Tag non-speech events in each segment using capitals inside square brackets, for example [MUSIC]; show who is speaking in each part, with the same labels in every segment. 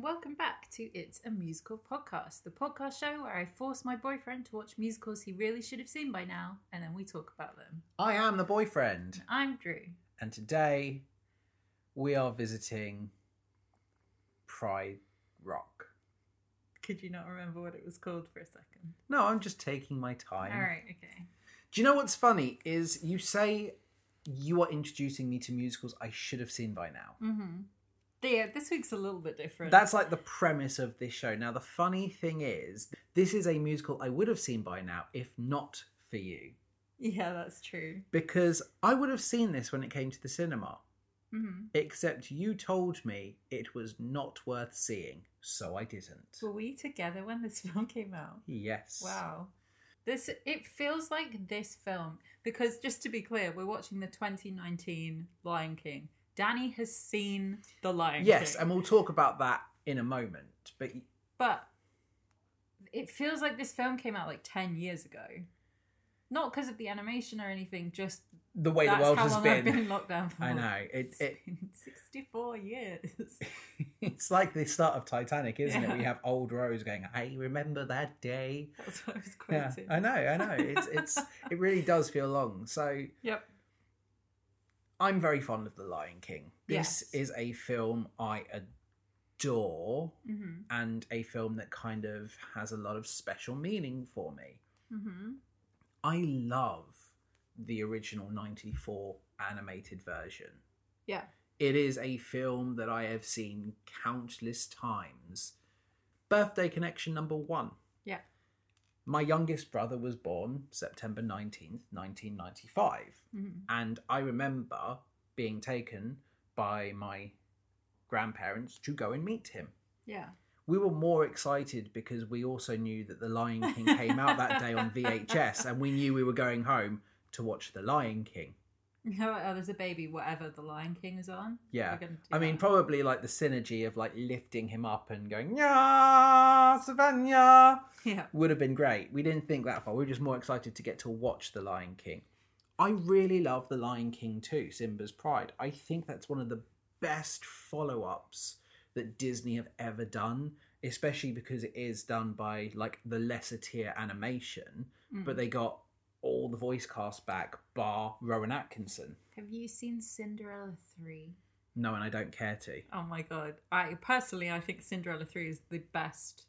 Speaker 1: welcome back to It's a Musical Podcast, the podcast show where I force my boyfriend to watch musicals he really should have seen by now, and then we talk about them.
Speaker 2: I am the boyfriend,
Speaker 1: I'm Drew.
Speaker 2: and today we are visiting Pride Rock.
Speaker 1: Could you not remember what it was called for a second?
Speaker 2: No, I'm just taking my time.
Speaker 1: All right, okay.
Speaker 2: Do you know what's funny is you say you are introducing me to musicals I should have seen by now.
Speaker 1: Mm-hmm. Yeah, this week's a little bit different.
Speaker 2: That's like the premise of this show. Now, the funny thing is, this is a musical I would have seen by now if not for you,
Speaker 1: yeah, that's true.
Speaker 2: because I would have seen this when it came to the cinema.
Speaker 1: Mm-hmm.
Speaker 2: Except you told me it was not worth seeing, so I didn't.
Speaker 1: Were we together when this [LAUGHS] film came out?
Speaker 2: Yes.
Speaker 1: Wow. This it feels like this film because just to be clear, we're watching the 2019 Lion King. Danny has seen the Lion
Speaker 2: Yes,
Speaker 1: King.
Speaker 2: and we'll talk about that in a moment. But
Speaker 1: but it feels like this film came out like 10 years ago. Not because of the animation or anything, just
Speaker 2: the way
Speaker 1: that's
Speaker 2: the world
Speaker 1: how
Speaker 2: has
Speaker 1: long
Speaker 2: been,
Speaker 1: I've been in lockdown for.
Speaker 2: [LAUGHS] I know it,
Speaker 1: It's
Speaker 2: it.
Speaker 1: been [LAUGHS] 64 years. [LAUGHS]
Speaker 2: It's like the start of Titanic, isn't
Speaker 1: Yeah.
Speaker 2: it? We have old Rose going, "I remember that day."
Speaker 1: That's what I was
Speaker 2: Yeah,
Speaker 1: quoting.
Speaker 2: I know, I know.
Speaker 1: [LAUGHS]
Speaker 2: It's it's it really does feel long. So
Speaker 1: Yep.
Speaker 2: I'm very fond of The Lion King. This
Speaker 1: Yes.
Speaker 2: is a film I adore,
Speaker 1: Mm-hmm.
Speaker 2: and a film that kind of has a lot of special meaning for me.
Speaker 1: Mm-hmm.
Speaker 2: I love the original 94 animated version.
Speaker 1: Yeah.
Speaker 2: It is a film that I have seen countless times. Birthday Connection number one.
Speaker 1: Yeah.
Speaker 2: My youngest brother was born September 19th, 1995.
Speaker 1: Mm-hmm.
Speaker 2: And I remember being taken by my grandparents to go and meet him.
Speaker 1: Yeah.
Speaker 2: We were more excited because we also knew that The Lion King came out that day on VHS and we knew we were going home to watch The Lion King.
Speaker 1: [LAUGHS] Oh, oh, there's a baby, whatever the Lion King is on.
Speaker 2: Yeah.
Speaker 1: We're gonna do
Speaker 2: I mean,
Speaker 1: that. [LAUGHS]
Speaker 2: probably like the synergy of like lifting him up and going, yeah, Savannah,
Speaker 1: yeah.
Speaker 2: would have been great. We didn't think that far. We were just more excited to get to watch The Lion King. I really love The Lion King too, Simba's Pride. I think that's one of the best follow ups that Disney have ever done, especially because it is done by like the lesser tier animation,
Speaker 1: Mm.
Speaker 2: but they got all the voice cast back, bar Rowan Atkinson.
Speaker 1: Have you seen Cinderella 3?
Speaker 2: No, and I don't care to.
Speaker 1: Oh my god. I personally I think Cinderella 3 is the best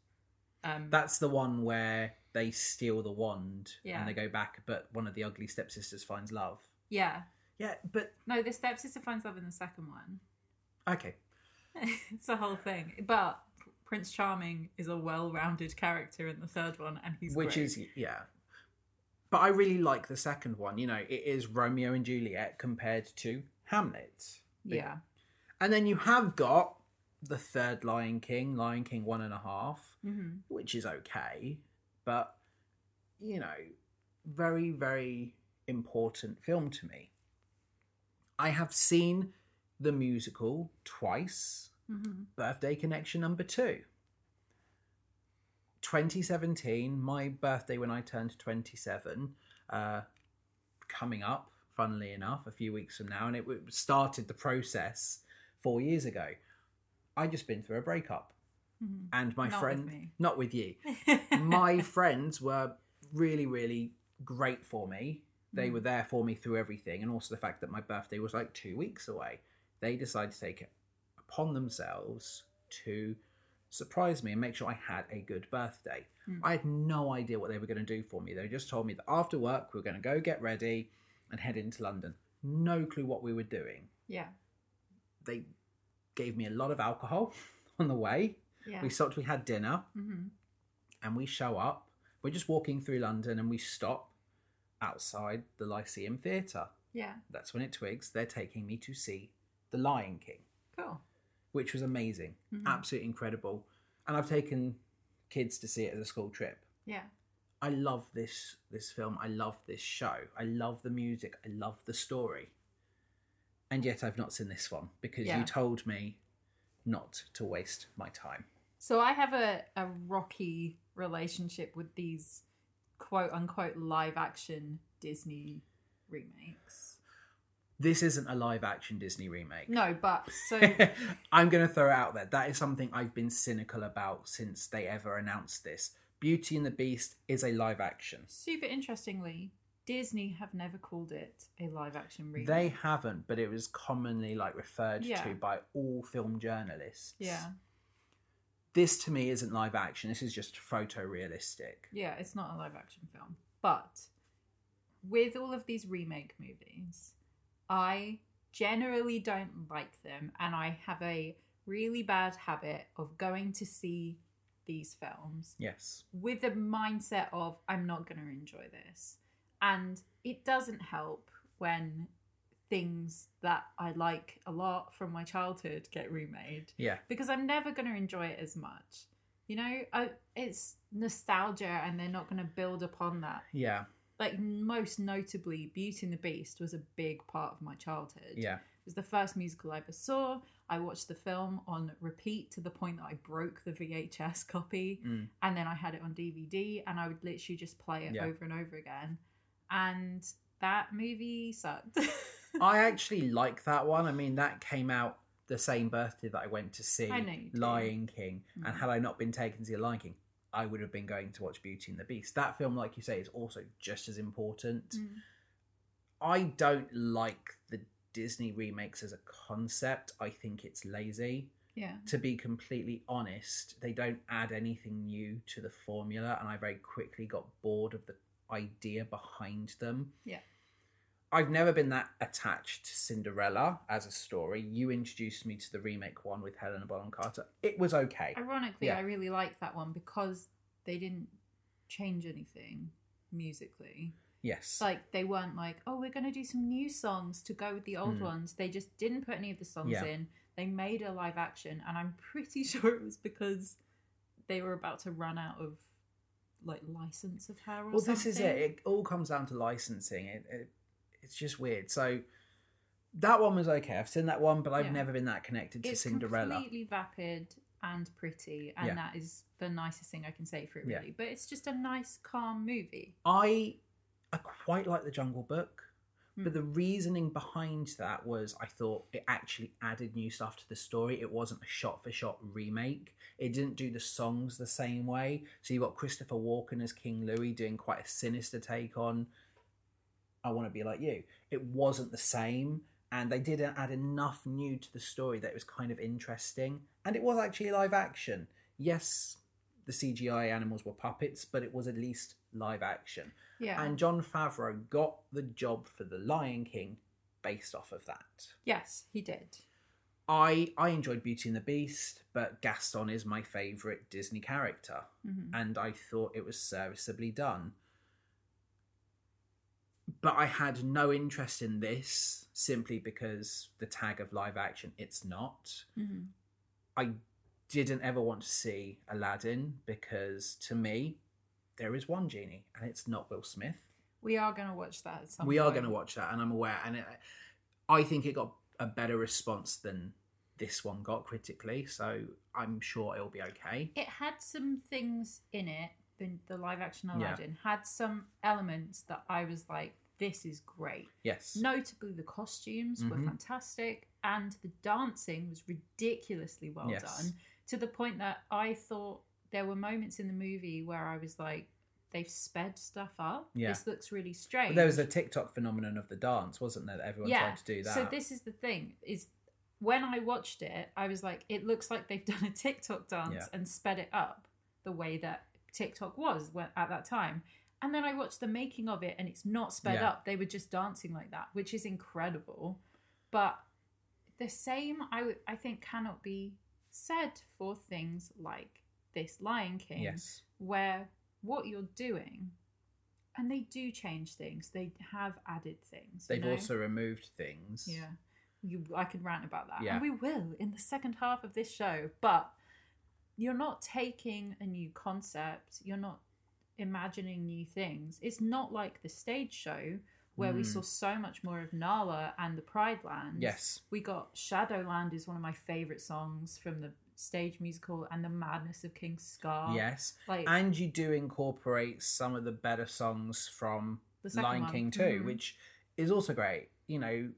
Speaker 1: um
Speaker 2: That's the one where they steal the wand
Speaker 1: Yeah.
Speaker 2: and they go back, but one of the ugly stepsisters finds love.
Speaker 1: Yeah.
Speaker 2: Yeah, but
Speaker 1: No, the stepsister finds love in the second one. [LAUGHS]
Speaker 2: okay.
Speaker 1: it's a whole thing. But Prince Charming is a well-rounded character in the third one and he's
Speaker 2: which
Speaker 1: great.
Speaker 2: is yeah but i really like the second one you know it is romeo and juliet compared to hamlet
Speaker 1: Yeah.
Speaker 2: and then you have got the third lion king lion king one and a half
Speaker 1: Mm-hmm.
Speaker 2: which is okay but you know very very important film to me i have seen the musical twice
Speaker 1: Mm-hmm.
Speaker 2: birthday connection number two 2017 my birthday when i turned 27 uh, coming up funnily enough a few weeks from now and it w- started the process four years ago i just been through a breakup
Speaker 1: Mm-hmm.
Speaker 2: and my
Speaker 1: Not with
Speaker 2: friend
Speaker 1: me.
Speaker 2: not with you
Speaker 1: Mm-hmm. [LAUGHS]
Speaker 2: my friends were really really great for me they
Speaker 1: Mm.
Speaker 2: were there for me through everything and also the fact that my birthday was like two weeks away they decided to take it upon themselves to surprise me and make sure i had a good birthday
Speaker 1: Mm.
Speaker 2: i had no idea what they were going to do for me they just told me that after work we were going to go get ready and head into london no clue what we were doing
Speaker 1: Yeah.
Speaker 2: they gave me a lot of alcohol [LAUGHS] on the way
Speaker 1: Yeah.
Speaker 2: we stopped we had dinner
Speaker 1: Mm-hmm.
Speaker 2: and we show up. We're just walking through London and we stop outside the Lyceum Theatre.
Speaker 1: Yeah.
Speaker 2: That's when it twigs. They're taking me to see The Lion King,
Speaker 1: Cool.
Speaker 2: which was amazing,
Speaker 1: Mhm.
Speaker 2: absolutely incredible. And I've taken kids to see it as a school trip.
Speaker 1: Yeah.
Speaker 2: I love this this film. I love this show. I love the music. I love the story. And yet I've not seen this one because
Speaker 1: Yeah.
Speaker 2: you told me not to waste my time.
Speaker 1: So I have a, a rocky relationship with these quote unquote live action Disney remakes.
Speaker 2: This isn't a live action Disney remake.
Speaker 1: No, but so
Speaker 2: [LAUGHS] I'm going to throw it out there. That is something I've been cynical about since they ever announced this. Beauty and the Beast is a live action.
Speaker 1: super interestingly, Disney have never called it a live action remake.
Speaker 2: They haven't, but it was commonly like referred
Speaker 1: Yeah.
Speaker 2: to by all film journalists.
Speaker 1: yeah,
Speaker 2: This to me isn't live action. This is just photorealistic.
Speaker 1: yeah, it's not a live action film. But with all of these remake movies, I generally don't like them, and I have a really bad habit of going to see these films
Speaker 2: Yes.
Speaker 1: with the mindset of I'm not going to enjoy this. And it doesn't help when things that I like a lot from my childhood get remade
Speaker 2: Yeah.
Speaker 1: because I'm never going to enjoy it as much. You know, I, it's nostalgia and they're not going to build upon that.
Speaker 2: Yeah.
Speaker 1: Like most notably Beauty and the Beast was a big part of my childhood.
Speaker 2: Yeah.
Speaker 1: It was the first musical I ever saw. I watched the film on repeat to the point that I broke the VHS [LAUGHS] copy
Speaker 2: Mm.
Speaker 1: and then I had it on DVD and I would literally just play it
Speaker 2: Yeah.
Speaker 1: over and over again. And that movie sucked. [LAUGHS]
Speaker 2: I actually like that one. I mean, that came out the same birthday that I went to see
Speaker 1: I know you do.
Speaker 2: Lion King. And
Speaker 1: Mm.
Speaker 2: had I not been taken to see Lion King, I would have been going to watch Beauty and the Beast. That film, like you say, is also just as important.
Speaker 1: Mm.
Speaker 2: I don't like the Disney remakes as a concept. I think it's lazy.
Speaker 1: yeah.
Speaker 2: To be completely honest, they don't add anything new to the formula, and I very quickly got bored of the idea behind them.
Speaker 1: Yeah.
Speaker 2: I've never been that attached to Cinderella as a story. You introduced me to the remake one with Helena Bonham Carter. It was okay.
Speaker 1: Ironically,
Speaker 2: Yeah.
Speaker 1: I really liked that one because they didn't change anything musically.
Speaker 2: Yes.
Speaker 1: It's like they weren't like, oh, we're going to do some new songs to go with the old
Speaker 2: Mm.
Speaker 1: ones. They just didn't put any of the songs
Speaker 2: Yeah.
Speaker 1: in. They made a live action, and I'm pretty [LAUGHS] sure it was because they were about to run out of like license of her. Or
Speaker 2: well this is it
Speaker 1: something.
Speaker 2: it all comes down to licensing it, it it's just weird so that one was okay i've seen that one but i've
Speaker 1: Yeah.
Speaker 2: never been that connected to
Speaker 1: It's
Speaker 2: cinderella
Speaker 1: completely vapid and pretty, and
Speaker 2: Yeah.
Speaker 1: that is the nicest thing I can say for it,
Speaker 2: Yeah.
Speaker 1: really. But it's just a nice, calm movie.
Speaker 2: i i quite like the jungle book but
Speaker 1: Mm.
Speaker 2: the reasoning behind that was I thought it actually added new stuff to the story. It wasn't a shot for shot remake. It didn't do the songs the same way. So you've got Christopher Walken as King Louis doing quite a sinister take on I Want to Be Like You. It wasn't the same. And they didn't add enough new to the story that it was kind of interesting. And it was actually live action. Yes, the CGI animals were puppets, but it was at least live action.
Speaker 1: Yeah.
Speaker 2: And John Favreau got the job for The Lion King based off of that.
Speaker 1: yes, he did.
Speaker 2: I I enjoyed Beauty and the Beast, but Gaston is my favorite Disney character,
Speaker 1: Mhm.
Speaker 2: and I thought it was serviceably done. But I had no interest in this simply because the tag of live action it's not.
Speaker 1: Mhm.
Speaker 2: I didn't ever want to see Aladdin because to me there is one genie and it's not Will Smith.
Speaker 1: We are going to watch that at some
Speaker 2: we are
Speaker 1: point.
Speaker 2: going to watch that, and I'm aware. And it, I think it got a better response than this one got critically, so I'm sure it'll be okay.
Speaker 1: It had some things in it, the, the live action
Speaker 2: Yeah.
Speaker 1: Aladdin had some elements that I was like, this is great.
Speaker 2: Yes.
Speaker 1: Notably, the costumes were
Speaker 2: Mhm.
Speaker 1: fantastic, and the dancing was ridiculously well
Speaker 2: Yes.
Speaker 1: done to the point that I thought there were moments in the movie where I was like, they've sped stuff up.
Speaker 2: Yeah.
Speaker 1: This looks really strange.
Speaker 2: But there was a TikTok phenomenon of the dance, wasn't there? That everyone tried to do that.
Speaker 1: So this is the thing: is when I watched it, I was like, it looks like they've [LAUGHS] done a TikTok dance
Speaker 2: Yeah.
Speaker 1: and sped it up the way that TikTok was when- at that time. And then I watched the making of it, and it's not sped
Speaker 2: Yeah.
Speaker 1: up. They were just dancing like that, which is incredible. But the same, I would- I think, cannot be said for things like this Lion King
Speaker 2: Yes.
Speaker 1: where what you're doing and they do change things they have added things you
Speaker 2: They've
Speaker 1: know?
Speaker 2: also removed things.
Speaker 1: yeah you, i could rant about that
Speaker 2: Yeah.
Speaker 1: and we will in the second half of this show but you're not taking a new concept you're not imagining new things it's not like the stage show where we
Speaker 2: Mm.
Speaker 1: saw so much more of nala and the pride land
Speaker 2: Yes.
Speaker 1: we got shadowland is one of my favorite songs from the stage musical and the madness of king scar
Speaker 2: Yes.
Speaker 1: like
Speaker 2: And you do incorporate some of the better songs from
Speaker 1: the second
Speaker 2: Lion
Speaker 1: one.
Speaker 2: King too,
Speaker 1: Mhm.
Speaker 2: which is also great. You know,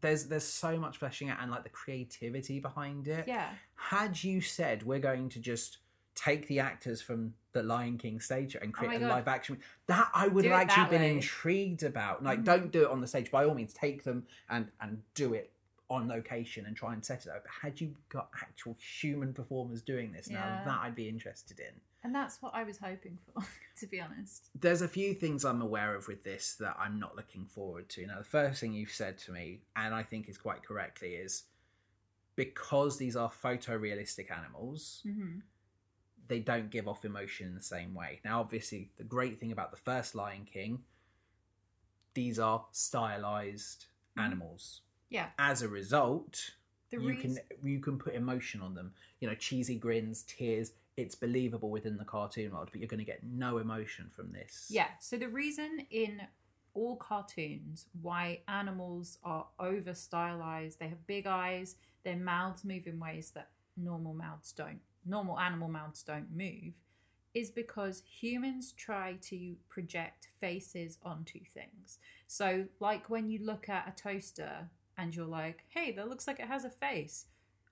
Speaker 2: there's there's so much fleshing out and like the creativity behind it.
Speaker 1: Yeah.
Speaker 2: Had you said we're going to just take the actors from the Lion King stage show and
Speaker 1: Oh my
Speaker 2: create a
Speaker 1: God.
Speaker 2: live action, that I would
Speaker 1: Do
Speaker 2: have
Speaker 1: it
Speaker 2: actually
Speaker 1: that
Speaker 2: been
Speaker 1: way.
Speaker 2: intrigued about. Like,
Speaker 1: Mhm.
Speaker 2: don't do it on the stage. By all means, take them and and do it on location and try and set it up. But had you got actual human performers doing this now,
Speaker 1: Yeah.
Speaker 2: that I'd be interested in.
Speaker 1: And that's what I was hoping for, [LAUGHS] to be honest.
Speaker 2: there's a few things I'm aware of with this that I'm not looking forward to. Now, the first thing you've said to me, and I think is quite correctly, is because these are photorealistic animals,
Speaker 1: hmm
Speaker 2: they don't give off emotion in the same way. Now, obviously, the great thing about the first Lion King, these are stylized
Speaker 1: Mhm.
Speaker 2: animals.
Speaker 1: Yeah.
Speaker 2: As a result,
Speaker 1: The
Speaker 2: you
Speaker 1: reason.
Speaker 2: can you can put emotion on them. You know, cheesy grins, tears. It's believable within the cartoon world, but you're going to get no emotion from this.
Speaker 1: Yeah. So the reason in all cartoons why animals are over stylized, they have big eyes, their mouths move in ways that normal mouths don't, normal animal mouths don't move, is because humans try to project faces onto things. So, like when you look at a toaster and you're like, hey, that looks like it has a face,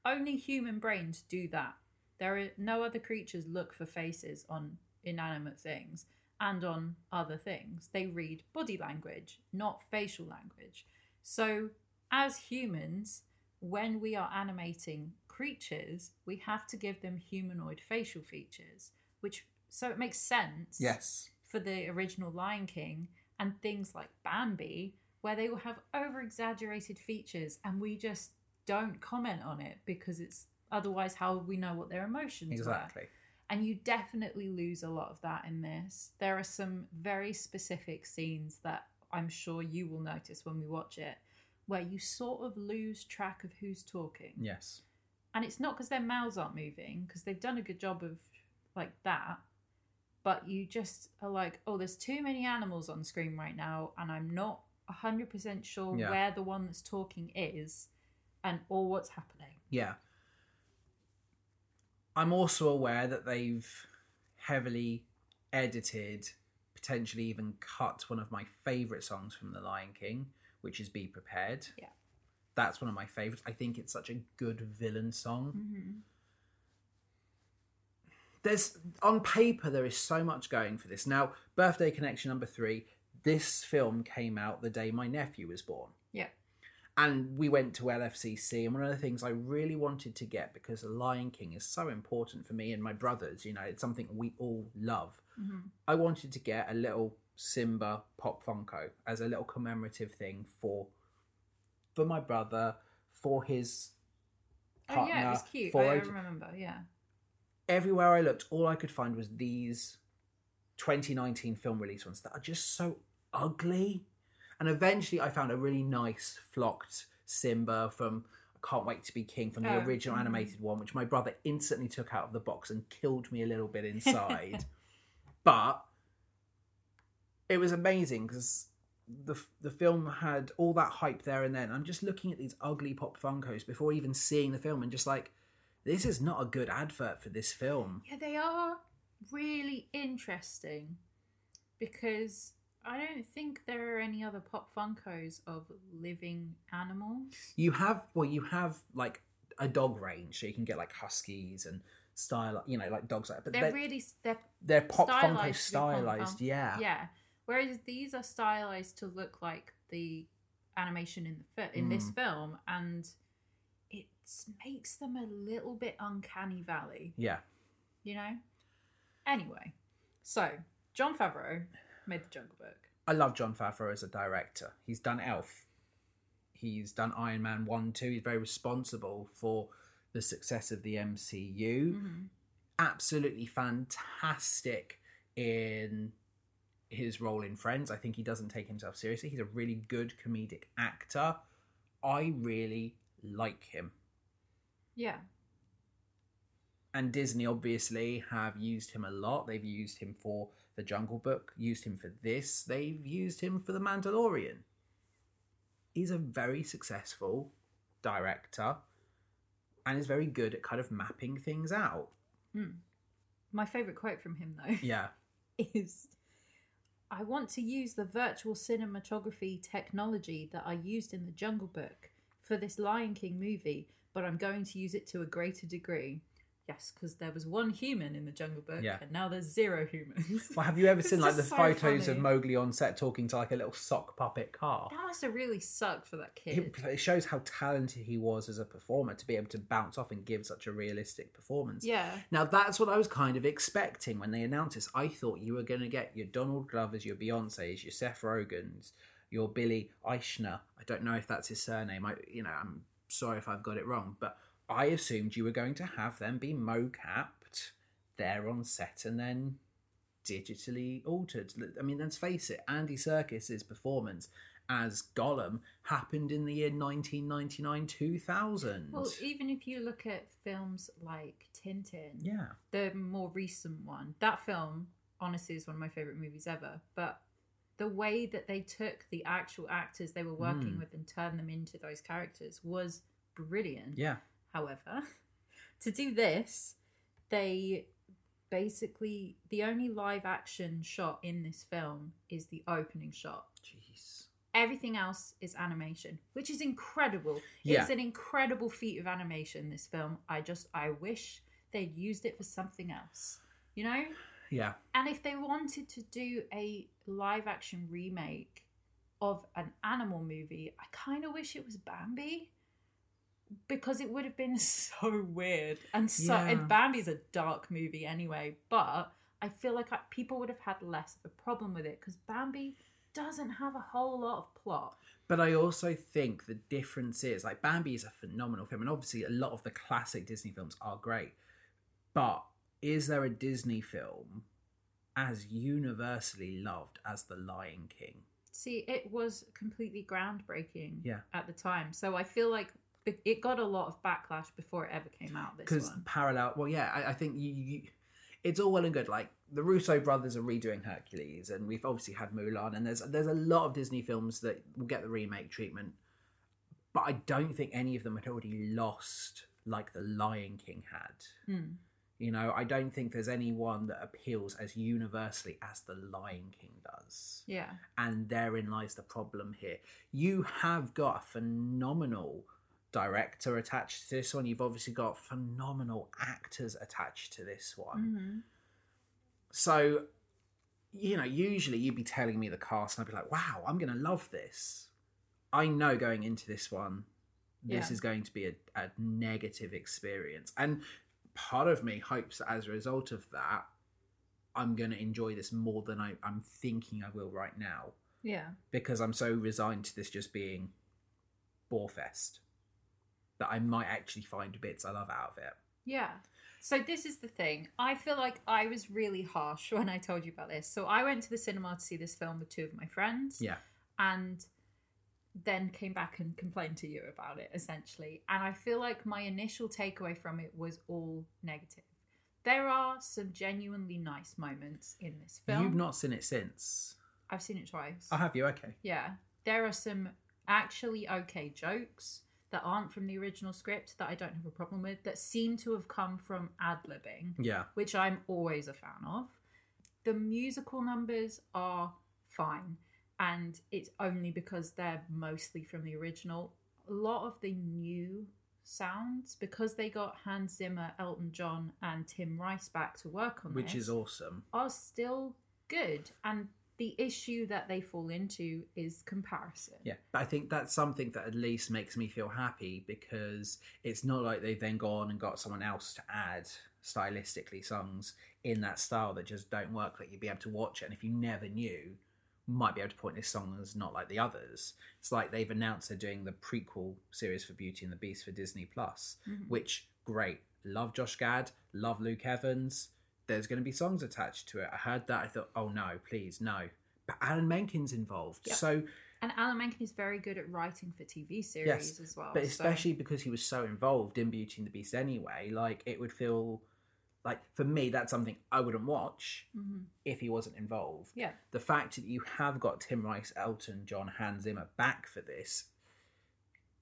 Speaker 1: only human brains do that. There are no other creatures look for faces on inanimate things and on other things. They read body language, not facial language. So, as humans, when we are animating creatures, we have to give them humanoid facial features, which so it makes sense
Speaker 2: Yes.
Speaker 1: for the original Lion King and things like Bambi, where they will have over exaggerated features and we just don't comment on it because it's otherwise how would we know what their emotions were
Speaker 2: Exactly.
Speaker 1: and you definitely lose a lot of that in this. There are some very specific scenes that I'm sure you will notice when we watch it where you sort of lose track of who's talking.
Speaker 2: Yes.
Speaker 1: And it's not because their mouths aren't moving because they've done a good job of like that, but you just are like, oh, there's too many animals on screen right now and I'm not 100% sure
Speaker 2: Yeah.
Speaker 1: where the one that's talking is and or what's happening.
Speaker 2: Yeah. I'm also aware that they've heavily edited, potentially even cut one of my favourite songs from The Lion King, which is Be Prepared.
Speaker 1: Yeah.
Speaker 2: That's one of my favourites. I think it's such a good villain song.
Speaker 1: Mhm.
Speaker 2: there's on paper there is so much going for this now birthday connection number three this film came out the day my nephew was born
Speaker 1: Yeah.
Speaker 2: and we went to lfcc and one of the things i really wanted to get because the lion king is so important for me and my brothers you know it's something we all love
Speaker 1: Mhm.
Speaker 2: i wanted to get a little simba pop funko as a little commemorative thing for for my brother for his
Speaker 1: Oh yeah, it
Speaker 2: partner,
Speaker 1: was cute.
Speaker 2: for
Speaker 1: I, I
Speaker 2: it-
Speaker 1: remember, yeah.
Speaker 2: everywhere I looked, all I could find was these 2019 film release ones that are just so ugly. And eventually, I found a really nice flocked Simba from I Can't Wait to Be King from the
Speaker 1: Oh,
Speaker 2: original
Speaker 1: mhm.
Speaker 2: animated one, which my brother instantly took out of the box and killed me a little bit inside. but it was amazing because the the film had all that hype there and then. I'm just looking at these ugly pop Funkos before even seeing the film and just like, this is not a good advert for this film.
Speaker 1: Yeah, they are really interesting because I don't think there are any other Pop Funkos of living animals.
Speaker 2: You have well, you have like a dog range, so you can get like huskies and style, you know, like dogs like. But
Speaker 1: They're,
Speaker 2: they're
Speaker 1: really they're
Speaker 2: they're pop Funko
Speaker 1: stylized to be pop
Speaker 2: stylized,
Speaker 1: Funk-
Speaker 2: yeah.
Speaker 1: yeah. Whereas these are stylized to look like the animation in the fi- in this film, and it makes them a little bit uncanny valley.
Speaker 2: yeah.
Speaker 1: you know? Anyway, so John Favreau made the Jungle Book.
Speaker 2: I love John Favreau as a director. He's done Elf. He's done Iron Man 1, 2. He's very responsible for the success of the MCU.
Speaker 1: Mhm.
Speaker 2: Absolutely fantastic in his role in Friends. I think he doesn't take himself seriously. He's a really good comedic actor. I really like him.
Speaker 1: Yeah.
Speaker 2: and Disney obviously have used him a lot. They've used him for the Jungle Book, used him for this, they've used him for the Mandalorian. He's a very successful director and is very good at kind of mapping things out.
Speaker 1: Mm. My favorite quote from him, though,
Speaker 2: Yeah.
Speaker 1: is I want to use the virtual cinematography technology that I used in the Jungle Book for this Lion King movie, but I'm going to use it to a greater degree. Yes, because there was one human in the Jungle Book,
Speaker 2: Yeah.
Speaker 1: and now there's zero humans.
Speaker 2: Well, have you ever
Speaker 1: It's
Speaker 2: seen like
Speaker 1: just so
Speaker 2: the photos
Speaker 1: funny.
Speaker 2: of Mowgli on set talking to like a little sock puppet car?
Speaker 1: [LAUGHS] That must have really sucked for that kid.
Speaker 2: It, it shows how talented he was as a performer to be able to bounce off and give such a realistic performance.
Speaker 1: Yeah.
Speaker 2: Now that's what I was kind of expecting when they announced this. I thought you were going to get your Donald Glovers, your Beyonces, your Seth Rogans, your Billy Eichner. I don't know if that's his surname. I, you know, I'm sorry if I've got it wrong, but I assumed you were going to have them be mocapped there on set and then digitally altered. I mean, let's face it, Andy Serkis's performance as Gollum happened in the year 1999 2000.
Speaker 1: Well, even if you look at films like Tintin,
Speaker 2: yeah.
Speaker 1: the more recent one, that film honestly is one of my favorite movies ever. But the way that they took the actual actors they were working
Speaker 2: Mm.
Speaker 1: with and turned them into those characters was brilliant.
Speaker 2: Yeah.
Speaker 1: However, [LAUGHS] to do this, they basically the only live action shot in this film is the opening shot.
Speaker 2: Jeez.
Speaker 1: Everything else is animation, which is incredible.
Speaker 2: Yeah.
Speaker 1: It's an incredible feat of animation, this film. I just, I wish they'd used it for something else, you know?
Speaker 2: Yeah.
Speaker 1: And if they wanted to do a live action remake of an animal movie, I kind of wish it was Bambi because it would have been [LAUGHS] so weird. And so,
Speaker 2: Yeah.
Speaker 1: and Bambi's a dark movie anyway, but I feel like I, people would have had less of a problem with it because Bambi doesn't have a whole lot of plot.
Speaker 2: But I also think the difference is like Bambi is a phenomenal film, and obviously a lot of the classic Disney films are great. But is there a Disney film as universally loved as The Lion King?
Speaker 1: See, it was completely groundbreaking
Speaker 2: Yeah.
Speaker 1: at the time. So I feel like be- it got a lot of backlash before it ever came out. This
Speaker 2: Because
Speaker 1: one.
Speaker 2: parallel, well, yeah, I, I think you, you, it's all well and good. Like the Russo brothers are redoing Hercules, and we've obviously had Mulan, and there's there's a lot of Disney films that will get the remake treatment. But I don't think any of them had already lost like The Lion King had.
Speaker 1: Hmm.
Speaker 2: You know, I don't think there's anyone that appeals as universally as The Lion King does.
Speaker 1: Yeah.
Speaker 2: And therein lies the problem here. You have got a phenomenal director attached to this one. You've obviously got phenomenal actors attached to this one.
Speaker 1: Mhm.
Speaker 2: So, you know, usually you'd be telling me the cast, and I'd be like, wow, I'm going to love this. I know going into this one, this
Speaker 1: Yeah.
Speaker 2: is going to be a, a negative experience. And part of me hopes that as a result of that, I'm going to enjoy this more than I, I'm thinking I will right now
Speaker 1: Yeah.
Speaker 2: because I'm so resigned to this just being borefest that I might actually find bits I love out of it.
Speaker 1: Yeah. So this is the thing. I feel like I was really harsh [LAUGHS] when I told you about this. So I went to the cinema to see this film with two of my friends.
Speaker 2: Yeah.
Speaker 1: And then came back and complained to you about it essentially. And I feel like my initial takeaway from it was all negative. There are some genuinely nice moments in this film.
Speaker 2: You've not seen it since.
Speaker 1: I've seen it twice.
Speaker 2: Oh, have you? Okay.
Speaker 1: Yeah. There are some actually okay jokes that aren't from the original script that I don't have a problem with that seem to have come from ad libbing
Speaker 2: Yeah.
Speaker 1: which I'm always a fan of. The musical numbers are fine, and it's only because they're mostly from the original. A lot of the new sounds, because they got Hans Zimmer, Elton John, and Tim Rice back to work on
Speaker 2: Which
Speaker 1: this,
Speaker 2: is awesome.
Speaker 1: are still good. And the issue that they fall into is comparison.
Speaker 2: Yeah, but I think that's something that at least makes me feel happy because it's not like they've then gone and got someone else to add stylistically songs in that style that just don't work. Like you'd be able to watch it, and if you never knew, might be able to point this song as not like the others. It's like they've announced they're doing the prequel series for Beauty and the Beast for Disney Plus,
Speaker 1: Mhm.
Speaker 2: which great. Love Josh Gad, love Luke Evans. There's going to be songs attached to it. I heard that. I thought, oh no, please no. But Alan Menken's involved,
Speaker 1: Yeah.
Speaker 2: so.
Speaker 1: And Alan Menken is very good at writing for TV series
Speaker 2: Yes,
Speaker 1: as well.
Speaker 2: But
Speaker 1: Oh, so-
Speaker 2: especially because he was so involved in Beauty and the Beast anyway, like it would feel like for me that's something I wouldn't watch
Speaker 1: Mhm.
Speaker 2: if he wasn't involved.
Speaker 1: Yeah.
Speaker 2: The fact that you have got Tim Rice, Elton John, Hans Zimmer back for this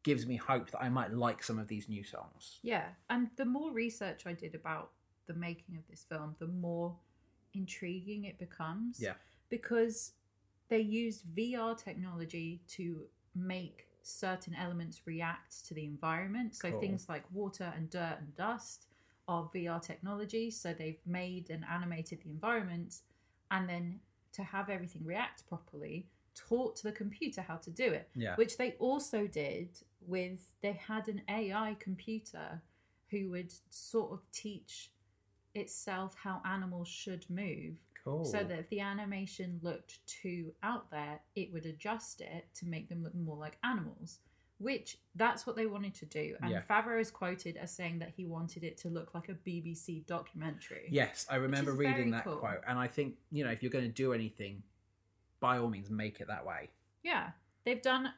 Speaker 2: gives me hope that I might like some of these new songs.
Speaker 1: Yeah, and the more research I did about the making of this film, the more intriguing it becomes.
Speaker 2: Yeah.
Speaker 1: because they used VR technology to make certain elements react to the environment. So
Speaker 2: Cool.
Speaker 1: things like water and dirt and dust are VR technology. So they've made and animated the environment and then to have everything react properly, taught the computer how to do it
Speaker 2: Yeah.
Speaker 1: which they also did with they had an AI computer who would sort of teach itself how animals should move
Speaker 2: Cool.
Speaker 1: so that if the animation looked too out there it would adjust it to make them look more like animals which that's what they wanted to do and
Speaker 2: Yeah.
Speaker 1: Favreau is quoted as saying that he wanted it to look like a BBC documentary
Speaker 2: Yes, I remember
Speaker 1: is very
Speaker 2: reading that
Speaker 1: cool.
Speaker 2: quote, and I think you know if you're going to do anything, by all means, make it that way.
Speaker 1: yeah they've done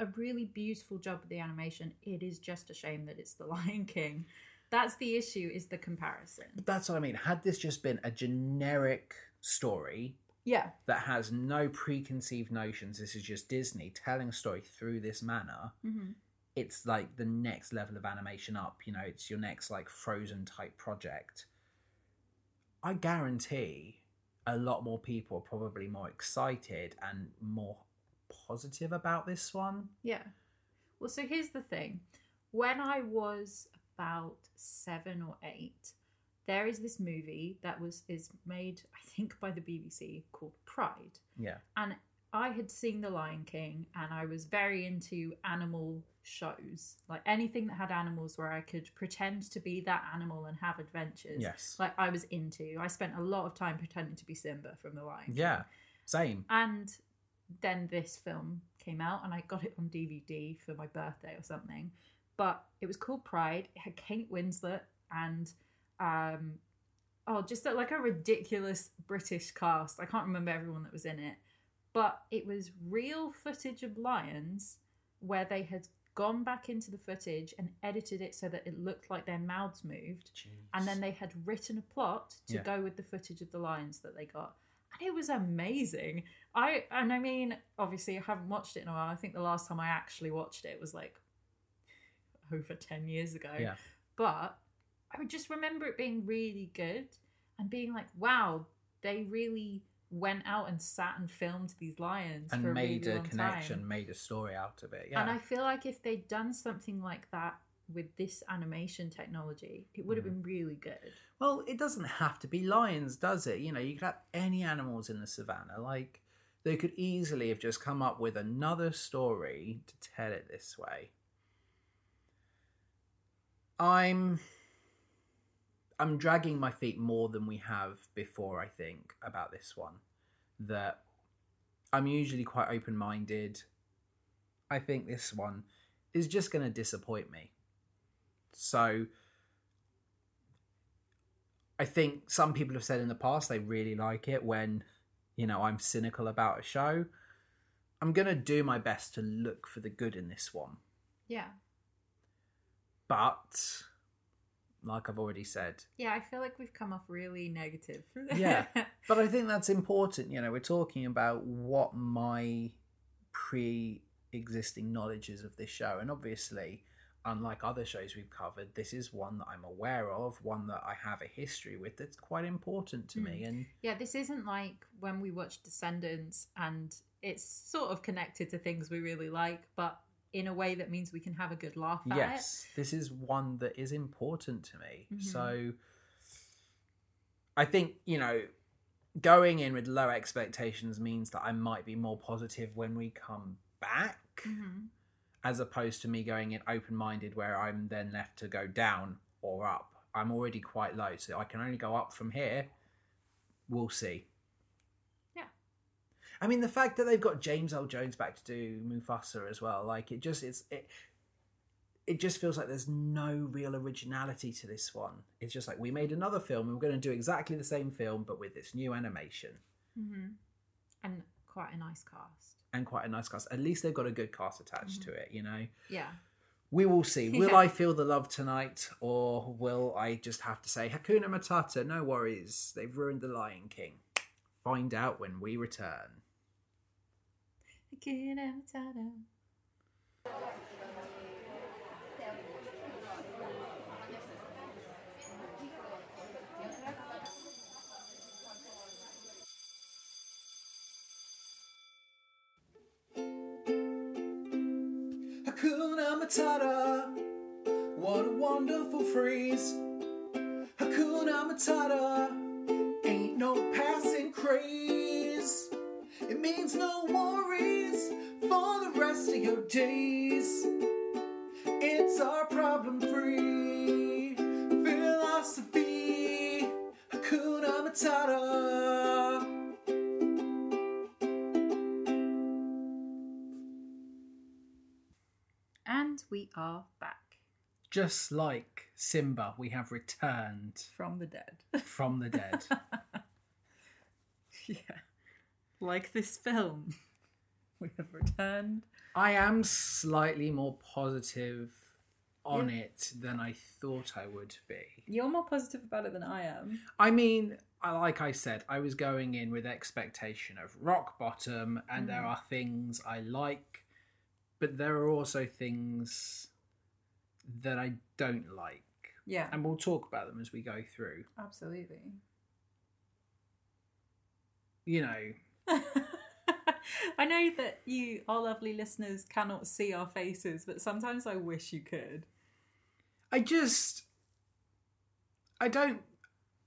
Speaker 1: a really beautiful job with the animation it is just a shame that it's the lion king that's the issue is the comparison
Speaker 2: But that's what I mean. Had this just been a generic story
Speaker 1: yeah
Speaker 2: that has no preconceived notions, this is just Disney telling a story through this manner.
Speaker 1: hmm
Speaker 2: It's like the next level of animation up. You know, it's your next like Frozen type project. I guarantee a lot more people are probably more excited and more positive about this one.
Speaker 1: yeah well so here's the thing when i was about seven or eight there is this movie that was is made i think by the bbc called pride
Speaker 2: Yeah.
Speaker 1: and I had seen The Lion King and I was very into animal shows. Like anything that had animals where I could pretend to be that animal and have adventures.
Speaker 2: Yes.
Speaker 1: Like I was into. I spent a lot of time pretending to be Simba from The Lion King.
Speaker 2: Yeah. Same.
Speaker 1: And then this film came out and I got it on DVD for my birthday or something. But it was called Pride. It had Kate Winslet and um oh just a, like a ridiculous British cast. I can't remember everyone that was in it. But it was real footage of lions where they had gone back into the footage and edited it so that it looked like their mouths moved and then they had written a plot to
Speaker 2: Yeah.
Speaker 1: go with the footage of the lions that they got and it was amazing i and i mean obviously i haven't watched it in a while i think the last time i actually watched it was like over 10 years ago
Speaker 2: Yeah.
Speaker 1: but i would just remember it being really good and being like wow they really went out and sat and filmed these lions for
Speaker 2: and made
Speaker 1: a, really
Speaker 2: a
Speaker 1: long
Speaker 2: connection,
Speaker 1: time.
Speaker 2: made a story out of it. Yeah.
Speaker 1: And I feel like if they'd done something like that with this animation technology, it would have
Speaker 2: Mhm.
Speaker 1: been really good.
Speaker 2: well, it doesn't have to be lions, does it? You know, you could have any animals in the savannah. Like they could easily have just come up with another story to tell it this way. I'm I'm dragging my feet more than we have before, I think, about this one. That I'm usually quite open minded. I think this one is just gonna disappoint me. So I think some people have said in the past they really like it when, you know, I'm cynical about a show. I'm gonna do my best to look for the good in this one.
Speaker 1: Yeah.
Speaker 2: But like I've already said,
Speaker 1: Yeah, I feel like we've come off really negative.
Speaker 2: Yeah. But I think that's important. You know, we're talking about what my pre existing knowledge is of this show. And obviously, unlike other shows we've covered, this is one that I'm aware of, one that I have a history with that's quite important to me. And
Speaker 1: [LAUGHS] yeah, this isn't like when we watched Descendants and it's sort of connected to things we really like, but in a way that means we can have a good laugh at it.
Speaker 2: yes, this is one that is important to me.
Speaker 1: Mhm.
Speaker 2: So I think, you know, going in with low expectations means that I might be more positive when we come back.
Speaker 1: Mhm.
Speaker 2: as opposed to me going in open minded where I'm then left to go down or up. I'm already quite low, so I can only go up from here. We'll see.
Speaker 1: Yeah.
Speaker 2: I mean, the fact that they've got James L. Jones back to do Mufasa as well, like it just it's it. It just feels like there's no real originality to this one. It's just like we made another film and we're going to do exactly the same film, but with this new animation
Speaker 1: Mhm. And quite a nice cast.
Speaker 2: and quite a nice cast. At least they've got a good cast attached
Speaker 1: Mhm.
Speaker 2: to it, you know.
Speaker 1: Yeah.
Speaker 2: We will see. Will
Speaker 1: Yeah.
Speaker 2: I feel the love tonight, or will I just have to say Hakuna Matata? No worries, they've ruined the Lion King. Find out when we return.
Speaker 1: Hakuna Matata.
Speaker 2: Hakuna Matata. What a wonderful phrase. Hakuna Matata. Ain't no passing craze. It means no worries for the rest of your days. It's our problem free philosophy. Hakuna Matata.
Speaker 1: And we are back
Speaker 2: Just like Simba, we have returned
Speaker 1: from the dead. [LAUGHS]
Speaker 2: from the dead.
Speaker 1: yeah. Like this film. We have returned.
Speaker 2: I am slightly more positive on it than I thought I would be.
Speaker 1: You're more positive about it than I am.
Speaker 2: I mean, I- like I said, I was going in with expectation of rock bottom, and there
Speaker 1: Mm.
Speaker 2: are things I like, but there are also things that I don't like.
Speaker 1: Yeah,
Speaker 2: And we'll talk about them as we go through.
Speaker 1: absolutely.
Speaker 2: You know,
Speaker 1: [LAUGHS] I know that you, our lovely listeners, cannot see our faces, but sometimes I wish you could.
Speaker 2: I just I don't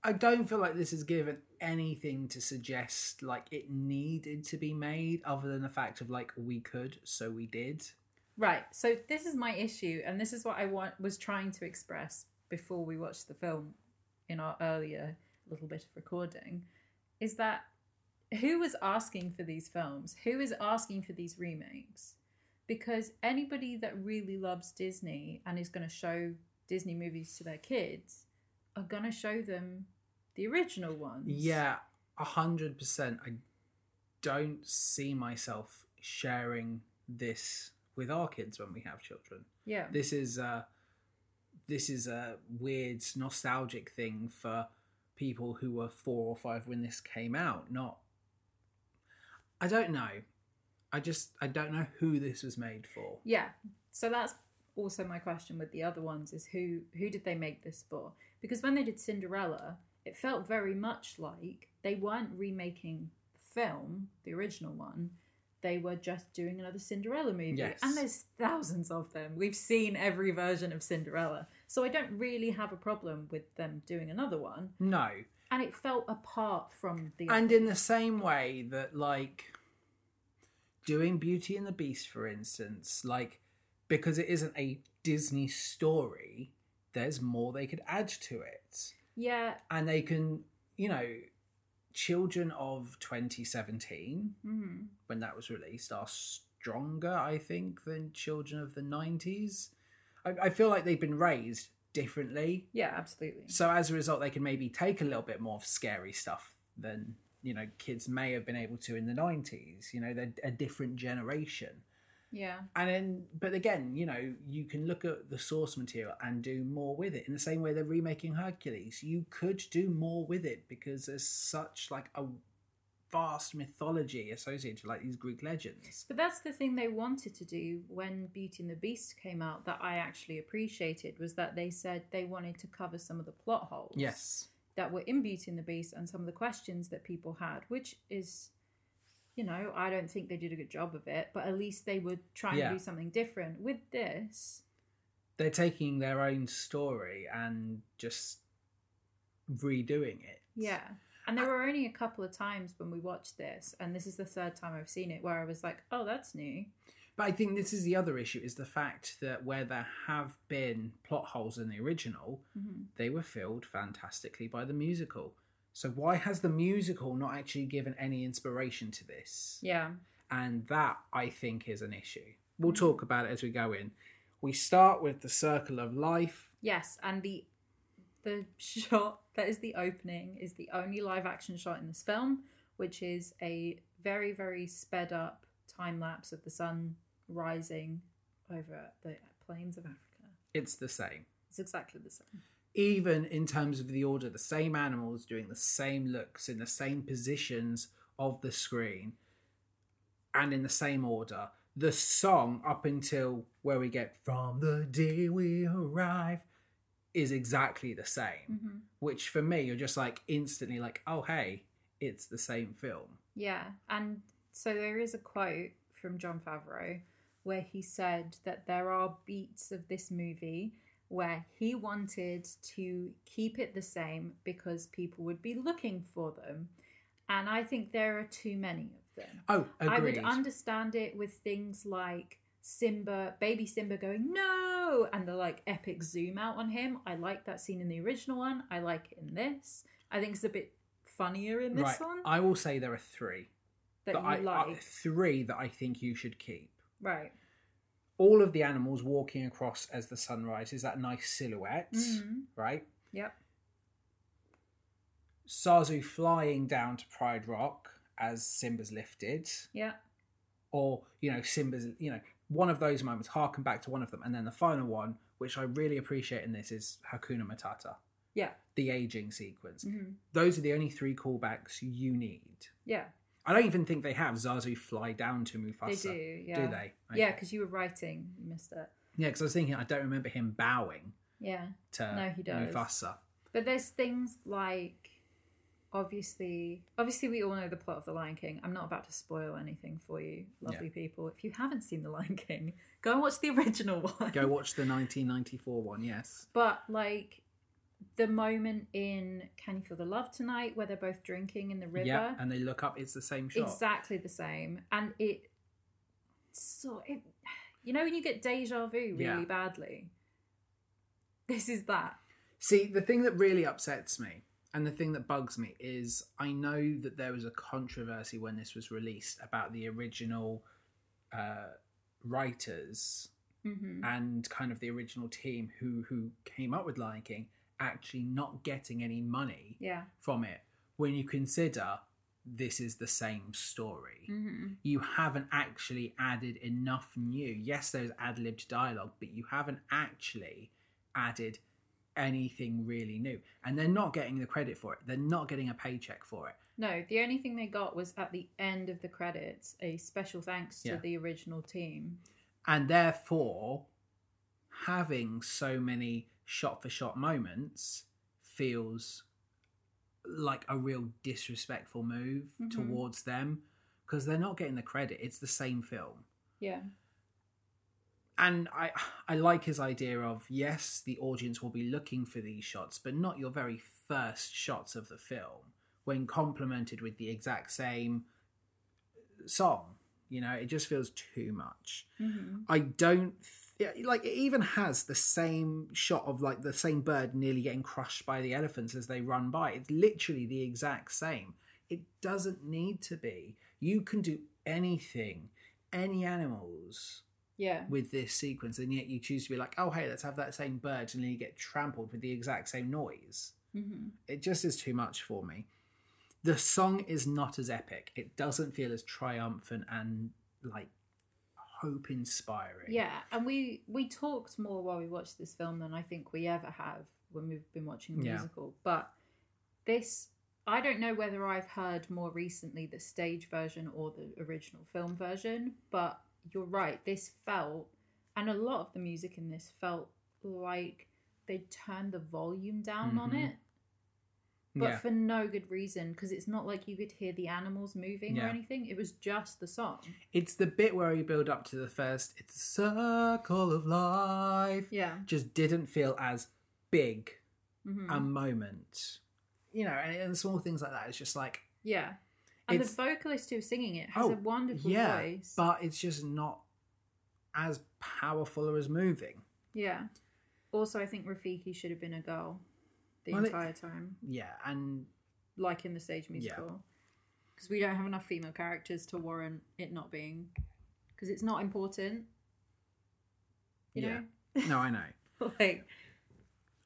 Speaker 2: I don't feel like this is given anything to suggest like it needed to be made other than the fact of like we could, so we did.
Speaker 1: Right. So this is my issue, and this is what I want was trying to express before we watched the film in our earlier little bit of recording, is that who was asking for these films? Who is asking for these remakes? Because anybody that really loves Disney and is going to show Disney movies to their kids are going to show them the original ones.
Speaker 2: Yeah, a hundred percent. I don't see myself sharing this with our kids when we have children.
Speaker 1: Yeah.
Speaker 2: This is a this is a weird nostalgic thing for people who were four or five when this came out. Not, I don't know. I just I don't know who this was made for.
Speaker 1: Yeah. So that's also my question with the other ones is who who did they make this for? Because when they did Cinderella, it felt very much like they weren't remaking the film, the original one. They were just doing another Cinderella movie.
Speaker 2: Yes.
Speaker 1: And there's thousands of them. We've seen every version of Cinderella. So I don't really have a problem with them doing another one.
Speaker 2: No,
Speaker 1: And it felt apart from the
Speaker 2: and in the same way that like doing Beauty and the Beast, for instance, like because it isn't a Disney story, there's more they could add to it.
Speaker 1: Yeah.
Speaker 2: and they can, you know, children of 2017
Speaker 1: mhm.
Speaker 2: when that was released are stronger, I think, than children of the 90s. I, I feel like they've been raised differently,
Speaker 1: Yeah, absolutely.
Speaker 2: so as a result, they can maybe take a little bit more of scary stuff than you know kids may have been able to in the 90s. You know, they're a different generation.
Speaker 1: yeah.
Speaker 2: And then, but again, you know, you can look at the source material and do more with it. In the same way they're remaking Hercules, you could do more with it because there's such like a vast mythology associated to like these Greek legends.
Speaker 1: But that's the thing they wanted to do when Beauty and the Beast came out that I actually appreciated was that they said they wanted to cover some of the plot holes
Speaker 2: Yes,
Speaker 1: that were in Beauty and the Beast and some of the questions that people had, which is, you know, I don't think they did a good job of it, but at least they were trying
Speaker 2: Yeah.
Speaker 1: to do something different. With this,
Speaker 2: they're taking their own story and just redoing it.
Speaker 1: yeah. And there were only a couple of times when we watched this, and this is the third time I've seen it, where I was like, oh, that's new.
Speaker 2: But I think this is the other issue is the fact that where there have been plot holes in the original,
Speaker 1: Mhm.
Speaker 2: they were filled fantastically by the musical. So why has the musical not actually given any inspiration to this?
Speaker 1: Yeah.
Speaker 2: And that I think is an issue. We'll talk about it as we go in. We start with the circle of life.
Speaker 1: Yes, and the the shot that is the opening is the only live action shot in this film, which is a very very sped up time lapse of the sun rising over the plains of Africa.
Speaker 2: It's the same.
Speaker 1: It's exactly the same.
Speaker 2: Even in terms of the order, the same animals doing the same looks in the same positions of the screen and in the same order. The song up until where we get from the day we arrive is exactly the same.
Speaker 1: Mm.
Speaker 2: which for me you're just like instantly like oh hey it's the same film
Speaker 1: Yeah, and so there is a quote from John Favreau where he said that there are beats of this movie where he wanted to keep it the same because people would be looking for them. And I think there are too many of them.
Speaker 2: Oh, agreed.
Speaker 1: I would understand it with things like Simba, baby Simba going, no! And the like epic zoom out on him. I like that scene in the original one. I like it in this. I think it's a bit funnier in this
Speaker 2: right.
Speaker 1: one
Speaker 2: I will say there are three
Speaker 1: that you
Speaker 2: I,
Speaker 1: like.
Speaker 2: I- three that I think you should keep.
Speaker 1: right.
Speaker 2: All of the animals walking across as the sun rises, that nice silhouette,
Speaker 1: Mhm.
Speaker 2: right?
Speaker 1: Yep.
Speaker 2: Sazu flying down to Pride Rock as Simba's lifted,
Speaker 1: Yeah.
Speaker 2: or you know Simba's, you know, one of those moments. Harken back to one of them, and then the final one, which I really appreciate in this, is Hakuna Matata,
Speaker 1: Yeah.
Speaker 2: the aging sequence.
Speaker 1: Mhm.
Speaker 2: Those are the only three callbacks you need.
Speaker 1: Yeah.
Speaker 2: I don't even think they have Zazu fly down to Mufasa.
Speaker 1: They do. Yeah.
Speaker 2: do they?
Speaker 1: Yeah,
Speaker 2: Okay.
Speaker 1: because you were writing. You missed it.
Speaker 2: Yeah, because I was thinking I don't remember him bowing
Speaker 1: Yeah.
Speaker 2: to
Speaker 1: No, he does.
Speaker 2: Mufasa.
Speaker 1: But there's things like obviously obviously we all know the plot of The Lion King. I'm not about to spoil anything for you, lovely people. If you haven't seen The Lion King, go and watch the [LAUGHS] original one.
Speaker 2: Go watch the 1994 one. Yes.
Speaker 1: But like the moment in Can You Feel the Love Tonight where they're both drinking in the river.
Speaker 2: Yeah, and they look up. It's the same shot.
Speaker 1: Exactly the same. And it so it you know when you get deja vu really
Speaker 2: Yeah.
Speaker 1: badly. This is that.
Speaker 2: See, the thing that really upsets me and the thing that bugs me is I know that there was a controversy when this was released about the original uh, writers
Speaker 1: hmm
Speaker 2: and kind of the original team who who came up with Lion King actually not getting any money
Speaker 1: Yeah.
Speaker 2: from it when you consider this is the same story.
Speaker 1: hmm
Speaker 2: You haven't actually added enough new. Yes, there's ad libbed dialogue, but you haven't actually added anything really new. And they're not getting the credit for it. They're not getting a paycheck for it.
Speaker 1: No, the only thing they got was at the end of the credits a special thanks to
Speaker 2: Yeah.
Speaker 1: the original team.
Speaker 2: And therefore, having so many shot for shot moments feels like a real disrespectful move
Speaker 1: Mhm.
Speaker 2: towards them because they're not getting the credit. It's the same film.
Speaker 1: Yeah.
Speaker 2: and I I like his idea of yes, the audience will be looking for these shots, but not your very first shots of the film when complemented with the exact same song. You know, it just feels too much.
Speaker 1: hmm
Speaker 2: I don't th- yeah, like it even has the same shot of like the same bird nearly getting crushed by the elephants as they run by. It's literally the exact same. It doesn't need to be. You can do anything, any animals
Speaker 1: Yeah.
Speaker 2: with this sequence, and yet you choose to be like, oh, hey, let's have that same bird, and then you get trampled with the exact same noise.
Speaker 1: hmm
Speaker 2: It just is too much for me. The song is not as epic. It doesn't feel as triumphant and like hope inspiring.
Speaker 1: Yeah, and we we talked more while we watched this film than I think we ever have when we've been watching the
Speaker 2: Yeah.
Speaker 1: musical. But this, I don't know whether I've heard more recently the stage version or the original film version, but you're right. This felt, and a lot of the music in this felt like they turned the volume down on
Speaker 2: Mhm.
Speaker 1: it. But
Speaker 2: Yeah.
Speaker 1: for no good reason, because it's not like you could hear the animals moving or
Speaker 2: Yeah.
Speaker 1: anything. It was just the song.
Speaker 2: It's the bit where you build up to the first, it's the circle of life.
Speaker 1: Yeah.
Speaker 2: Just didn't feel as big
Speaker 1: hmm
Speaker 2: a moment. You know, and, and small things like that. It's just like,
Speaker 1: Yeah. And
Speaker 2: It's-
Speaker 1: the vocalist who's singing it has
Speaker 2: Oh,
Speaker 1: a wonderful
Speaker 2: yeah,
Speaker 1: voice.
Speaker 2: but it's just not as powerful or as moving.
Speaker 1: yeah. Also, I think Rafiki should have been a girl the
Speaker 2: Well, it-
Speaker 1: entire time,
Speaker 2: Yeah, and
Speaker 1: like in the stage musical. Because we don't have enough female characters to warrant it not being. Because it's not important. [LAUGHS] You
Speaker 2: yeah, [LAUGHS] no, I know.
Speaker 1: know? like,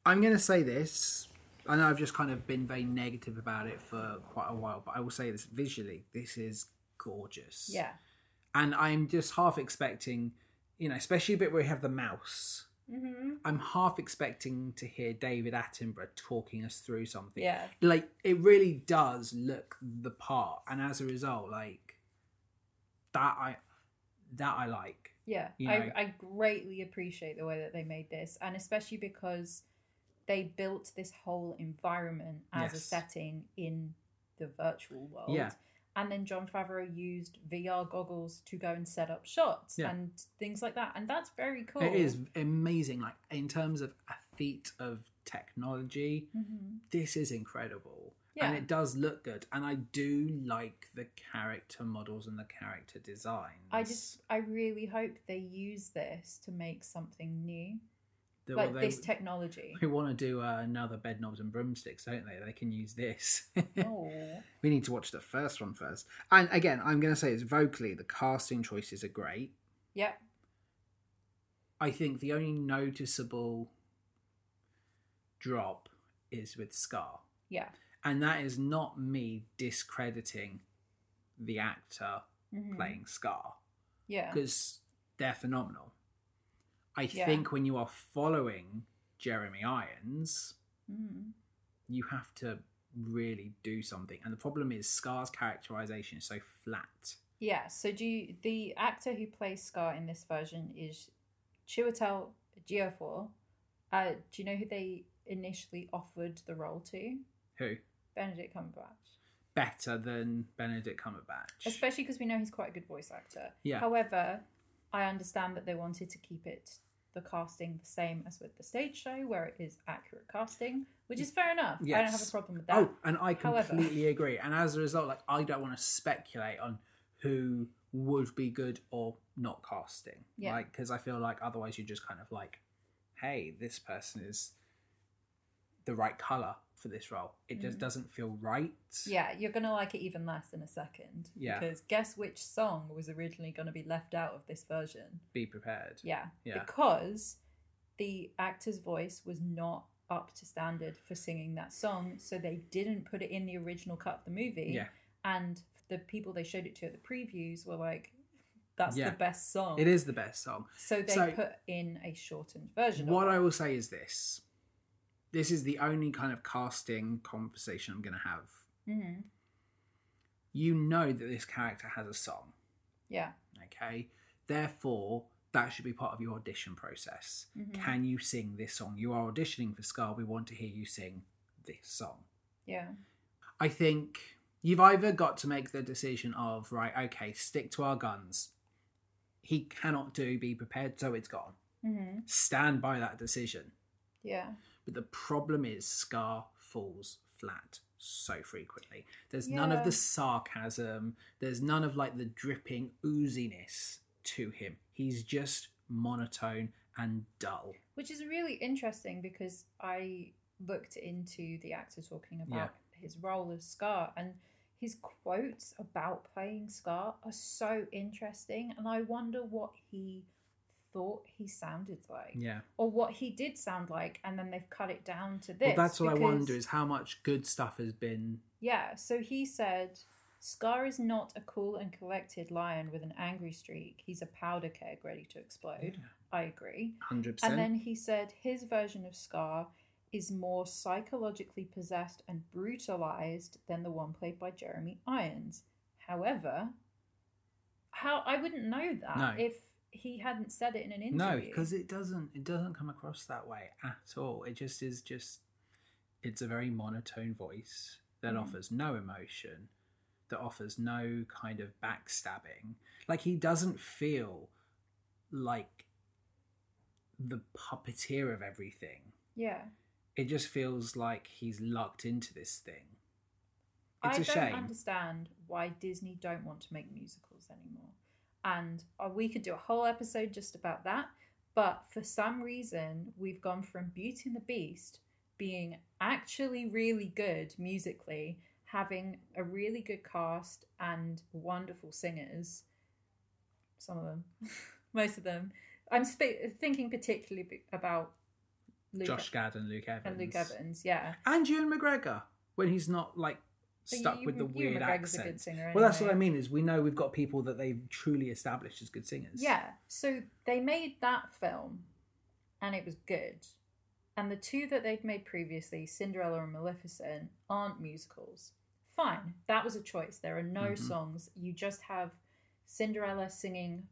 Speaker 2: I'm gonna say this. I know I've just kind of been very negative about it for quite a while, but I will say this visually, this is gorgeous.
Speaker 1: yeah.
Speaker 2: and I'm just half expecting, you know, especially a bit where we have the mouse.
Speaker 1: Mm-hmm.
Speaker 2: I'm half expecting to hear David Attenborough talking us through something.
Speaker 1: Yeah.
Speaker 2: like it really does look the part and as a result like that i that i like
Speaker 1: Yeah,
Speaker 2: you know?
Speaker 1: I, I greatly appreciate the way that they made this, and especially because they built this whole environment as a
Speaker 2: Yes.
Speaker 1: setting in the virtual world.
Speaker 2: Yeah.
Speaker 1: and then John Favreau used VR goggles to go and set up shots
Speaker 2: Yeah.
Speaker 1: and things like that. And that's very cool.
Speaker 2: It is amazing. Like in terms of a feat of technology,
Speaker 1: Mhm.
Speaker 2: this is incredible.
Speaker 1: Yeah.
Speaker 2: And it does look good. And I do like the character models and the character designs.
Speaker 1: I just, I really hope they use this to make something new,
Speaker 2: The-
Speaker 1: like
Speaker 2: they,
Speaker 1: this
Speaker 2: [LAUGHS]
Speaker 1: technology.
Speaker 2: They want to do uh, another bed knobs and broomsticks, don't they? They can use this. [LAUGHS]
Speaker 1: oh,
Speaker 2: we need to watch the first one first. And again, I'm going to say it's vocally the casting choices are great.
Speaker 1: yep.
Speaker 2: I think the only noticeable drop is with Scar.
Speaker 1: Yeah.
Speaker 2: And that is not me discrediting the actor
Speaker 1: Mhm.
Speaker 2: playing Scar
Speaker 1: Yeah.
Speaker 2: because they're phenomenal. I
Speaker 1: Yeah.
Speaker 2: think when you are following Jeremy Irons,
Speaker 1: Mhm.
Speaker 2: you have to really do something. And the problem is Scar's characterization is so flat.
Speaker 1: Yeah. So do you, the actor who plays Scar in this version is Chiwetel Ejiofor. Uh, do you know who they initially offered the role to?
Speaker 2: Who?
Speaker 1: Benedict Cumberbatch.
Speaker 2: Better than Benedict Cumberbatch.
Speaker 1: Especially because we know he's quite a good voice actor.
Speaker 2: Yeah.
Speaker 1: However, I understand that they wanted to keep it the casting the same as with the stage show, where it is accurate casting, which is fair enough. I don't have
Speaker 2: Yes.
Speaker 1: a problem with that.
Speaker 2: Oh, and I
Speaker 1: However- [LAUGHS]
Speaker 2: completely agree. And as a result, like I don't want to speculate on who would be good or not casting.
Speaker 1: Yeah.
Speaker 2: Like because I feel like otherwise you're just kind of like, hey, this person is the right color for this role. It just
Speaker 1: Mhm.
Speaker 2: doesn't feel right.
Speaker 1: Yeah, you're gonna like it even less in a second.
Speaker 2: Yeah.
Speaker 1: Because guess which song was originally gonna be left out of this version?
Speaker 2: Be prepared.
Speaker 1: Yeah.
Speaker 2: Yeah.
Speaker 1: Because the actor's voice was not up to standard for singing that song, so they didn't put it in the original cut of the movie.
Speaker 2: Yeah.
Speaker 1: And the people they showed it to at the previews were like, "That's
Speaker 2: Yeah.
Speaker 1: the best song."
Speaker 2: It is the best song.
Speaker 1: So they
Speaker 2: So-
Speaker 1: put in a shortened version.
Speaker 2: What
Speaker 1: of
Speaker 2: I
Speaker 1: it.
Speaker 2: will say is this. This is the only kind of casting conversation I'm going to have.
Speaker 1: Mhm.
Speaker 2: You know that this character has a song.
Speaker 1: Yeah.
Speaker 2: okay therefore that should be part of your audition process
Speaker 1: Mhm.
Speaker 2: can you sing this song you are auditioning for scar we want to hear you sing this song
Speaker 1: Yeah.
Speaker 2: i think you've either got to make the decision of right okay stick to our guns he cannot do be prepared so it's gone
Speaker 1: hmm
Speaker 2: stand by that decision
Speaker 1: Yeah.
Speaker 2: but the problem is scar falls flat so frequently there's none of
Speaker 1: Yeah.
Speaker 2: the sarcasm there's none of like the dripping ooziness to him he's just monotone and dull
Speaker 1: Which is really interesting because I looked into the actor talking about his role as Scar and his quotes about playing Scar are so interesting and I wonder what he thought he sounded like
Speaker 2: yeah
Speaker 1: or what he did sound like and then they've cut it down to this.
Speaker 2: well that's what i wonder
Speaker 1: because-
Speaker 2: is how much good stuff has been
Speaker 1: Yeah, so he said, Scar is not a cool and collected lion with an angry streak. He's a powder keg ready to explode. I agree.
Speaker 2: 100%
Speaker 1: And then he said his version of Scar is more psychologically possessed and brutalized than the one played by Jeremy Irons. However, how I wouldn't know that
Speaker 2: No.
Speaker 1: if he hadn't said it in an
Speaker 2: no
Speaker 1: interview.
Speaker 2: because it doesn't it doesn't come across that way at all it just is just it's a very monotone voice that
Speaker 1: Mhm.
Speaker 2: offers no emotion that offers no kind of backstabbing like he doesn't feel like the puppeteer of everything
Speaker 1: yeah,
Speaker 2: it just feels like he's lucked into this thing it's
Speaker 1: I
Speaker 2: a
Speaker 1: don't
Speaker 2: shame
Speaker 1: understand why Disney don't want to make musicals anymore. And uh, we could do a whole episode just about that. But for some reason, we've gone from Beauty and the Beast being actually really good musically, having a really good cast and wonderful singers. Some of them, [LAUGHS] most of them. I'm sp- thinking particularly b- about Luke
Speaker 2: josh gad and luke evans
Speaker 1: and Luke Evans. Yeah,
Speaker 2: and ewan mcgregor when he's not like
Speaker 1: But
Speaker 2: stuck
Speaker 1: Ewan-
Speaker 2: with the
Speaker 1: Ewan
Speaker 2: weird
Speaker 1: McGregor's a good
Speaker 2: accent
Speaker 1: singer
Speaker 2: Well, that's what I
Speaker 1: anyway.
Speaker 2: mean. Is we know we've got people that they've truly established as good singers.
Speaker 1: Yeah. So they made that film and it was good. And the two that they'd made previously, Cinderella and Maleficent, aren't musicals. Fine. That was a choice. There are no
Speaker 2: Mhm.
Speaker 1: songs. You just have Cinderella singing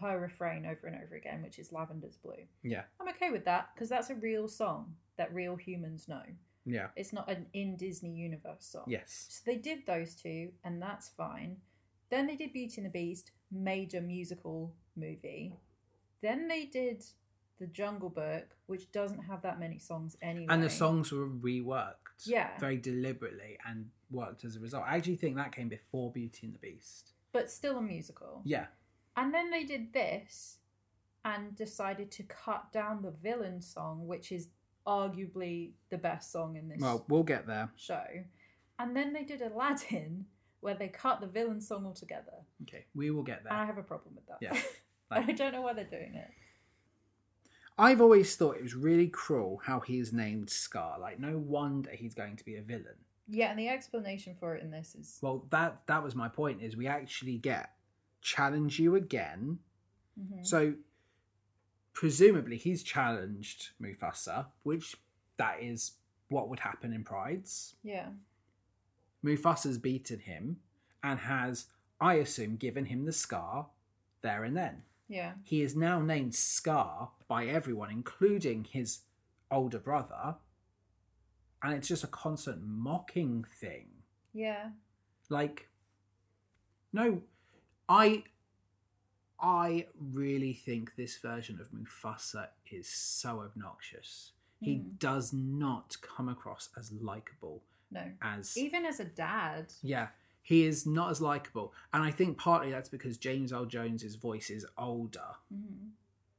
Speaker 1: her refrain over and over again, which is Lavender's Blue.
Speaker 2: yeah,
Speaker 1: I'm okay with that because that's a real song that real humans know.
Speaker 2: Yeah.
Speaker 1: It's not an in Disney universe song.
Speaker 2: Yes.
Speaker 1: So they did those two, and that's fine. Then they did Beauty and the Beast, major musical movie. Then they did The Jungle Book, which doesn't have that many songs anyway.
Speaker 2: And the songs were reworked.
Speaker 1: Yeah.
Speaker 2: Very deliberately and worked as a result. I actually think that came before Beauty and the Beast.
Speaker 1: But still a musical.
Speaker 2: Yeah.
Speaker 1: And then they did this and decided to cut down the villain song, which is arguably the best song in this
Speaker 2: Well, we'll get there.
Speaker 1: show. And then they did Aladdin, where they cut the villain song altogether.
Speaker 2: Okay. We will get
Speaker 1: And I
Speaker 2: there.
Speaker 1: have a problem with that.
Speaker 2: Yeah.
Speaker 1: Uh, [LAUGHS] I don't know why they're doing it.
Speaker 2: I've always thought it was really cruel how he is named Scar. Like, no wonder he's going to be a villain.
Speaker 1: Yeah, and the explanation for it in this is
Speaker 2: Well, that that was my point. Is we actually get challenge you again.
Speaker 1: Mhm.
Speaker 2: So presumably he's challenged Mufasa, which that is what would happen in prides.
Speaker 1: yeah,
Speaker 2: Mufasa's beaten him and has, I assume, given him the scar there and then.
Speaker 1: yeah,
Speaker 2: He is now named Scar by everyone, including his older brother. And it's just a constant mocking thing.
Speaker 1: yeah.
Speaker 2: Like, no, I, I really think this version of Mufasa is so obnoxious. He
Speaker 1: Mm.
Speaker 2: does not come across as likable
Speaker 1: No,
Speaker 2: as
Speaker 1: even as a dad,
Speaker 2: yeah, he is not as likable, and I think partly that's because James L. Jones's voice is older.
Speaker 1: Mhm.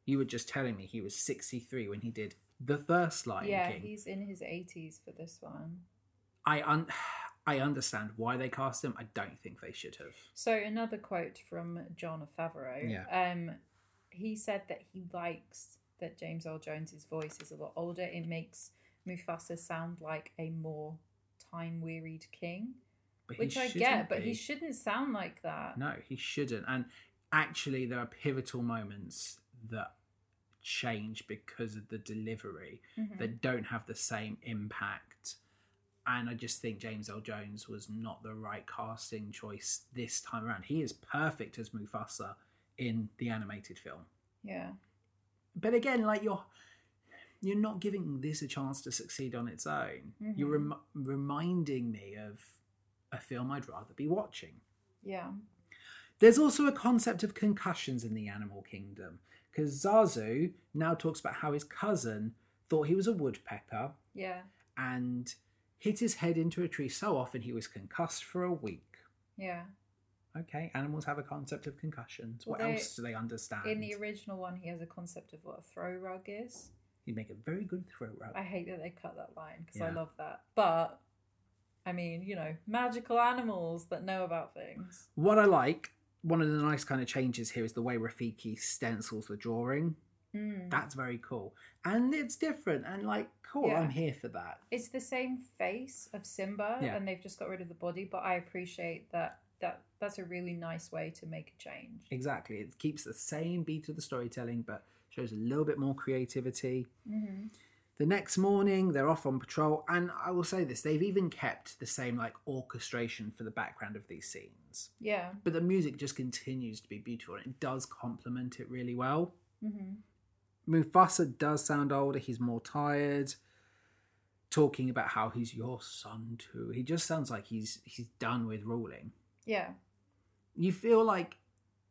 Speaker 2: You were just telling me he was sixty three when he did the first Lion
Speaker 1: yeah,
Speaker 2: King.
Speaker 1: he's in his eighties for this one.
Speaker 2: I un- [SIGHS] I understand why they cast him. I don't think they should have.
Speaker 1: So another quote from John Favreau.
Speaker 2: Yeah.
Speaker 1: Um, he said that he likes that James Earl Jones's voice is a lot older. It makes Mufasa sound like a more time wearied king,
Speaker 2: But he
Speaker 1: which I
Speaker 2: shouldn't
Speaker 1: get, but
Speaker 2: be.
Speaker 1: he shouldn't sound like that.
Speaker 2: No, he shouldn't. And actually, there are pivotal moments that change because of the delivery
Speaker 1: Mhm.
Speaker 2: that don't have the same impact. And I just think James L. Jones was not the right casting choice this time around. He is perfect as Mufasa in the animated film.
Speaker 1: Yeah,
Speaker 2: But again, like you're you're not giving this a chance to succeed on its own.
Speaker 1: Mhm.
Speaker 2: You're rem- reminding me of a film I'd rather be watching.
Speaker 1: yeah,
Speaker 2: There's also a concept of concussions in the animal kingdom, because Zazu now talks about how his cousin thought he was a woodpecker
Speaker 1: yeah,
Speaker 2: and hit his head into a tree so often he was concussed for a week.
Speaker 1: yeah.
Speaker 2: Okay, animals have a concept of concussions. What
Speaker 1: Well, they-
Speaker 2: else do they understand?
Speaker 1: In the original one, he has a concept of what a throw rug is.
Speaker 2: you make a very good throw
Speaker 1: I
Speaker 2: rug.
Speaker 1: hate that they cut that line because I
Speaker 2: Yeah.
Speaker 1: love that. But I mean, you know, magical animals that know about things.
Speaker 2: What I like, one of the nice kind of changes here is the way Rafiki stencils the drawing.
Speaker 1: Mm.
Speaker 2: That's very cool. And it's different and like, cool,
Speaker 1: Yeah.
Speaker 2: I'm here for that.
Speaker 1: It's the same face of Simba,
Speaker 2: Yeah.
Speaker 1: and they've just got rid of the body. But I appreciate that. That that's a really nice way to make a change.
Speaker 2: Exactly. It keeps the same beat of the storytelling, but shows a little bit more creativity.
Speaker 1: Mm-hmm.
Speaker 2: The next morning, they're off on patrol, and I will say this they've even kept the same like orchestration for the background of these scenes.
Speaker 1: Yeah.
Speaker 2: But the music just continues to be beautiful and it does complement it really well.
Speaker 1: Mm-hmm.
Speaker 2: Mufasa does sound older, he's more tired, talking about how he's your son too. He just sounds like he's he's done with ruling.
Speaker 1: Yeah.
Speaker 2: You feel like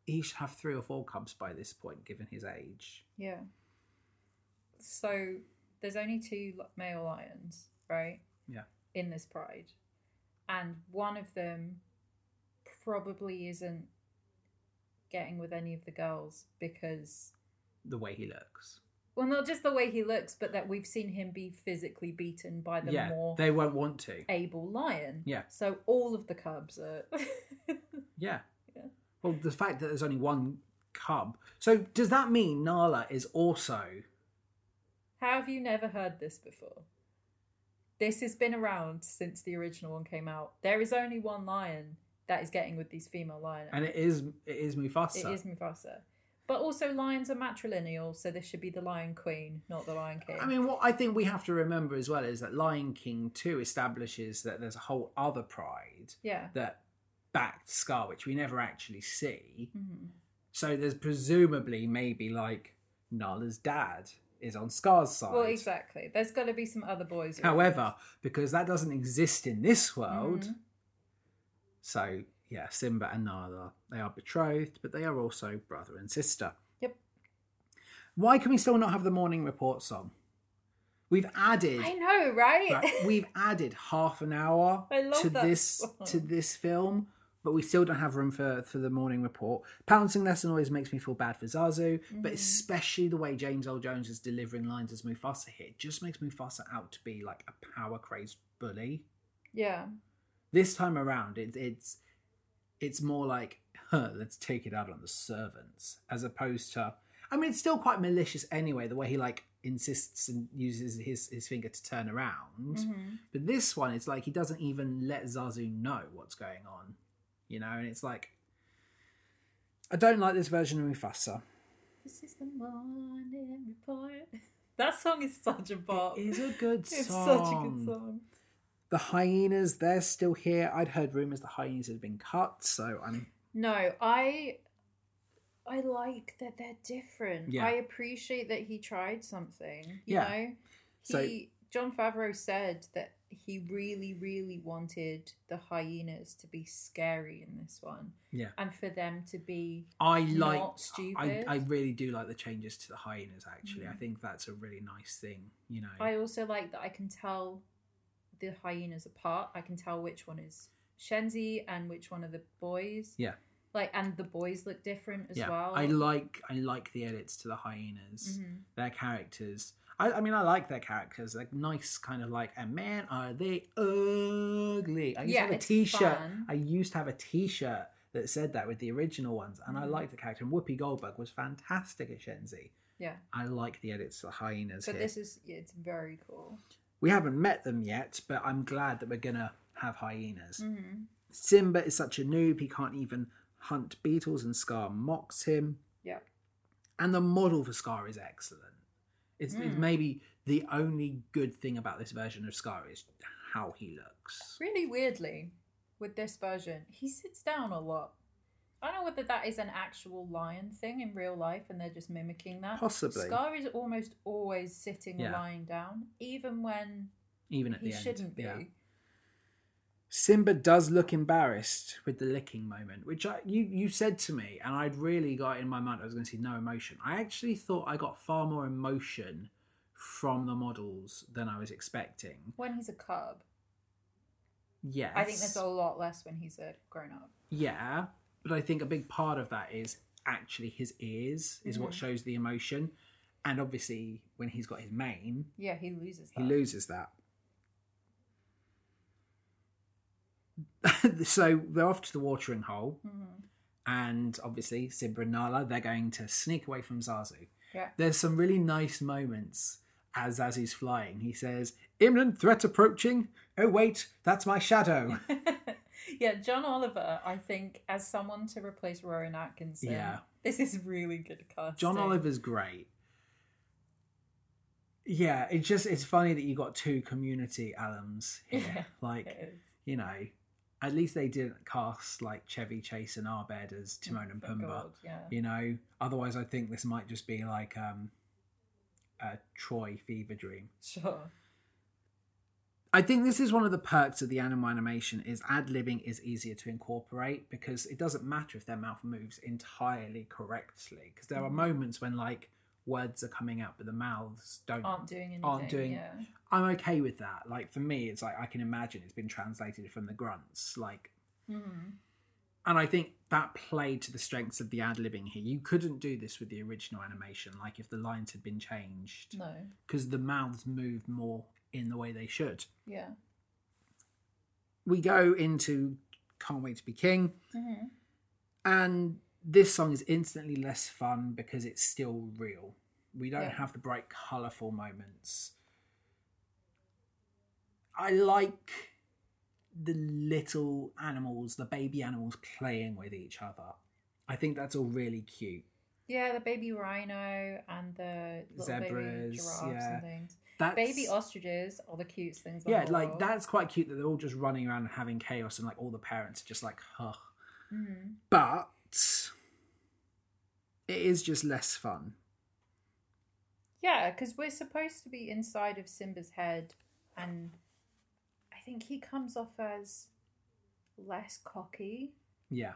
Speaker 2: he should have three or four cubs by this point, given his age.
Speaker 1: Yeah. So there's only two li- male lions, right?
Speaker 2: Yeah.
Speaker 1: In this pride. And one of them probably isn't getting with any of the girls because,
Speaker 2: the way he looks.
Speaker 1: well, not just the way he looks, but that we've seen him be physically beaten by the
Speaker 2: yeah,
Speaker 1: more
Speaker 2: they won't want to.
Speaker 1: able lion.
Speaker 2: Yeah.
Speaker 1: So all of the cubs are. [LAUGHS]
Speaker 2: Yeah.
Speaker 1: Yeah.
Speaker 2: Well, the fact that there's only one cub. So does that mean Nala is also?
Speaker 1: How have you never heard this before? This has been around since the original one came out. There is only one lion that is getting with these female lions.
Speaker 2: And it is it is Mufasa.
Speaker 1: it is Mufasa. But also, lions are matrilineal, so this should be the Lion Queen, not the Lion King.
Speaker 2: I mean, what I think we have to remember as well is that Lion King two establishes that there's a whole other pride
Speaker 1: yeah.
Speaker 2: that backed Scar, which we never actually see.
Speaker 1: Mhm.
Speaker 2: So there's presumably maybe like Nala's dad is on Scar's side.
Speaker 1: Well, exactly. There's got to be some other boys. around.
Speaker 2: However, because that doesn't exist in this world,
Speaker 1: Mhm.
Speaker 2: so yeah, Simba and Nala, they are betrothed, but they are also brother and sister.
Speaker 1: Yep.
Speaker 2: Why can we still not have the morning report song? We've added
Speaker 1: I know, right?
Speaker 2: Right, we've added half an hour
Speaker 1: I love
Speaker 2: to
Speaker 1: that
Speaker 2: this
Speaker 1: song.
Speaker 2: to this film, but we still don't have room for for the morning report. Pouncing lesson always makes me feel bad for Zazu, but
Speaker 1: Mhm.
Speaker 2: especially the way James Earl Jones is delivering lines as Mufasa here it just makes Mufasa out to be like a power crazed bully.
Speaker 1: [LAUGHS] yeah.
Speaker 2: This time around, it, it's it's more like huh, let's take it out on the servants as opposed to. I mean, it's still quite malicious anyway. The way he like insists and uses his his finger to turn around.
Speaker 1: Mhm.
Speaker 2: But this one, it's like he doesn't even let Zazu know what's going on, you know. And it's like, I don't like this version of Mufasa.
Speaker 1: This is the morning report. [LAUGHS] That song is such a bop.
Speaker 2: It is a good
Speaker 1: [LAUGHS]
Speaker 2: song.
Speaker 1: It's such a good song.
Speaker 2: The hyenas, they're still here. I'd heard rumors the hyenas had been cut, so I'm
Speaker 1: No, I I like that they're different.
Speaker 2: Yeah.
Speaker 1: I appreciate that he tried something. You
Speaker 2: Yeah.
Speaker 1: know?
Speaker 2: So-
Speaker 1: He John Favreau said that he really, really wanted the hyenas to be scary in this one.
Speaker 2: Yeah.
Speaker 1: And for them to be
Speaker 2: I like.
Speaker 1: not
Speaker 2: I,
Speaker 1: stupid.
Speaker 2: I really do like the changes to the hyenas. Actually,
Speaker 1: Mhm.
Speaker 2: I think that's a really nice thing. You know,
Speaker 1: I also like that I can tell the hyenas apart. I can tell which one is Shenzi and which one are the boys.
Speaker 2: Yeah.
Speaker 1: Like and the boys look different as
Speaker 2: yeah,
Speaker 1: well.
Speaker 2: I like. I like the edits to the hyenas.
Speaker 1: Mhm.
Speaker 2: their characters. I, I mean, I like their characters. Like nice, kind of like, and man, are they ugly? I used
Speaker 1: Yeah,
Speaker 2: to have a
Speaker 1: it's
Speaker 2: T-shirt.
Speaker 1: fun.
Speaker 2: I used to have a T-shirt that said that with the original ones, and I
Speaker 1: Mm.
Speaker 2: liked the character. And Whoopi Goldberg was fantastic at Shenzi.
Speaker 1: Yeah.
Speaker 2: I like the edits to the hyenas
Speaker 1: But
Speaker 2: here.
Speaker 1: this is yeah, it's very cool.
Speaker 2: We haven't met them yet, but I'm glad that we're gonna have hyenas.
Speaker 1: hmm
Speaker 2: Simba is such a noob; he can't even hunt beetles, and Scar mocks him.
Speaker 1: Yeah.
Speaker 2: and the model for Scar is excellent. It's, it's
Speaker 1: Mm.
Speaker 2: maybe the only good thing about this version of Scar is how he looks.
Speaker 1: Really weirdly, with this version, he sits down a lot. I don't know whether that is an actual lion thing in real life and they're just mimicking that.
Speaker 2: Possibly,
Speaker 1: Scar is almost always sitting or
Speaker 2: Yeah.
Speaker 1: lying down, even when
Speaker 2: even at
Speaker 1: he
Speaker 2: the end.
Speaker 1: shouldn't be.
Speaker 2: yeah. Simba does look embarrassed with the licking moment, which I, you you said to me, and I'd really got in my mind I was going to see no emotion. I actually thought I got far more emotion from the models than I was expecting.
Speaker 1: When he's a cub.
Speaker 2: Yes,
Speaker 1: I think there's a lot less when he's a grown up.
Speaker 2: Yeah, but I think a big part of that is actually his ears is what
Speaker 1: Mhm.
Speaker 2: shows the emotion, and obviously when he's got his mane,
Speaker 1: Yeah, he loses
Speaker 2: he
Speaker 1: that.
Speaker 2: loses that. [LAUGHS] so they're off to the watering hole,
Speaker 1: Mhm.
Speaker 2: and obviously Simba and Nala they're going to sneak away from Zazu.
Speaker 1: Yeah.
Speaker 2: There's some really nice moments as Zazu's flying. He says, "Imminent threat approaching." Oh wait, that's my shadow.
Speaker 1: [LAUGHS] yeah, John Oliver, I think, as someone to replace Rowan Atkinson,
Speaker 2: Yeah.
Speaker 1: this is really good casting.
Speaker 2: John Oliver's great. Yeah, it's just it's funny that you got two community alums here.
Speaker 1: Yeah.
Speaker 2: [LAUGHS] Like,
Speaker 1: is.
Speaker 2: you know, at least they didn't cast like Chevy Chase and Arbed as Timon and
Speaker 1: Thank
Speaker 2: Pumbaa.
Speaker 1: Oh, God, yeah.
Speaker 2: You know, otherwise I think this might just be like um a Troy fever dream.
Speaker 1: Sure.
Speaker 2: I think this is one of the perks of the animal animation is ad libbing is easier to incorporate because it doesn't matter if their mouth moves entirely correctly because there are
Speaker 1: Mhm.
Speaker 2: moments when like words are coming out but the mouths don't.
Speaker 1: Aren't doing anything.
Speaker 2: Aren't doing-
Speaker 1: Yeah.
Speaker 2: I'm okay with that. Like for me, it's like I can imagine it's been translated from the grunts. Like,
Speaker 1: Mhm.
Speaker 2: and I think that played to the strengths of the ad libbing here. You couldn't do this with the original animation. Like if the lines had been changed
Speaker 1: No.
Speaker 2: because the mouths moved more in the way they should.
Speaker 1: Yeah.
Speaker 2: we go into Can't Wait to Be King,
Speaker 1: Mhm.
Speaker 2: and this song is instantly less fun because it's still real. We don't
Speaker 1: Yeah.
Speaker 2: have the bright, colourful moments. I like the little animals, the baby animals playing with each other. I think that's all really cute.
Speaker 1: Yeah, the baby rhino and the little baby
Speaker 2: Zebras,
Speaker 1: giraffes
Speaker 2: yeah.
Speaker 1: and things.
Speaker 2: That's
Speaker 1: Baby ostriches are the cutest things. in the
Speaker 2: Yeah,
Speaker 1: whole
Speaker 2: like
Speaker 1: world.
Speaker 2: that's quite cute that they're all just running around and having chaos and like all the parents are just like, huh.
Speaker 1: Mhm.
Speaker 2: but it is just less fun.
Speaker 1: Yeah, because we're supposed to be inside of Simba's head, and I think he comes off as less cocky.
Speaker 2: Yeah.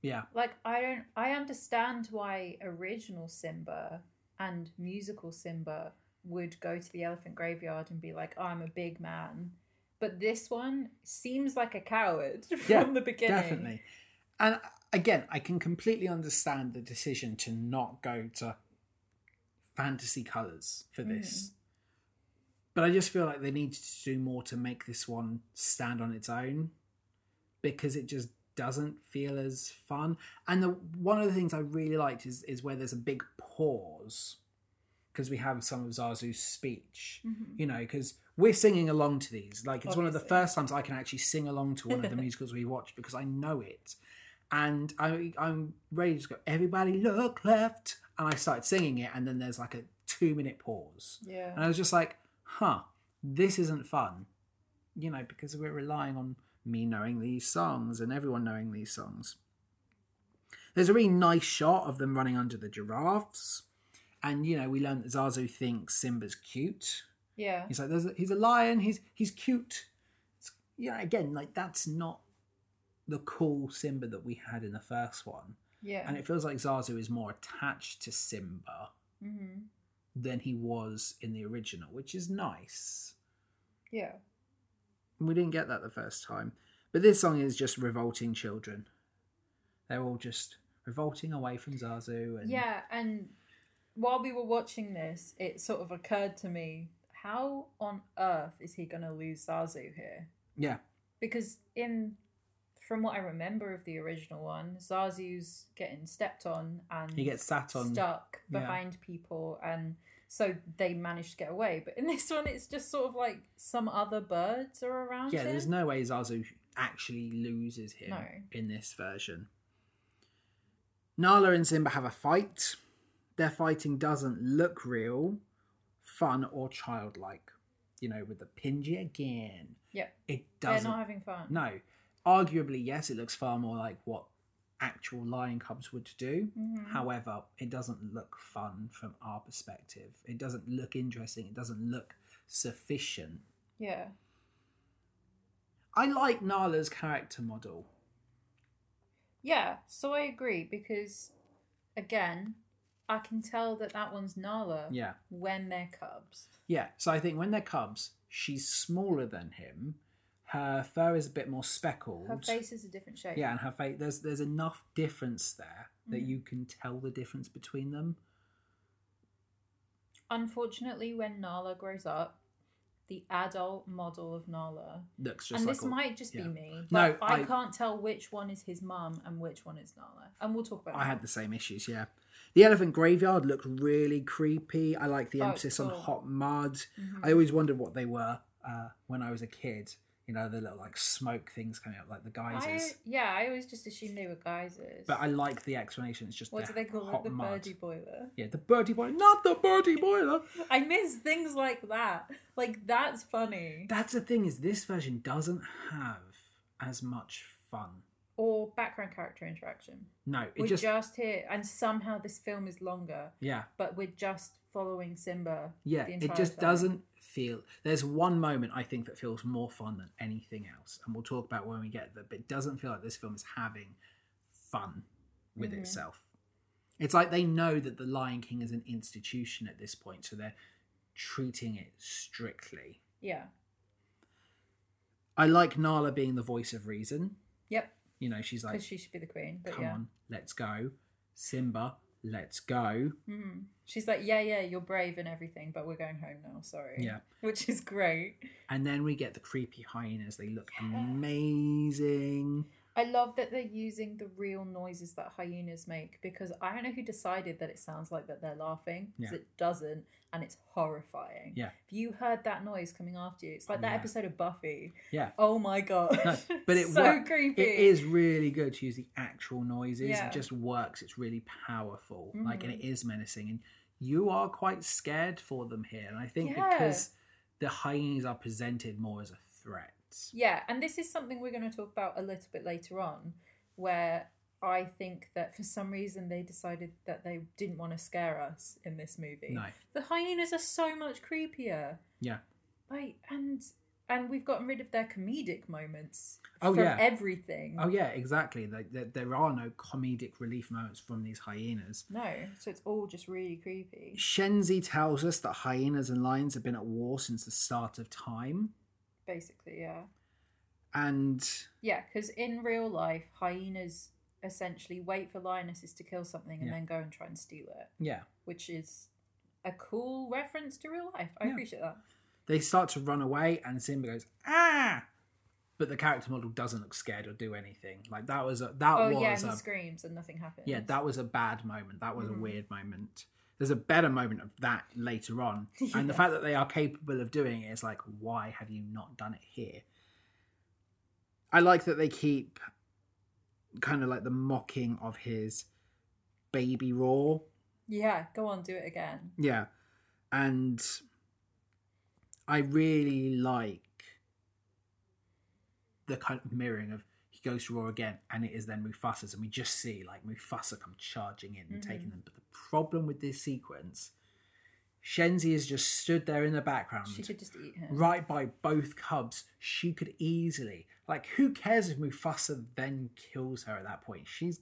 Speaker 2: Yeah.
Speaker 1: Like I don't, I understand why original Simba and musical Simba would go to the elephant graveyard and be like, "I'm a big man," but this one seems like a coward [LAUGHS] from
Speaker 2: Yeah,
Speaker 1: the beginning.
Speaker 2: Definitely. And again, I can completely understand the decision to not go to fantasy colours
Speaker 1: Hmm.
Speaker 2: for this. But I just feel like they needed to do more to make this one stand on its own because it just doesn't feel as fun. And the one of the things I really liked is is where there's a big pause because we have some of Zazu's speech
Speaker 1: Mhm.
Speaker 2: you know, because we're singing along to these. Like, it's one of the
Speaker 1: Obviously.
Speaker 2: first times I can actually sing along to one of the musicals we watch because I know it. And I, I'm ready to just go, everybody look left. And I started singing it, and then there's like a two minute pause.
Speaker 1: Yeah.
Speaker 2: And I was just like, huh, this isn't fun, you know, because we're relying on me knowing these songs and everyone knowing these songs. There's a really nice shot of them running under the giraffes. And, you know, we learn that Zazu thinks Simba's cute.
Speaker 1: yeah.
Speaker 2: He's like, there's a, he's a lion. He's he's cute. It's, yeah, again, like that's not the cool Simba that we had in the first one,
Speaker 1: Yeah.
Speaker 2: and it feels like Zazu is more attached to Simba
Speaker 1: hmm
Speaker 2: than he was in the original, which is nice.
Speaker 1: Yeah.
Speaker 2: And we didn't get that the first time, but this song is just revolting children. They're all just revolting away from Zazu, and
Speaker 1: Yeah, and while we were watching this, it sort of occurred to me how on earth is he going to lose Zazu here?
Speaker 2: yeah,
Speaker 1: Because in from what I remember of the original one, Zazu's getting stepped on and
Speaker 2: he gets sat on.
Speaker 1: stuck
Speaker 2: yeah.
Speaker 1: behind people and so they manage to get away. But in [LAUGHS] this one it's just sort of like some other birds are around
Speaker 2: Yeah,
Speaker 1: him.
Speaker 2: there's no way Zazu actually loses him
Speaker 1: No.
Speaker 2: in this version. Nala and Simba have a fight. Their fighting doesn't look real, fun, or childlike. You know, with the Pinji again.
Speaker 1: Yep.
Speaker 2: It
Speaker 1: They're
Speaker 2: doesn't.
Speaker 1: not having fun.
Speaker 2: No. Arguably, yes, it looks far more like what actual lion cubs would do.
Speaker 1: Mhm.
Speaker 2: However, it doesn't look fun from our perspective. It doesn't look interesting. It doesn't look sufficient.
Speaker 1: Yeah.
Speaker 2: I like Nala's character model.
Speaker 1: Yeah, so I agree because, again, I can tell that that one's Nala
Speaker 2: Yeah.
Speaker 1: when they're cubs.
Speaker 2: Yeah. So I think when they're cubs, she's smaller than him. Her fur is a bit more speckled.
Speaker 1: Her face is a different shape.
Speaker 2: Yeah, and her face there's there's enough difference there that
Speaker 1: Mhm.
Speaker 2: you can tell the difference between them.
Speaker 1: Unfortunately, when Nala grows up, the adult model of Nala,
Speaker 2: Looks just
Speaker 1: and
Speaker 2: like
Speaker 1: this
Speaker 2: all-
Speaker 1: might just
Speaker 2: yeah.
Speaker 1: be me,
Speaker 2: No,
Speaker 1: but I,
Speaker 2: I-
Speaker 1: can't tell which one is his mum and which one is Nala. And we'll talk about
Speaker 2: I
Speaker 1: that.
Speaker 2: had the same issues, yeah. The elephant graveyard looked really creepy. I like the
Speaker 1: Oh,
Speaker 2: emphasis on
Speaker 1: cool.
Speaker 2: hot mud.
Speaker 1: Mhm.
Speaker 2: I always wondered what they were uh, when I was a kid. You know, the little like smoke things coming out, like the
Speaker 1: I,
Speaker 2: geysers.
Speaker 1: yeah, I always just assumed they were geysers.
Speaker 2: But I like the explanation. It's just
Speaker 1: what
Speaker 2: the
Speaker 1: do they call
Speaker 2: hot
Speaker 1: it? The
Speaker 2: mud.
Speaker 1: birdie boiler. [LAUGHS]
Speaker 2: Yeah, the birdie boiler, not the birdie boiler.
Speaker 1: I miss things like that. Like that's funny.
Speaker 2: That's the thing is this version doesn't have as much fun.
Speaker 1: or background character interaction.
Speaker 2: No, it
Speaker 1: We're
Speaker 2: just,
Speaker 1: just... here, and somehow this film is longer,
Speaker 2: yeah
Speaker 1: but we're just following Simba.
Speaker 2: yeah
Speaker 1: the
Speaker 2: it
Speaker 1: entire
Speaker 2: just
Speaker 1: time.
Speaker 2: doesn't feel. There's one moment I think that feels more fun than anything else, and we'll talk about when we get there. But it doesn't feel like this film is having fun with
Speaker 1: Mhm.
Speaker 2: itself. It's like they know that the Lion King is an institution at this point, so they're treating it strictly.
Speaker 1: Yeah.
Speaker 2: I like Nala being the voice of reason.
Speaker 1: Yep.
Speaker 2: You know, she's like,
Speaker 1: Because she should be the queen. But
Speaker 2: "Come
Speaker 1: yeah.
Speaker 2: on, let's go, Simba, let's go."
Speaker 1: Mhm. She's like, yeah, yeah, you're brave and everything, but we're going home now. Sorry.
Speaker 2: Yeah.
Speaker 1: [LAUGHS] Which is great.
Speaker 2: And then we get the creepy hyenas. They look amazing.
Speaker 1: I love that they're using the real noises that hyenas make because I don't know who decided that it sounds like that they're laughing because
Speaker 2: Yeah.
Speaker 1: it doesn't and it's horrifying.
Speaker 2: Yeah.
Speaker 1: If you heard that noise coming after you, it's like that
Speaker 2: Yeah.
Speaker 1: episode of Buffy.
Speaker 2: Yeah.
Speaker 1: Oh my god. [LAUGHS]
Speaker 2: No, but it
Speaker 1: so
Speaker 2: work-
Speaker 1: creepy.
Speaker 2: It is really good to use the actual noises.
Speaker 1: Yeah.
Speaker 2: It just works. It's really powerful. Like, and
Speaker 1: Mhm.
Speaker 2: it is menacing. And you are quite scared for them here. And I think
Speaker 1: Yeah.
Speaker 2: because the hyenas are presented more as a threat.
Speaker 1: Yeah, and this is something we're going to talk about a little bit later on, where I think that for some reason they decided that they didn't want to scare us in this movie.
Speaker 2: No.
Speaker 1: The hyenas are so much creepier.
Speaker 2: Yeah.
Speaker 1: Like and and we've gotten rid of their comedic moments
Speaker 2: Oh,
Speaker 1: from
Speaker 2: yeah.
Speaker 1: everything.
Speaker 2: Oh yeah, exactly. Like there, there are no comedic relief moments from these hyenas.
Speaker 1: No, so it's all just really creepy.
Speaker 2: Shenzi tells us that hyenas and lions have been at war since the start of time,
Speaker 1: Basically, yeah.
Speaker 2: and
Speaker 1: Yeah, because in real life, hyenas essentially wait for lionesses to kill something and
Speaker 2: Yeah.
Speaker 1: then go and try and steal it,
Speaker 2: yeah,
Speaker 1: which is a cool reference to real life. I
Speaker 2: Yeah.
Speaker 1: appreciate that.
Speaker 2: they start to run away, and Simba goes ah, but the character model doesn't look scared or do anything. Like that was a that
Speaker 1: oh
Speaker 2: was
Speaker 1: yeah, and
Speaker 2: a
Speaker 1: he screams and nothing happens.
Speaker 2: yeah that was a bad moment. That was
Speaker 1: Mhm.
Speaker 2: a weird moment. There's a better moment of that later
Speaker 1: [LAUGHS]
Speaker 2: on, and the
Speaker 1: Yeah.
Speaker 2: fact that they are capable of doing it is like, why have you not done it here? I like that they keep kind of like the mocking of his baby roar.
Speaker 1: yeah. Go on, do it again.
Speaker 2: Yeah. And I really like the kind of mirroring of he goes to roar again and it is then Mufasa's and we just see like Mufasa come charging in and
Speaker 1: Mhm.
Speaker 2: taking them. But the problem with this sequence, Shenzi has just stood there in the background
Speaker 1: She could just eat him.
Speaker 2: right by both cubs, she could easily. Like, who cares if Mufasa then kills her at that point? She's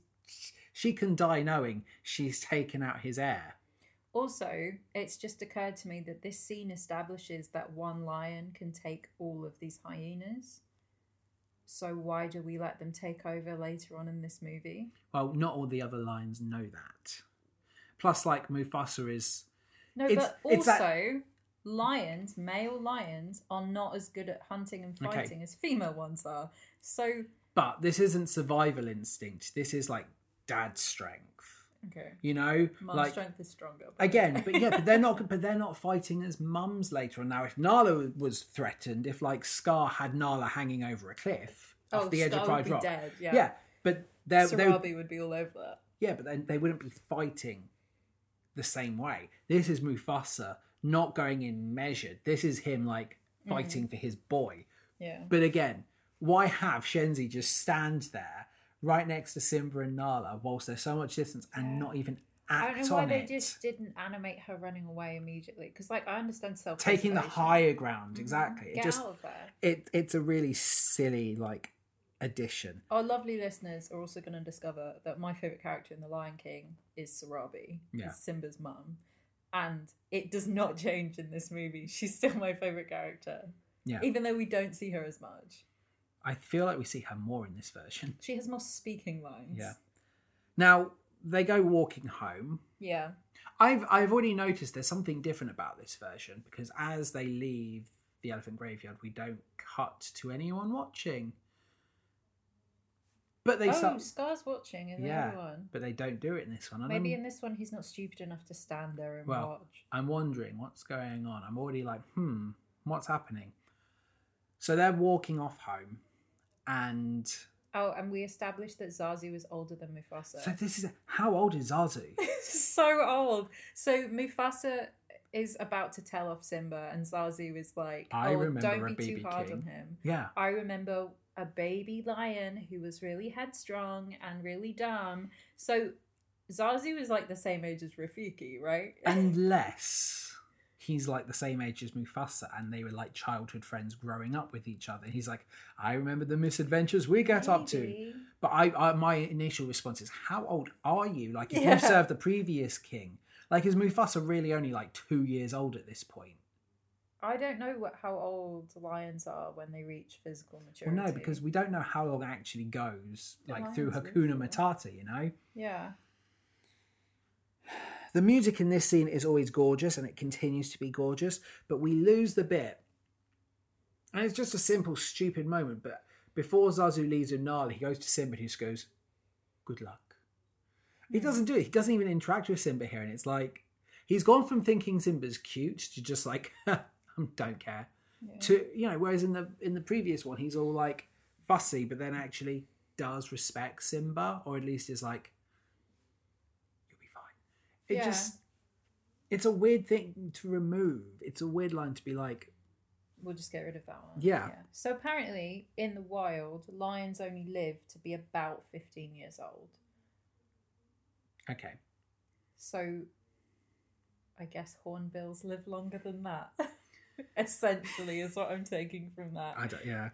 Speaker 2: she can die knowing she's taken out his heir.
Speaker 1: Also, it's just occurred to me that this scene establishes that one lion can take all of these hyenas. So why do we let them take over later on in this movie?
Speaker 2: Well, not all the other lions know that. Plus, like Mufasa is
Speaker 1: No,
Speaker 2: It's-
Speaker 1: but also
Speaker 2: it's that-
Speaker 1: lions, male lions, are not as good at hunting and
Speaker 2: Okay.
Speaker 1: fighting as female ones are. So
Speaker 2: but this isn't survival instinct. This is like dad strength.
Speaker 1: okay,
Speaker 2: You know?
Speaker 1: mum's
Speaker 2: like
Speaker 1: strength is stronger but-
Speaker 2: again,
Speaker 1: [LAUGHS]
Speaker 2: but yeah, but they're not but they're not fighting as mums later on. Now if Nala was threatened, if like Scar had Nala hanging over a cliff
Speaker 1: oh,
Speaker 2: off the edge
Speaker 1: Scar
Speaker 2: of
Speaker 1: would
Speaker 2: Pride
Speaker 1: be
Speaker 2: Rock.
Speaker 1: dead. Yeah,
Speaker 2: Yeah. but they're, they
Speaker 1: Sarabi would be all over that.
Speaker 2: yeah, but then they wouldn't be fighting the same way. This is Mufasa not going in measured. This is him like
Speaker 1: Mm.
Speaker 2: fighting for his boy.
Speaker 1: Yeah,
Speaker 2: But again, why have Shenzi just stand there right next to Simba and Nala whilst they're so much distance and
Speaker 1: Yeah.
Speaker 2: not even
Speaker 1: I
Speaker 2: act
Speaker 1: don't know why
Speaker 2: on
Speaker 1: they
Speaker 2: it?
Speaker 1: just didn't animate her running away immediately. Because like I understand self
Speaker 2: Taking the higher ground, exactly.
Speaker 1: Mm-hmm. Get
Speaker 2: It just
Speaker 1: out of there.
Speaker 2: it it's a really silly like addition.
Speaker 1: Our lovely listeners are also going to discover that my favorite character in The Lion King is Sarabi,
Speaker 2: Yeah.
Speaker 1: is Simba's mum, and it does not change in this movie. She's still my favorite character,
Speaker 2: Yeah.
Speaker 1: even though we don't see her as much.
Speaker 2: I feel like we see her more in this version.
Speaker 1: She has more speaking lines.
Speaker 2: Yeah. Now they go walking home
Speaker 1: yeah,
Speaker 2: I've I've already noticed there's something different about this version because as they leave the elephant graveyard, we don't cut to anyone watching. But they
Speaker 1: oh,
Speaker 2: start,
Speaker 1: Scar's watching in the
Speaker 2: Yeah.
Speaker 1: other one.
Speaker 2: but they don't do it in this one. And
Speaker 1: Maybe
Speaker 2: I'm,
Speaker 1: in this one he's not stupid enough to stand there and
Speaker 2: Well,
Speaker 1: watch.
Speaker 2: I'm wondering what's going on. I'm already like, hmm, what's happening? So they're walking off home, and
Speaker 1: Oh, and we established that Zazu was older than Mufasa.
Speaker 2: so this is how old
Speaker 1: [LAUGHS]
Speaker 2: is Zazu?
Speaker 1: so old. So Mufasa is about to tell off Simba, and Zazu is like,
Speaker 2: I
Speaker 1: "Oh,
Speaker 2: remember
Speaker 1: don't
Speaker 2: a
Speaker 1: be too
Speaker 2: BB
Speaker 1: hard
Speaker 2: King."
Speaker 1: on him."
Speaker 2: yeah,
Speaker 1: I remember a baby lion who was really headstrong and really dumb. So Zazu is like the same age as Rafiki, right? [LAUGHS]
Speaker 2: unless he's like the same age as Mufasa and they were like childhood friends growing up with each other. He's like, I remember the misadventures we got up to.
Speaker 1: Maybe.
Speaker 2: But I, I my initial response is, how old are you? Like, if
Speaker 1: Yeah.
Speaker 2: you served the previous king, like, is Mufasa really only like two years old at this point?
Speaker 1: I don't know what how old lions are when they reach physical
Speaker 2: Well,
Speaker 1: maturity.
Speaker 2: no, because we don't know how long it actually goes,
Speaker 1: The
Speaker 2: like through
Speaker 1: lion's little.
Speaker 2: Hakuna Matata, you know?
Speaker 1: yeah,
Speaker 2: The music in this scene is always gorgeous and it continues to be gorgeous, but we lose the bit. And it's just a simple, stupid moment. But before Zazu leaves Unala, he goes to Simba and he just goes, Good luck. He
Speaker 1: Hmm.
Speaker 2: doesn't do it. He doesn't even interact with Simba here. And it's like, he's gone from thinking Simba's cute to just like, [LAUGHS] I don't care.
Speaker 1: Yeah.
Speaker 2: To, you know, whereas in the in the previous one, he's all like fussy, but then actually does respect Simba, or at least is like, You'll be fine. It
Speaker 1: Yeah.
Speaker 2: just it's a weird thing to remove. It's a weird line to be like,
Speaker 1: we'll just get rid of that one.
Speaker 2: Yeah.
Speaker 1: So apparently, in the wild, lions only live to be about fifteen years old.
Speaker 2: Okay.
Speaker 1: So I guess hornbills live longer than that. [LAUGHS] Essentially, is what I'm taking from that.
Speaker 2: I don't, yeah.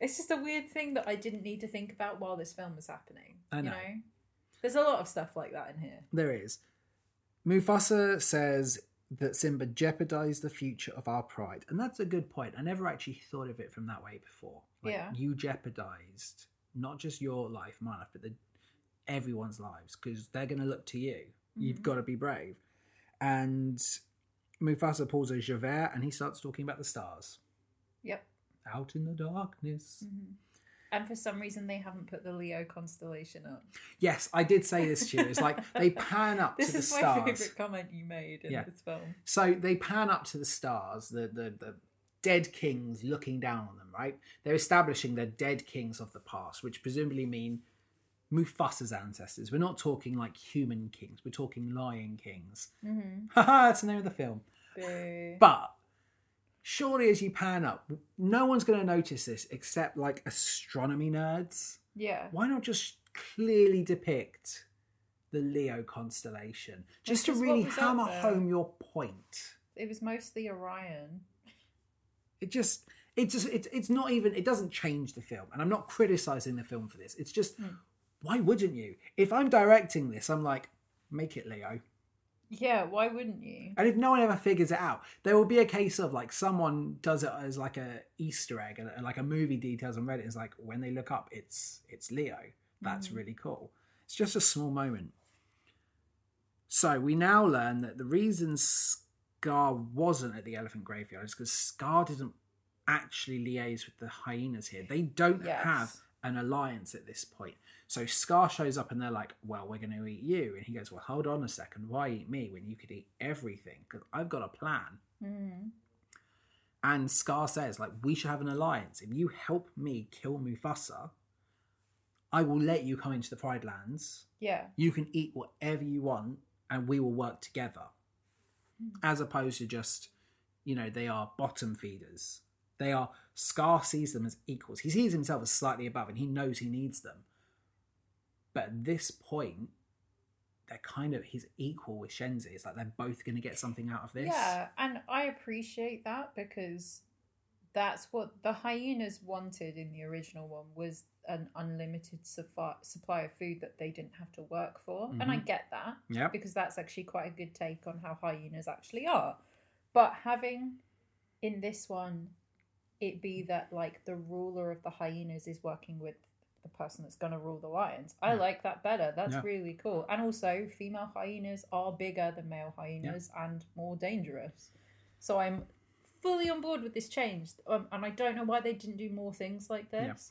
Speaker 1: It's just a weird thing that I didn't need to think about while this film was happening.
Speaker 2: I know.
Speaker 1: You know? There's a lot of stuff like that in here.
Speaker 2: There is. Mufasa says that Simba jeopardized the future of our pride. And that's a good point. I never actually thought of it from that way before.
Speaker 1: Yeah.
Speaker 2: You jeopardized not just your life, my life, but the, everyone's lives because they're going to look to you. You've
Speaker 1: Mhm.
Speaker 2: got to be brave. And Mufasa pulls a Javert and he starts talking about the stars.
Speaker 1: Yep.
Speaker 2: Out in the darkness.
Speaker 1: Mhm. And for some reason, they haven't put the Leo constellation up.
Speaker 2: Yes, I did say this to you.
Speaker 1: [LAUGHS]
Speaker 2: It's like they pan up
Speaker 1: This
Speaker 2: to the
Speaker 1: is my
Speaker 2: stars.
Speaker 1: favorite comment you made in
Speaker 2: Yeah.
Speaker 1: this film.
Speaker 2: So they pan up to the stars, the, the, the dead kings looking down on them, right? They're establishing they're dead kings of the past, which presumably mean Mufasa's ancestors. We're not talking like human kings, we're talking lion kings. [LAUGHS]
Speaker 1: Mm-hmm.
Speaker 2: Haha, that's the name of the film. But surely as you pan up, no one's going to notice this except like astronomy nerds.
Speaker 1: yeah.
Speaker 2: Why not just clearly depict the Leo constellation? Just to
Speaker 1: is what
Speaker 2: really
Speaker 1: was out
Speaker 2: hammer
Speaker 1: there.
Speaker 2: home your point.
Speaker 1: It was mostly Orion.
Speaker 2: it just it just it's it's not even it doesn't change the film and i'm not criticizing the film for this it's just
Speaker 1: Mm.
Speaker 2: why wouldn't you if i'm directing this i'm like make it leo
Speaker 1: Yeah, why wouldn't you?
Speaker 2: and if no one ever figures it out there will be a case of like someone does it as like a easter egg and and like a movie details on reddit is like when they look up it's it's leo that's
Speaker 1: Mhm.
Speaker 2: really cool it's just a small moment so we now learn that the reason Scar wasn't at the elephant graveyard is because Scar didn't actually liaise with the hyenas here. They don't
Speaker 1: Yes.
Speaker 2: have an alliance at this point. So Scar shows up and they're like, Well, we're going to eat you. And he goes, Well, hold on a second. Why eat me when you could eat everything? Because I've got a plan.
Speaker 1: Mhm.
Speaker 2: And Scar says, like, we should have an alliance. If you help me kill Mufasa, I will let you come into the Pride Lands.
Speaker 1: Yeah.
Speaker 2: You can eat whatever you want, and we will work together.
Speaker 1: Hmm.
Speaker 2: As opposed to just, you know, they are bottom feeders. They are Scar sees them as equals. He sees himself as slightly above, and he knows he needs them. But at this point, they're kind of his equal with Shenzi. It's like they're both going to get something out of this.
Speaker 1: Yeah, and I appreciate that because that's what the hyenas wanted in the original one was an unlimited suffi- supply of food that they didn't have to work for. And I get that
Speaker 2: Yep.
Speaker 1: because that's actually quite a good take on how hyenas actually are. But having in this one it be that like the ruler of the hyenas is working with the person that's going to rule the lions. I
Speaker 2: Yeah.
Speaker 1: like that better. That's
Speaker 2: Yeah.
Speaker 1: really cool. And also female hyenas are bigger than male hyenas and more dangerous. So I'm fully on board with this change. Um, and I don't know why they didn't do more things like
Speaker 2: Yeah.
Speaker 1: this.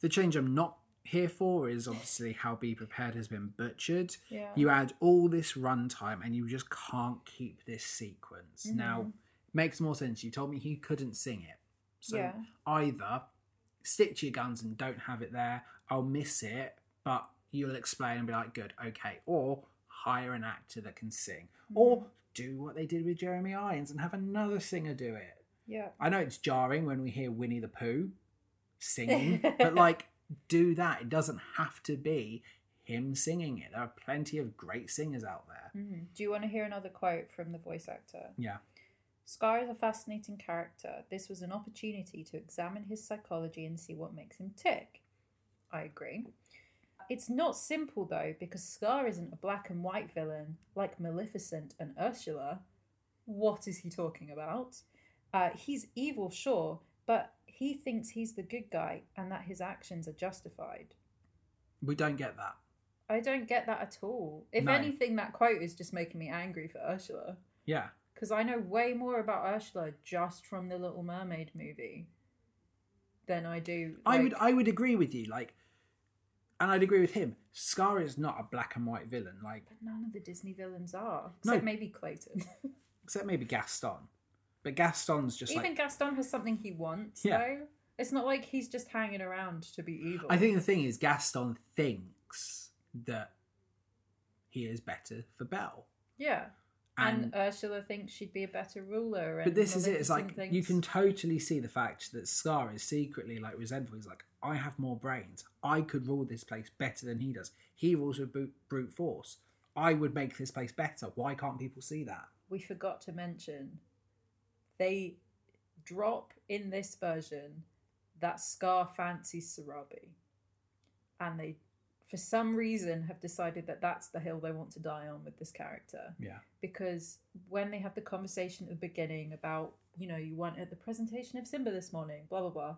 Speaker 2: The change I'm not here for is obviously how Be Prepared has been butchered.
Speaker 1: Yeah.
Speaker 2: You add all this runtime and you just can't keep this sequence. Now,
Speaker 1: Mhm.
Speaker 2: it makes more sense. You told me he couldn't sing it. So
Speaker 1: yeah.
Speaker 2: either stick to your guns and don't have it there, I'll miss it, but you'll explain and be like, good, okay. Or hire an actor that can sing. Or do what they did with Jeremy Irons and have another singer do it.
Speaker 1: Yeah.
Speaker 2: I know it's jarring when we hear Winnie the Pooh
Speaker 1: [LAUGHS]
Speaker 2: singing, but like, do that. It doesn't have to be him singing it. There are plenty of great singers out there.
Speaker 1: Mhm. Do you want to hear another quote from the voice actor?
Speaker 2: Yeah.
Speaker 1: Scar is a fascinating character. This was an opportunity to examine his psychology and see what makes him tick. I agree. It's not simple though, because Scar isn't a black and white villain like Maleficent and Ursula. What is he talking about? Uh, he's evil, sure, but he thinks he's the good guy and that his actions are justified.
Speaker 2: We don't get that.
Speaker 1: I don't get that at all. If
Speaker 2: No.
Speaker 1: anything, that quote is just making me angry for Ursula
Speaker 2: Yeah.
Speaker 1: because I know way more about Ursula just from the Little Mermaid movie than I do.
Speaker 2: I
Speaker 1: like-
Speaker 2: would I would agree with you, like and I'd agree with him. Scar is not a black and white villain, like
Speaker 1: but none of the Disney villains are,
Speaker 2: No.
Speaker 1: except maybe Clayton. [LAUGHS]
Speaker 2: except maybe Gaston. But Gaston's just
Speaker 1: Even
Speaker 2: like
Speaker 1: Gaston has something he wants,
Speaker 2: Yeah.
Speaker 1: though. It's not like he's just hanging around to be evil.
Speaker 2: I think the thing is Gaston thinks that he is better for Belle.
Speaker 1: yeah. And, Ursula thinks she'd be a better ruler. And
Speaker 2: But this is it. It's like
Speaker 1: Maleficent
Speaker 2: you can
Speaker 1: thinks-
Speaker 2: totally see the fact that Scar is secretly like resentful. He's like, I have more brains. I could rule this place better than he does. He rules with brute, brute force. I would make this place better. Why can't people see that?
Speaker 1: we forgot to mention they drop in this version that Scar fancies Sarabi, and they, for some reason, have decided that that's the hill they want to die on with this character.
Speaker 2: Yeah.
Speaker 1: Because when they have the conversation at the beginning about, you know, you weren't at the presentation of Simba this morning, blah blah blah,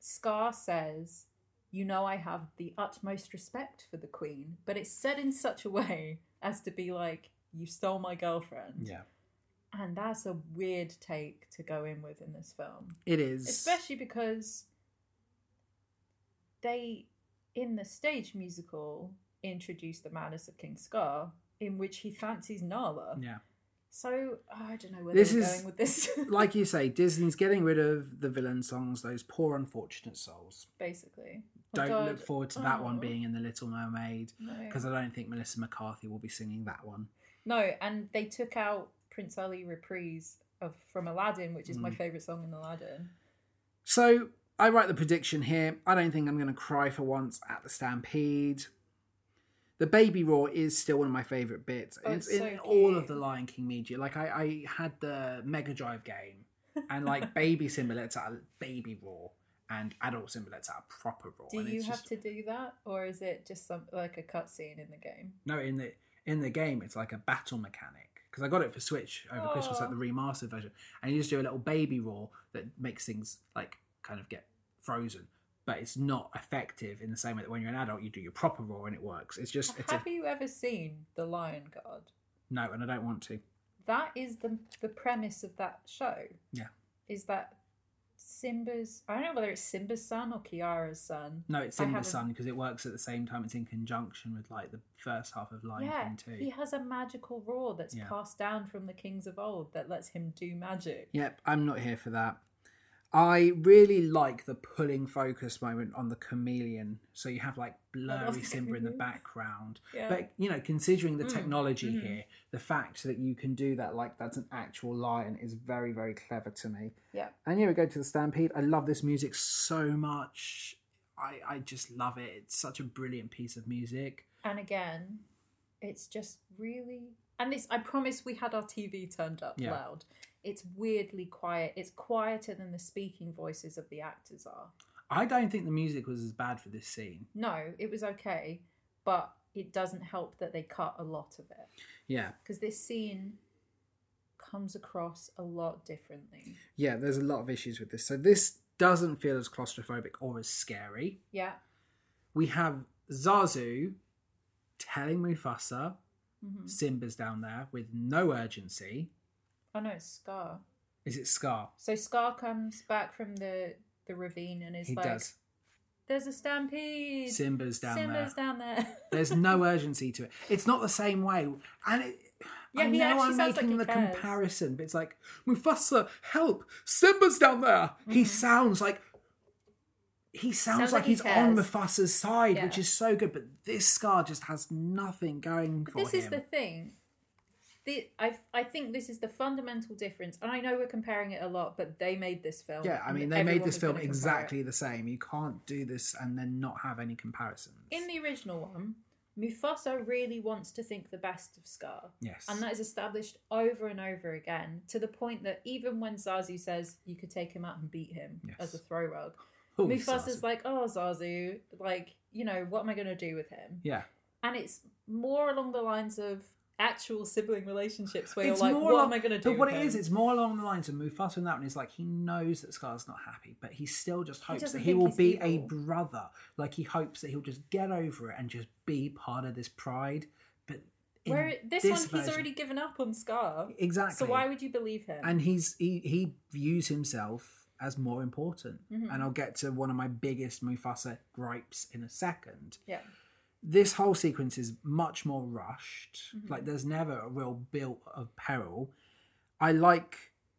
Speaker 1: Scar says. You know, I have the utmost respect for the Queen, but it's said in such a way as to be like, you stole my girlfriend.
Speaker 2: Yeah.
Speaker 1: And that's a weird take to go in with in this film.
Speaker 2: It is.
Speaker 1: Especially because they, in the stage musical, introduce the madness of King Scar, in which he fancies Nala.
Speaker 2: Yeah.
Speaker 1: So I don't know where
Speaker 2: This
Speaker 1: they're
Speaker 2: is-
Speaker 1: going with this.
Speaker 2: [LAUGHS] Like you say, Disney's getting rid of the villain songs, those poor unfortunate souls.
Speaker 1: [LAUGHS] Basically. Oh
Speaker 2: Don't
Speaker 1: God.
Speaker 2: look forward to that one
Speaker 1: Oh.
Speaker 2: being in The Little Mermaid because
Speaker 1: No.
Speaker 2: I don't think Melissa McCarthy will be singing that one.
Speaker 1: no, and they took out Prince Ali reprise of from Aladdin, which is my
Speaker 2: Mm.
Speaker 1: favourite song in Aladdin.
Speaker 2: So I write the prediction here. I don't think I'm going to cry for once at the Stampede. The baby roar is still one of my favourite bits.
Speaker 1: Oh,
Speaker 2: it's
Speaker 1: it's so
Speaker 2: in all of
Speaker 1: cute.
Speaker 2: the Lion King media. Like I, I had the Mega Drive game,
Speaker 1: [LAUGHS]
Speaker 2: and like baby Simba lets out a baby roar, and adult Simba lets out a proper roar.
Speaker 1: Do
Speaker 2: Oh, and
Speaker 1: you
Speaker 2: it's
Speaker 1: have
Speaker 2: just-
Speaker 1: to do that, or is it just some like a cutscene in the game?
Speaker 2: No, in the in the game, it's like a battle mechanic because I got it for Switch over Christmas,
Speaker 1: Aw.
Speaker 2: like the remastered version, and you just do a little baby roar that makes things like kind of get frozen. But it's not effective in the same way that when you're an adult, you do your proper roar and it works. It's just it's
Speaker 1: [LAUGHS]
Speaker 2: a,
Speaker 1: Have you ever seen The Lion Guard?
Speaker 2: no, and I don't want to.
Speaker 1: That is the the premise of that show.
Speaker 2: Yeah.
Speaker 1: Is that Simba's? I don't know whether it's Simba's son or Kiara's son.
Speaker 2: No, it's
Speaker 1: I
Speaker 2: in the
Speaker 1: haven't.
Speaker 2: sun because it works at the same time. It's in conjunction with like the first half of Lion
Speaker 1: yeah,
Speaker 2: King too.
Speaker 1: he has a magical roar that's
Speaker 2: Yeah.
Speaker 1: passed down from the kings of old that lets him do magic.
Speaker 2: Yep, I'm not here for that. I really like the pulling focus moment on the chameleon. So you have like
Speaker 1: love
Speaker 2: blurry
Speaker 1: the
Speaker 2: Simba in
Speaker 1: [LAUGHS]
Speaker 2: the
Speaker 1: chameleon.
Speaker 2: background.
Speaker 1: Yeah.
Speaker 2: But you know, considering the
Speaker 1: Mm,
Speaker 2: technology
Speaker 1: mm.
Speaker 2: here, the fact that you can do that like that's an actual lion is very, very clever to me.
Speaker 1: yeah.
Speaker 2: And here we go to the Stampede. I love this music so much. I, I just love it. It's such a brilliant piece of music.
Speaker 1: And again, it's just really and this I promise we had our TV turned up
Speaker 2: Yeah.
Speaker 1: loud. It's weirdly quiet. It's quieter than the speaking voices of the actors are.
Speaker 2: I don't think the music was as bad for this scene.
Speaker 1: No, it was okay, but it doesn't help that they cut a lot of it
Speaker 2: Yeah,
Speaker 1: because this scene comes across a lot differently.
Speaker 2: yeah, there's a lot of issues with this. So this doesn't feel as claustrophobic or as scary.
Speaker 1: Yeah.
Speaker 2: we have Zazu telling Mufasa
Speaker 1: hmm
Speaker 2: Simba's down there with no urgency.
Speaker 1: Oh no, it's Scar.
Speaker 2: Is it Scar?
Speaker 1: So Scar comes back from the the ravine and is
Speaker 2: he
Speaker 1: like,
Speaker 2: does.
Speaker 1: "There's a stampede.
Speaker 2: Simba's down
Speaker 1: Simba's
Speaker 2: there.
Speaker 1: down there."
Speaker 2: [LAUGHS] There's
Speaker 1: [LAUGHS]
Speaker 2: no urgency to it. It's not the same way. And it,
Speaker 1: Yeah,
Speaker 2: I
Speaker 1: he
Speaker 2: know
Speaker 1: actually
Speaker 2: I'm
Speaker 1: sounds like
Speaker 2: making
Speaker 1: he
Speaker 2: the
Speaker 1: cares.
Speaker 2: comparison, but it's like Mufasa, help! Simba's down there. He
Speaker 1: Mhm.
Speaker 2: sounds like he sounds,
Speaker 1: Sounds
Speaker 2: like,
Speaker 1: like he
Speaker 2: he's on
Speaker 1: cares.
Speaker 2: Mufasa's side,
Speaker 1: Yeah.
Speaker 2: which is so good. But this Scar just has nothing going for
Speaker 1: this
Speaker 2: him.
Speaker 1: is the thing. The, I, I think this is the fundamental difference, and I know we're comparing it a lot, but they made this film.
Speaker 2: Yeah, I
Speaker 1: and
Speaker 2: mean, they made
Speaker 1: everyone
Speaker 2: this
Speaker 1: was
Speaker 2: film
Speaker 1: gonna compare it.
Speaker 2: exactly the same. You can't do this and then not have any comparisons.
Speaker 1: In the original one, Mufasa really wants to think the best of Scar.
Speaker 2: yes,
Speaker 1: And that is established over and over again to the point that even when Zazu says you could take him out and beat him
Speaker 2: Yes.
Speaker 1: as a throw rug,
Speaker 2: Oh,
Speaker 1: Mufasa's
Speaker 2: Zazu.
Speaker 1: like, oh, Zazu, like, you know, what am I going to do with him?
Speaker 2: yeah,
Speaker 1: And it's more along the lines of actual sibling relationships where
Speaker 2: It's
Speaker 1: you're like,
Speaker 2: more
Speaker 1: what
Speaker 2: along-
Speaker 1: am I going to do
Speaker 2: but what
Speaker 1: with
Speaker 2: it
Speaker 1: him?
Speaker 2: is, it's more along the lines of Mufasa and that one is like he knows that Scar's not happy, but he still just hopes
Speaker 1: doesn't
Speaker 2: that he
Speaker 1: think
Speaker 2: will
Speaker 1: he's
Speaker 2: be a
Speaker 1: evil.
Speaker 2: brother. Like he hopes that he'll just get over it and just be part of this pride. But in
Speaker 1: where it, this, one, he's
Speaker 2: version-
Speaker 1: already given up on Scar.
Speaker 2: exactly.
Speaker 1: So why would you believe him?
Speaker 2: and he's he, he views himself as more important.
Speaker 1: Mhm.
Speaker 2: And I'll get to one of my biggest Mufasa gripes in a second.
Speaker 1: yeah.
Speaker 2: this whole sequence is much more rushed.
Speaker 1: Mhm.
Speaker 2: Like there's never a real built of peril. I like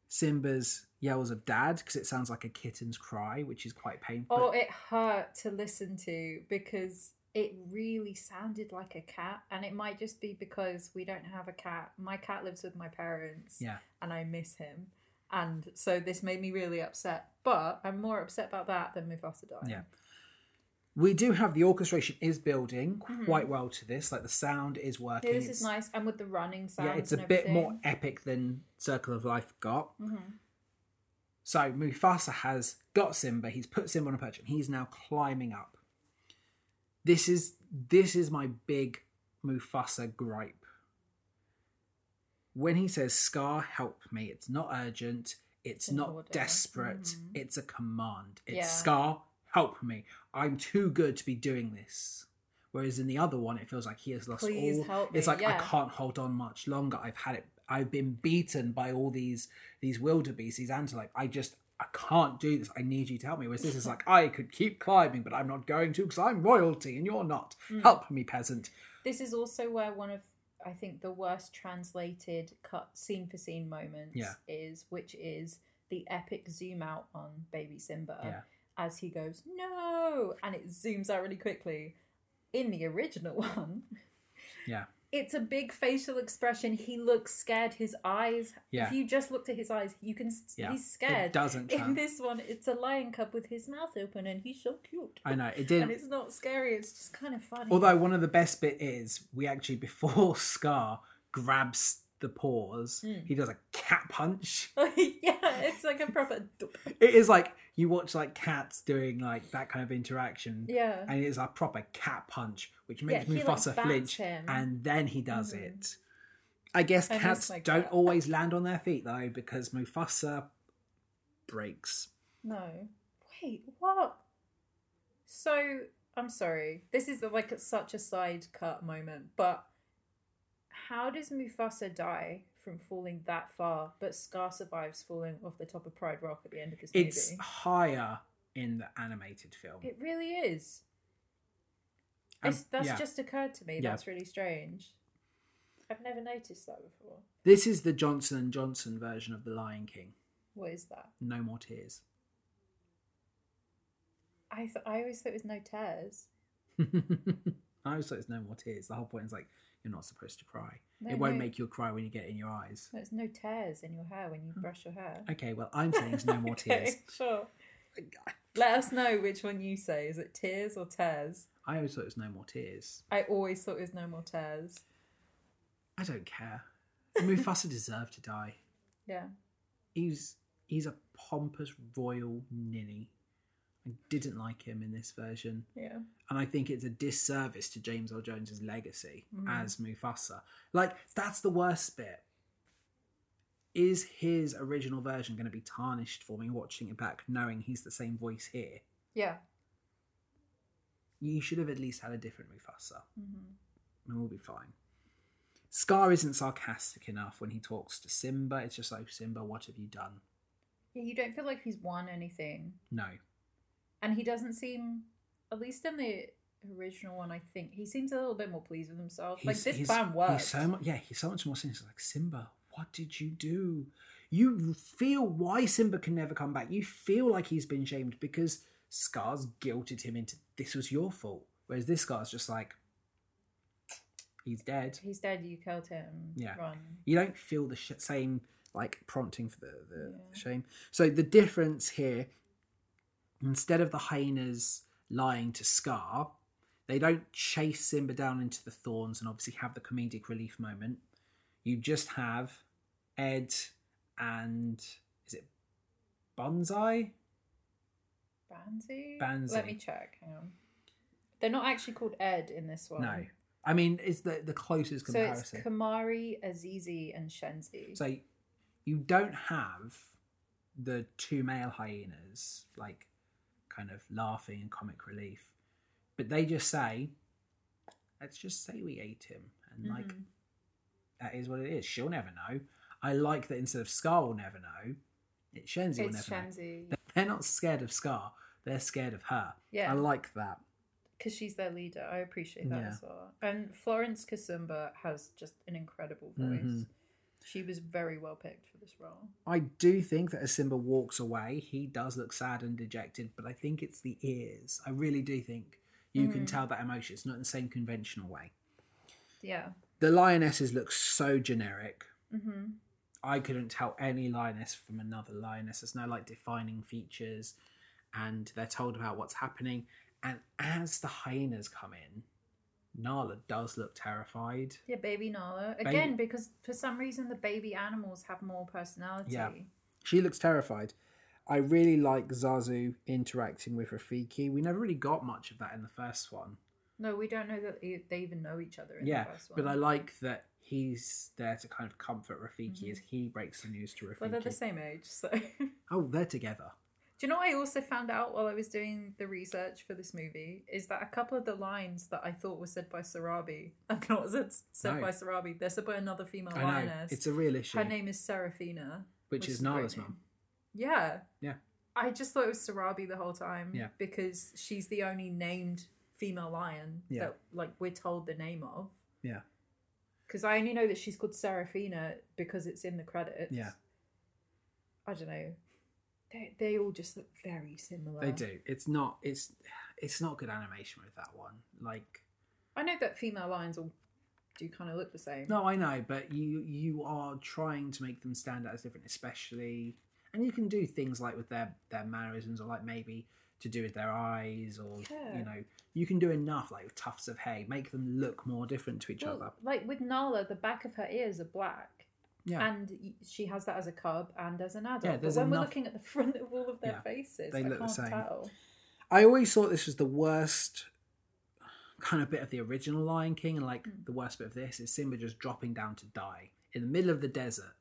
Speaker 2: Simba's yells of dad because it sounds like a kitten's cry, which is quite painful.
Speaker 1: Oh, it hurt to listen to because it really sounded like a cat, and it might just be because we don't have a cat. My cat lives with my parents,
Speaker 2: yeah.
Speaker 1: and I miss him, and so this made me really upset. But I'm more upset about that than Mufasa dying.
Speaker 2: Yeah. We do have the orchestration is building quite well to this. Like the sound is working.
Speaker 1: Mm-hmm. this
Speaker 2: It's-
Speaker 1: is nice, and with the running sounds.
Speaker 2: Yeah, it's a
Speaker 1: and
Speaker 2: bit more
Speaker 1: everything.
Speaker 2: epic than Circle of Life got.
Speaker 1: Mhm.
Speaker 2: So Mufasa has got Simba. He's put Simba on a perch, and he's now climbing up. This is this is my big Mufasa gripe. When he says "Scar, help me," it's not urgent. It's
Speaker 1: An
Speaker 2: not
Speaker 1: order.
Speaker 2: desperate.
Speaker 1: Mhm.
Speaker 2: It's a command. It's
Speaker 1: Yeah.
Speaker 2: "Scar, help me." I'm too good to be doing this. Whereas in the other one, it feels like he has lost
Speaker 1: Please
Speaker 2: all.
Speaker 1: help me,
Speaker 2: it's like I
Speaker 1: yeah.
Speaker 2: can't hold on much longer. I've had it. I've been beaten by all these these wildebeest, these antelope. I just I can't do this. I need you to help me. Whereas this is like I could keep climbing, but I'm not going to because I'm royalty and you're not.
Speaker 1: Mm.
Speaker 2: Help me, peasant.
Speaker 1: This is also where one of I think the worst translated cut scene for scene moments
Speaker 2: Yeah.
Speaker 1: is, which is the epic zoom out on Baby Simba
Speaker 2: Yeah.
Speaker 1: as he goes no, and it zooms out really quickly. In the original [LAUGHS] one,
Speaker 2: Yeah.
Speaker 1: it's a big facial expression. He looks scared. His eyes.
Speaker 2: Yeah.
Speaker 1: If you just looked at his eyes, you can. s
Speaker 2: Yeah.
Speaker 1: He's
Speaker 2: It
Speaker 1: [LAUGHS] scared.
Speaker 2: doesn't.
Speaker 1: In
Speaker 2: Trans-
Speaker 1: this one, it's a lion cub with his mouth open, and he's so cute.
Speaker 2: I know it
Speaker 1: And
Speaker 2: didn't.
Speaker 1: it's not scary. It's just kind of funny.
Speaker 2: Although one of the best bit is we actually [LAUGHS] before Scar grabs the paws,
Speaker 1: Mm.
Speaker 2: he does a cat punch.
Speaker 1: [LAUGHS] yeah, it's like a proper.
Speaker 2: It is like you watch like cats doing like that kind of interaction,
Speaker 1: Yeah.
Speaker 2: and it's a proper cat punch, which makes
Speaker 1: Yeah, he, like,
Speaker 2: Mufasa
Speaker 1: bats
Speaker 2: flinch,
Speaker 1: him.
Speaker 2: and then he does
Speaker 1: Mhm.
Speaker 2: it. I guess
Speaker 1: And he's
Speaker 2: cats
Speaker 1: like
Speaker 2: don't
Speaker 1: that.
Speaker 2: always land on their feet though, because Mufasa breaks.
Speaker 1: No. Wait, what? So, I'm sorry. This is like such a side cut moment, but how does Mufasa die from falling that far, but Scar survives falling off the top of Pride Rock at the end of this
Speaker 2: It's
Speaker 1: movie?
Speaker 2: higher in the animated film.
Speaker 1: It really is.
Speaker 2: Um,
Speaker 1: It's, that's
Speaker 2: yeah.
Speaker 1: just occurred to me.
Speaker 2: Yeah.
Speaker 1: That's really strange. I've never noticed that before.
Speaker 2: This is the Johnson and Johnson version of The Lion King.
Speaker 1: What is that?
Speaker 2: No more tears. [LAUGHS]
Speaker 1: I th- I always thought it was no tears.
Speaker 2: I always thought it's no more tears. The whole point is like you're not supposed to cry.
Speaker 1: No,
Speaker 2: it won't
Speaker 1: no.
Speaker 2: make you cry when you get it in your eyes.
Speaker 1: There's no tears in your hair when
Speaker 2: Hmm.
Speaker 1: you brush your hair.
Speaker 2: Okay, well, I'm saying it's no
Speaker 1: [LAUGHS]
Speaker 2: more
Speaker 1: Okay,
Speaker 2: tears.
Speaker 1: Sure. Let us know which one you say. Is it tears or tears?
Speaker 2: I always thought it was no more tears.
Speaker 1: I always thought it was no more tears.
Speaker 2: I don't care. Mufasa [LAUGHS] deserved to die.
Speaker 1: Yeah.
Speaker 2: He's he's a pompous royal ninny. I didn't like him in this version,
Speaker 1: Yeah.
Speaker 2: and I think it's a disservice to James Earl Jones's legacy
Speaker 1: Mhm.
Speaker 2: as Mufasa. Like that's the worst bit. Is his original version going to be tarnished for me watching it back, knowing he's the same voice here?
Speaker 1: Yeah.
Speaker 2: You should have at least had a different Mufasa.
Speaker 1: hmm
Speaker 2: and we'll be fine. Scar isn't sarcastic enough when he talks to Simba. It's just like, Simba, what have you done?
Speaker 1: Yeah. You don't feel like he's won anything,
Speaker 2: No.
Speaker 1: and he doesn't seem, at least in the original one, I think he seems a little bit more pleased with himself. like this plan worked.
Speaker 2: He's so much, yeah, he's so much more sinister. Like, Simba, what did you do? You feel why Simba can never come back. You feel like he's been shamed because Scar's guilted him into this was your fault. Whereas this Scar's just like, he's dead.
Speaker 1: he's dead. You killed him.
Speaker 2: Yeah.
Speaker 1: Run.
Speaker 2: you don't feel the sh- same like prompting for the, the,
Speaker 1: Yeah.
Speaker 2: the shame so the difference here instead of the hyenas lying to scar they don't chase simba down into the thorns and obviously have the comedic relief moment you just have ed and is it bonsai
Speaker 1: Banzi.
Speaker 2: Banzi.
Speaker 1: Let me check. Hang on. They're not actually called Ed in this one.
Speaker 2: no i mean it's the, the closest
Speaker 1: So it's
Speaker 2: comparison
Speaker 1: Kamari, Azizi, and Shenzi.
Speaker 2: So you don't have the two male hyenas like kind of laughing and comic relief, but they just say, "Let's just say we ate him," and like
Speaker 1: Mhm.
Speaker 2: that is what it is. She'll never know. I like that instead of Scar will never know, it's Shenzi will
Speaker 1: it's
Speaker 2: never know.
Speaker 1: Shenzi
Speaker 2: They're not scared of Scar; they're scared of her.
Speaker 1: Yeah.
Speaker 2: I like that.
Speaker 1: because she's their leader. I appreciate that
Speaker 2: Yeah.
Speaker 1: as well. And Florence Kasumba has just an incredible voice.
Speaker 2: Mhm.
Speaker 1: She was very well picked for this role.
Speaker 2: I do think that as Simba walks away, he does look sad and dejected, but I think it's the ears. I really do think you can
Speaker 1: Mhm.
Speaker 2: tell that emotion. It's not in the same conventional way.
Speaker 1: Yeah.
Speaker 2: The lionesses look so generic.
Speaker 1: hmm
Speaker 2: I couldn't tell any lioness from another lioness. There's no like defining features, and they're told about what's happening. And as the hyenas come in, Nala does look terrified.
Speaker 1: Yeah, baby Nala.
Speaker 2: Baby-
Speaker 1: Again, because for some reason the baby animals have more personality.
Speaker 2: Yeah. She looks terrified. I really like Zazu interacting with Rafiki. We never really got much of that in the first one.
Speaker 1: No, we don't know that e- they even know each other in
Speaker 2: yeah,
Speaker 1: the first one.
Speaker 2: but I like that he's there to kind of comfort Rafiki
Speaker 1: Mhm.
Speaker 2: as he breaks the news to Rafiki.
Speaker 1: Well, they're the same age, so. [LAUGHS] Do
Speaker 2: Oh, they're together.
Speaker 1: you know what I also found out while I was doing the research for this movie? Is that a couple of the lines that I thought were said by Sarabi [LAUGHS] are not said, said
Speaker 2: No.
Speaker 1: by Sarabi. They're said by another female
Speaker 2: I know.
Speaker 1: lioness.
Speaker 2: It's a real issue,
Speaker 1: Oh, Her name is Serafina.
Speaker 2: which is
Speaker 1: a great
Speaker 2: Nala's
Speaker 1: name.
Speaker 2: mum.
Speaker 1: Yeah.
Speaker 2: Yeah.
Speaker 1: I just thought it was Sarabi the whole time.
Speaker 2: Yeah.
Speaker 1: Because she's the only named female lion
Speaker 2: Yeah.
Speaker 1: that like we're told the name of.
Speaker 2: Yeah.
Speaker 1: Because I only know that she's called Serafina because it's in the credits.
Speaker 2: Yeah.
Speaker 1: I don't know. They, they all just look very similar.
Speaker 2: They do. It's not. It's it's not good animation with that one. Like
Speaker 1: I know that female lions all do kind of look the same.
Speaker 2: no, I know, but you you are trying to make them stand out as different, especially. And you can do things like with their their mannerisms, or like maybe to do with their eyes, or
Speaker 1: Yeah.
Speaker 2: you know, you can do enough like with tufts of hay, make them look more different to each
Speaker 1: Well,
Speaker 2: other.
Speaker 1: like with Nala, the back of her ears are black.
Speaker 2: Yeah,
Speaker 1: And y- she has that as a cub and as an adult.
Speaker 2: Yeah,
Speaker 1: but
Speaker 2: there's
Speaker 1: when we're
Speaker 2: enough-
Speaker 1: looking at the front of all of their
Speaker 2: Yeah,
Speaker 1: faces,
Speaker 2: they
Speaker 1: I
Speaker 2: look the
Speaker 1: can't
Speaker 2: same.
Speaker 1: tell.
Speaker 2: I always thought this was the worst kind of bit of the original Lion King, and like
Speaker 1: Mm.
Speaker 2: the worst bit of this is Simba just dropping down to die in the middle of the desert.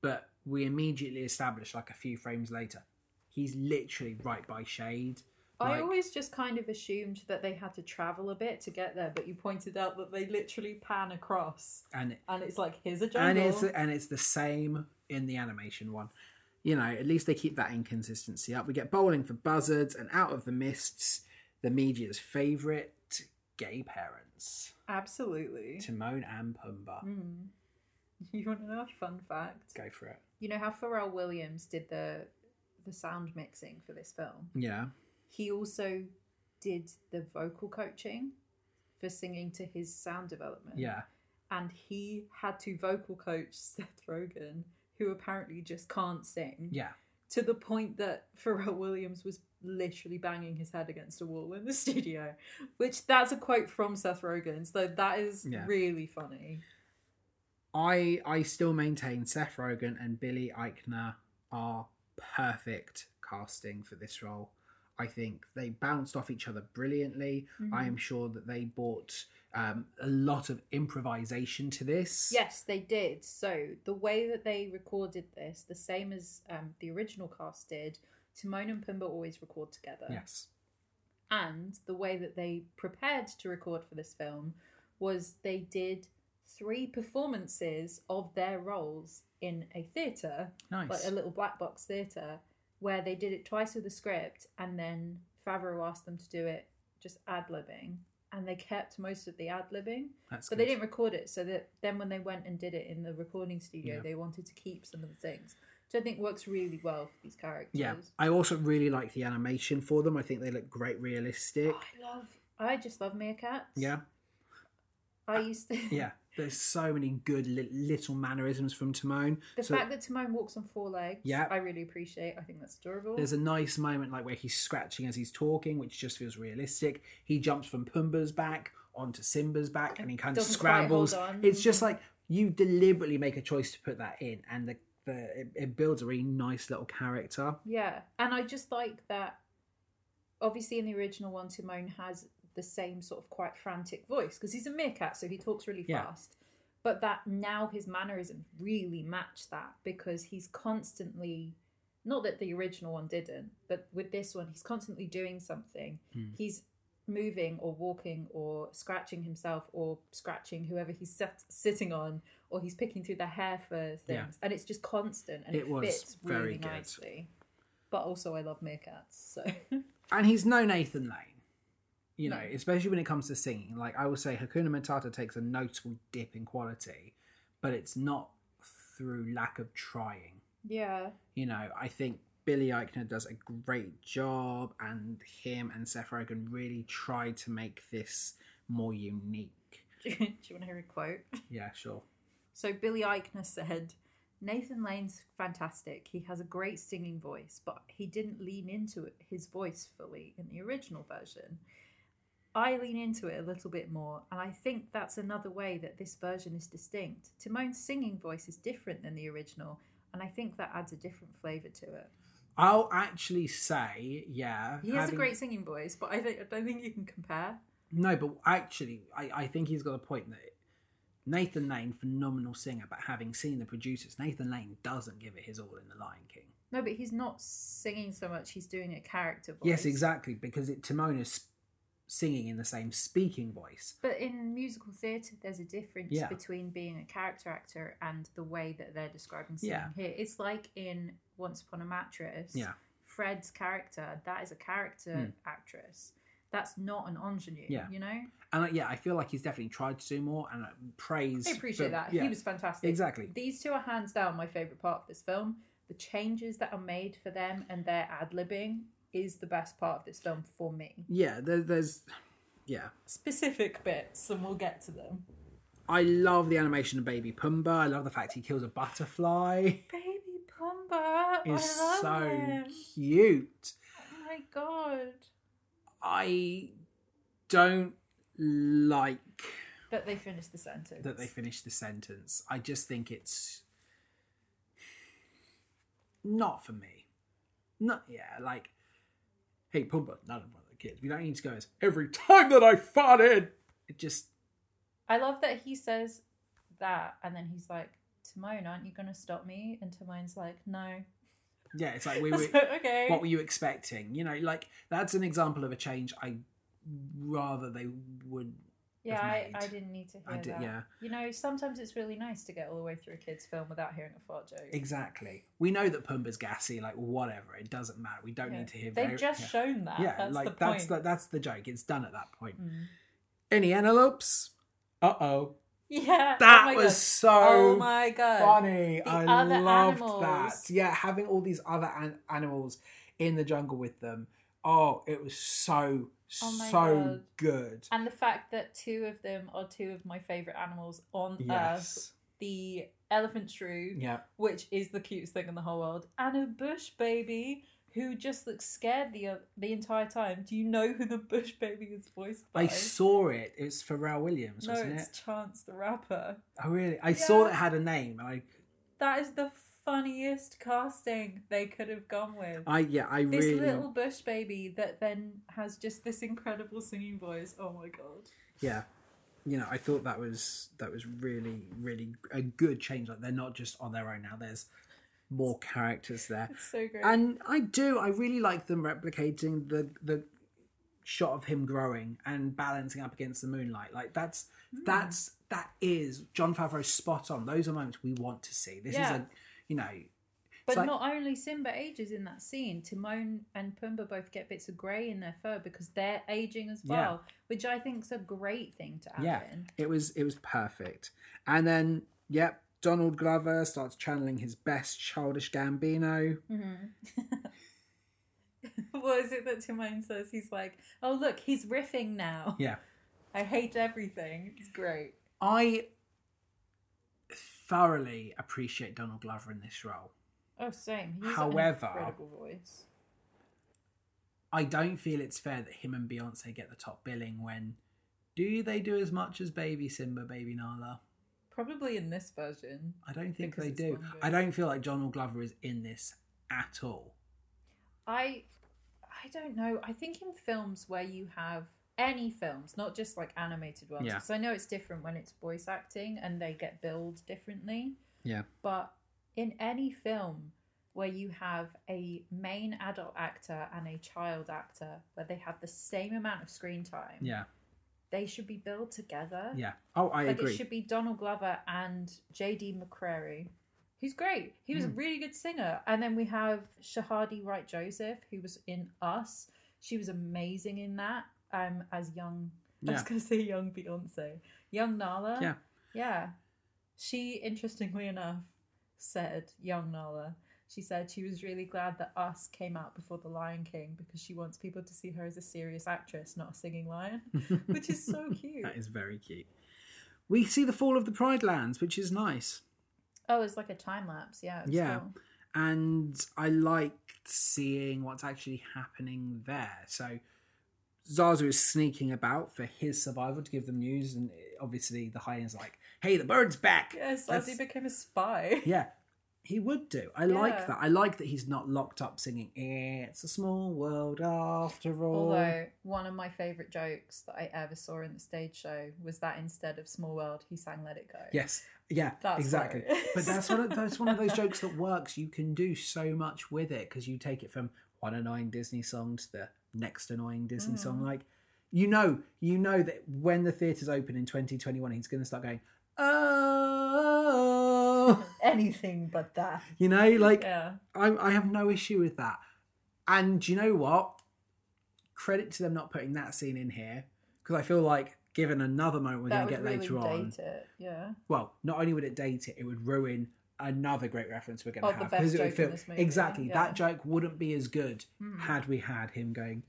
Speaker 2: But we immediately establish, like a few frames later, he's literally right by shade.
Speaker 1: I
Speaker 2: Like-
Speaker 1: always just kind of assumed that they had to travel a bit to get there, but you pointed out that they literally pan across,
Speaker 2: And
Speaker 1: and it's like here's a
Speaker 2: and
Speaker 1: jungle.
Speaker 2: it's and it's the same in the animation one. You know, at least they keep that inconsistency up. We get bowling for buzzards and out of the mists, the media's favourite gay parents,
Speaker 1: Absolutely.
Speaker 2: Timon and Pumbaa.
Speaker 1: Mm. [LAUGHS] You want another fun fact?
Speaker 2: Go for it.
Speaker 1: You know how Pharrell Williams did the the sound mixing for this film.
Speaker 2: Yeah.
Speaker 1: He also did the vocal coaching for singing to his sound development.
Speaker 2: Yeah.
Speaker 1: and he had to vocal coach [LAUGHS] Seth Rogen, who apparently just can't sing,
Speaker 2: Yeah.
Speaker 1: to the point that Pharrell Williams was literally banging his head against a wall in the [LAUGHS] studio, which that's a quote from Seth Rogen, so that is
Speaker 2: Yeah.
Speaker 1: really funny.
Speaker 2: I I still maintain Seth Rogen and Billy Eichner are perfect casting for this role. I think they bounced off each other brilliantly. I
Speaker 1: Mm-hmm.
Speaker 2: am sure that they brought um, a lot of improvisation to this.
Speaker 1: Yes, they did. So the way that they recorded this, the same as um, the original cast did, Timon and Pumbaa always record together.
Speaker 2: Yes.
Speaker 1: and the way that they prepared to record for this film was they did three performances of their roles in a theatre,
Speaker 2: Nice.
Speaker 1: like a little black box theatre, where they did it twice with the script and then Favreau asked them to do it just ad libbing. And they kept most of the ad libbing,
Speaker 2: That's
Speaker 1: but
Speaker 2: good.
Speaker 1: they didn't record it. So that then when they went and did it in the recording studio,
Speaker 2: Yeah.
Speaker 1: they wanted to keep some of the things, which I think works really well for these characters.
Speaker 2: Yeah. I also really like the animation for them. I think they look great realistic.
Speaker 1: I love. I just love meerkats.
Speaker 2: Yeah.
Speaker 1: I used to.
Speaker 2: Uh,
Speaker 1: [LAUGHS]
Speaker 2: Yeah. There's so many good li- little mannerisms from Timon.
Speaker 1: The
Speaker 2: So-
Speaker 1: fact that Timon walks on four legs,
Speaker 2: Yeah.
Speaker 1: I really appreciate. I think that's adorable.
Speaker 2: There's a nice moment like where he's scratching as he's talking, which just feels realistic. He jumps from Pumbaa's back onto Simba's back, and he kind of
Speaker 1: Doesn't quite hold
Speaker 2: scrambles.
Speaker 1: on.
Speaker 2: It's just like you deliberately make a choice to put that in, and the, the it, it builds a really nice little character.
Speaker 1: yeah, and I just like that. Obviously, in the original one, Timon has the same sort of quite frantic voice because he's a meerkat, so he talks really
Speaker 2: Yeah.
Speaker 1: fast. But that now his mannerisms really match that because he's constantly. Not that the original one didn't, but with this one, he's constantly doing something.
Speaker 2: Hmm.
Speaker 1: He's moving or walking or scratching himself or scratching whoever he's sat, sitting on or he's picking through their hair for things
Speaker 2: Yeah.
Speaker 1: and it's just constant and it,
Speaker 2: It was
Speaker 1: fits
Speaker 2: very
Speaker 1: really
Speaker 2: good.
Speaker 1: nicely but also i love meerkats so
Speaker 2: And he's no Nathan Lane, you know,
Speaker 1: No.
Speaker 2: especially when it comes to singing. Like I will say, Hakuna Matata takes a notable dip in quality, but it's not through lack of trying.
Speaker 1: [LAUGHS] yeah
Speaker 2: you know, I think Billy Eichner does a great job, and him and Seth Rogen really try to make this more unique.
Speaker 1: do you want to hear a quote
Speaker 2: Yeah, sure.
Speaker 1: so billy eichner said Nathan Lane's fantastic. He has a great singing voice, but he didn't lean into it, his voice fully in the original version. I lean into it a little bit more, and I think that's another way that this version is distinct. Timon's singing voice is different than the original, and I think that adds a different flavour to it.
Speaker 2: I'll actually say, yeah.
Speaker 1: He has
Speaker 2: having-
Speaker 1: a great singing voice, but I, think, I don't think you can compare.
Speaker 2: No, but actually, I, I think he's got a point that Nathan Lane, phenomenal singer, but having seen the producers, Nathan Lane doesn't give it his all in The Lion King.
Speaker 1: No, but he's not singing so much, he's doing a character voice.
Speaker 2: Yes, exactly, because it, Timon is sp- singing in the same speaking voice.
Speaker 1: But in musical theatre, there's a difference
Speaker 2: Yeah.
Speaker 1: between being a character actor and the way that they're describing singing
Speaker 2: Yeah.
Speaker 1: here. It's like in Once Upon a Mattress,
Speaker 2: Yeah. Hmm.
Speaker 1: Fred's character, that is a character actress. That's not an ingenue,
Speaker 2: Yeah.
Speaker 1: you know?
Speaker 2: And uh, yeah, I feel like he's definitely tried to do more and uh, praise.
Speaker 1: I appreciate
Speaker 2: for-
Speaker 1: that.
Speaker 2: yeah.
Speaker 1: He was fantastic.
Speaker 2: Exactly.
Speaker 1: These two are hands down my favourite part of this film. The changes that are made for them and their ad libbing is the best part of this film for me.
Speaker 2: Yeah, there, there's. Yeah.
Speaker 1: Specific bits, and we'll get to them.
Speaker 2: I love the animation of Baby Pumbaa. I love the fact he kills a butterfly.
Speaker 1: Baby Pumba,
Speaker 2: Is
Speaker 1: I love
Speaker 2: so
Speaker 1: him.
Speaker 2: cute.
Speaker 1: Oh my god.
Speaker 2: I don't like
Speaker 1: That they finished the sentence.
Speaker 2: that they finished the sentence. I just think it's not for me. Not yeah, like hey Pumba, not one of the kids. We don't need to go as every time that I farted. It just
Speaker 1: I love that he says that and then he's like, Timon, aren't you going to stop me? And Timon's like, no.
Speaker 2: yeah, it's like we
Speaker 1: I [LAUGHS]
Speaker 2: were
Speaker 1: was like, okay.
Speaker 2: what were you expecting? You know, like that's an example of a change I rather they would
Speaker 1: yeah, I,
Speaker 2: made?
Speaker 1: I didn't need to hear
Speaker 2: I did
Speaker 1: that.
Speaker 2: yeah.
Speaker 1: You know, sometimes it's really nice to get all the way through a kid's film without hearing a fart joke.
Speaker 2: Exactly. We know that Pumba's gassy, like whatever. It doesn't matter. We don't
Speaker 1: Yeah.
Speaker 2: need to hear.
Speaker 1: They've
Speaker 2: very-
Speaker 1: just
Speaker 2: yeah.
Speaker 1: shown that.
Speaker 2: yeah,
Speaker 1: [LAUGHS] that's
Speaker 2: like
Speaker 1: the point.
Speaker 2: that's the, that's the joke. It's done at that point. [LAUGHS]
Speaker 1: Mm.
Speaker 2: Any antelopes? Uh oh,
Speaker 1: Yeah.
Speaker 2: that
Speaker 1: oh my
Speaker 2: was
Speaker 1: God.
Speaker 2: so
Speaker 1: Oh my god.
Speaker 2: funny.
Speaker 1: The
Speaker 2: I
Speaker 1: other
Speaker 2: loved that.
Speaker 1: animals.
Speaker 2: Yeah, having all these other an- animals in the jungle with them. Oh, it was so
Speaker 1: Oh my
Speaker 2: so
Speaker 1: God.
Speaker 2: good.
Speaker 1: And the fact that two of them are two of my favorite animals on earth
Speaker 2: Yes.
Speaker 1: the elephant shrew,
Speaker 2: Yeah.
Speaker 1: which is the cutest thing in the whole world, and a bush baby who just looks scared the the entire time. Do you know who the bush baby is voiced by?
Speaker 2: I saw it. It's Pharrell Williams,
Speaker 1: no,
Speaker 2: wasn't
Speaker 1: it's
Speaker 2: it?
Speaker 1: Chance the rapper.
Speaker 2: I really, I saw
Speaker 1: Yeah.
Speaker 2: that it had a name. and I,
Speaker 1: That is the funniest casting they could have gone with.
Speaker 2: I, yeah, I
Speaker 1: this
Speaker 2: really.
Speaker 1: little bush baby that then has just this incredible singing voice. Oh my god.
Speaker 2: yeah you know i thought that was that was really really a good change like they're not just on their own now there's more characters there
Speaker 1: It's so great.
Speaker 2: and i do i really like them replicating the the shot of him growing and balancing up against the moonlight like that's that's that is john favreau spot on those are moments we want to see this is
Speaker 1: Yeah.
Speaker 2: a you know
Speaker 1: But
Speaker 2: It's like-
Speaker 1: not only Simba ages in that scene, Timon and Pumbaa both get bits of grey in their fur because they're aging as
Speaker 2: Yeah.
Speaker 1: well, which I think's a great thing to add
Speaker 2: Yeah.
Speaker 1: in.
Speaker 2: It was it was perfect. And then, yep, Donald Glover starts channeling his best childish Gambino.
Speaker 1: Mm-hmm. [LAUGHS] what is it that Timon says? He's like, oh, look, he's riffing now.
Speaker 2: Yeah.
Speaker 1: I hate everything. It's great.
Speaker 2: I thoroughly appreciate Donald Glover in this role.
Speaker 1: Oh, same. He's
Speaker 2: However-
Speaker 1: an incredible voice.
Speaker 2: I don't feel it's fair that him and Beyonce get the top billing when do they do as much as Baby Simba, Baby Nala?
Speaker 1: Probably in this version.
Speaker 2: I don't think
Speaker 1: Because
Speaker 2: they
Speaker 1: it's
Speaker 2: do.
Speaker 1: longer.
Speaker 2: I don't feel like Donald Glover is in this at all.
Speaker 1: I I don't know. I think in films where you have any films, not just like animated ones,
Speaker 2: Yeah.
Speaker 1: because I know it's different when it's voice acting and they get billed differently.
Speaker 2: Yeah.
Speaker 1: But in any film where you have a main adult actor and a child actor, where they have the same amount of screen time,
Speaker 2: Yeah.
Speaker 1: they should be billed together.
Speaker 2: Yeah. Oh, I
Speaker 1: like
Speaker 2: agree.
Speaker 1: it should be Donald Glover and J.D. McCrary. He's great. He was a
Speaker 2: Mm.
Speaker 1: really good singer. And then we have Shahadi Wright Joseph, who was in Us. She was amazing in that. Um, as young, I was
Speaker 2: yeah.
Speaker 1: going to say young Beyonce, young Nala.
Speaker 2: Yeah.
Speaker 1: yeah. She, interestingly enough, said young Nala. She said she was really glad that Us came out before The Lion King because she wants people to see her as a serious actress, not a singing lion, which
Speaker 2: [LAUGHS]
Speaker 1: is so cute.
Speaker 2: That is very cute. We see the fall of the Pride Lands, which is nice.
Speaker 1: Oh, it's like a time lapse. Yeah. it's
Speaker 2: Yeah.
Speaker 1: cool.
Speaker 2: and I liked seeing what's actually happening there. So Zazu is sneaking about for his survival to give them news, and eh, obviously the hyena's like, "Hey, the bird's back!"
Speaker 1: Yeah,
Speaker 2: That's-
Speaker 1: Zazie became a
Speaker 2: [LAUGHS]
Speaker 1: spy.
Speaker 2: Yeah, he would do. I like
Speaker 1: Yeah.
Speaker 2: that. I like that he's not locked up singing "It's a Small World After All."
Speaker 1: Although one of my favorite jokes that I ever saw in the stage show was that instead of Small World, he sang Let It Go.
Speaker 2: yes, yeah,
Speaker 1: That's
Speaker 2: exactly.
Speaker 1: hilarious.
Speaker 2: But that's one of that's one of
Speaker 1: [LAUGHS]
Speaker 2: those jokes that works. You can do so much with it because you take it from one annoying Disney song to the next annoying Disney song.
Speaker 1: Mhm.
Speaker 2: Like you know, you know that when the theaters open in 2021, he's going to start going, oh,
Speaker 1: Anything but that.
Speaker 2: you know, like
Speaker 1: Yeah.
Speaker 2: I, I have no issue with that. And you know what? Credit to them not putting that scene in here because I feel like given another moment we're
Speaker 1: that
Speaker 2: going
Speaker 1: would
Speaker 2: to get
Speaker 1: really
Speaker 2: later
Speaker 1: date
Speaker 2: on,
Speaker 1: it. Yeah.
Speaker 2: well, not only would it date it, it would ruin another great reference we're going to
Speaker 1: Oh, the
Speaker 2: have
Speaker 1: best
Speaker 2: it would
Speaker 1: joke in this movie,
Speaker 2: exactly
Speaker 1: yeah.
Speaker 2: that joke wouldn't be as good
Speaker 1: Hmm.
Speaker 2: had we had him going,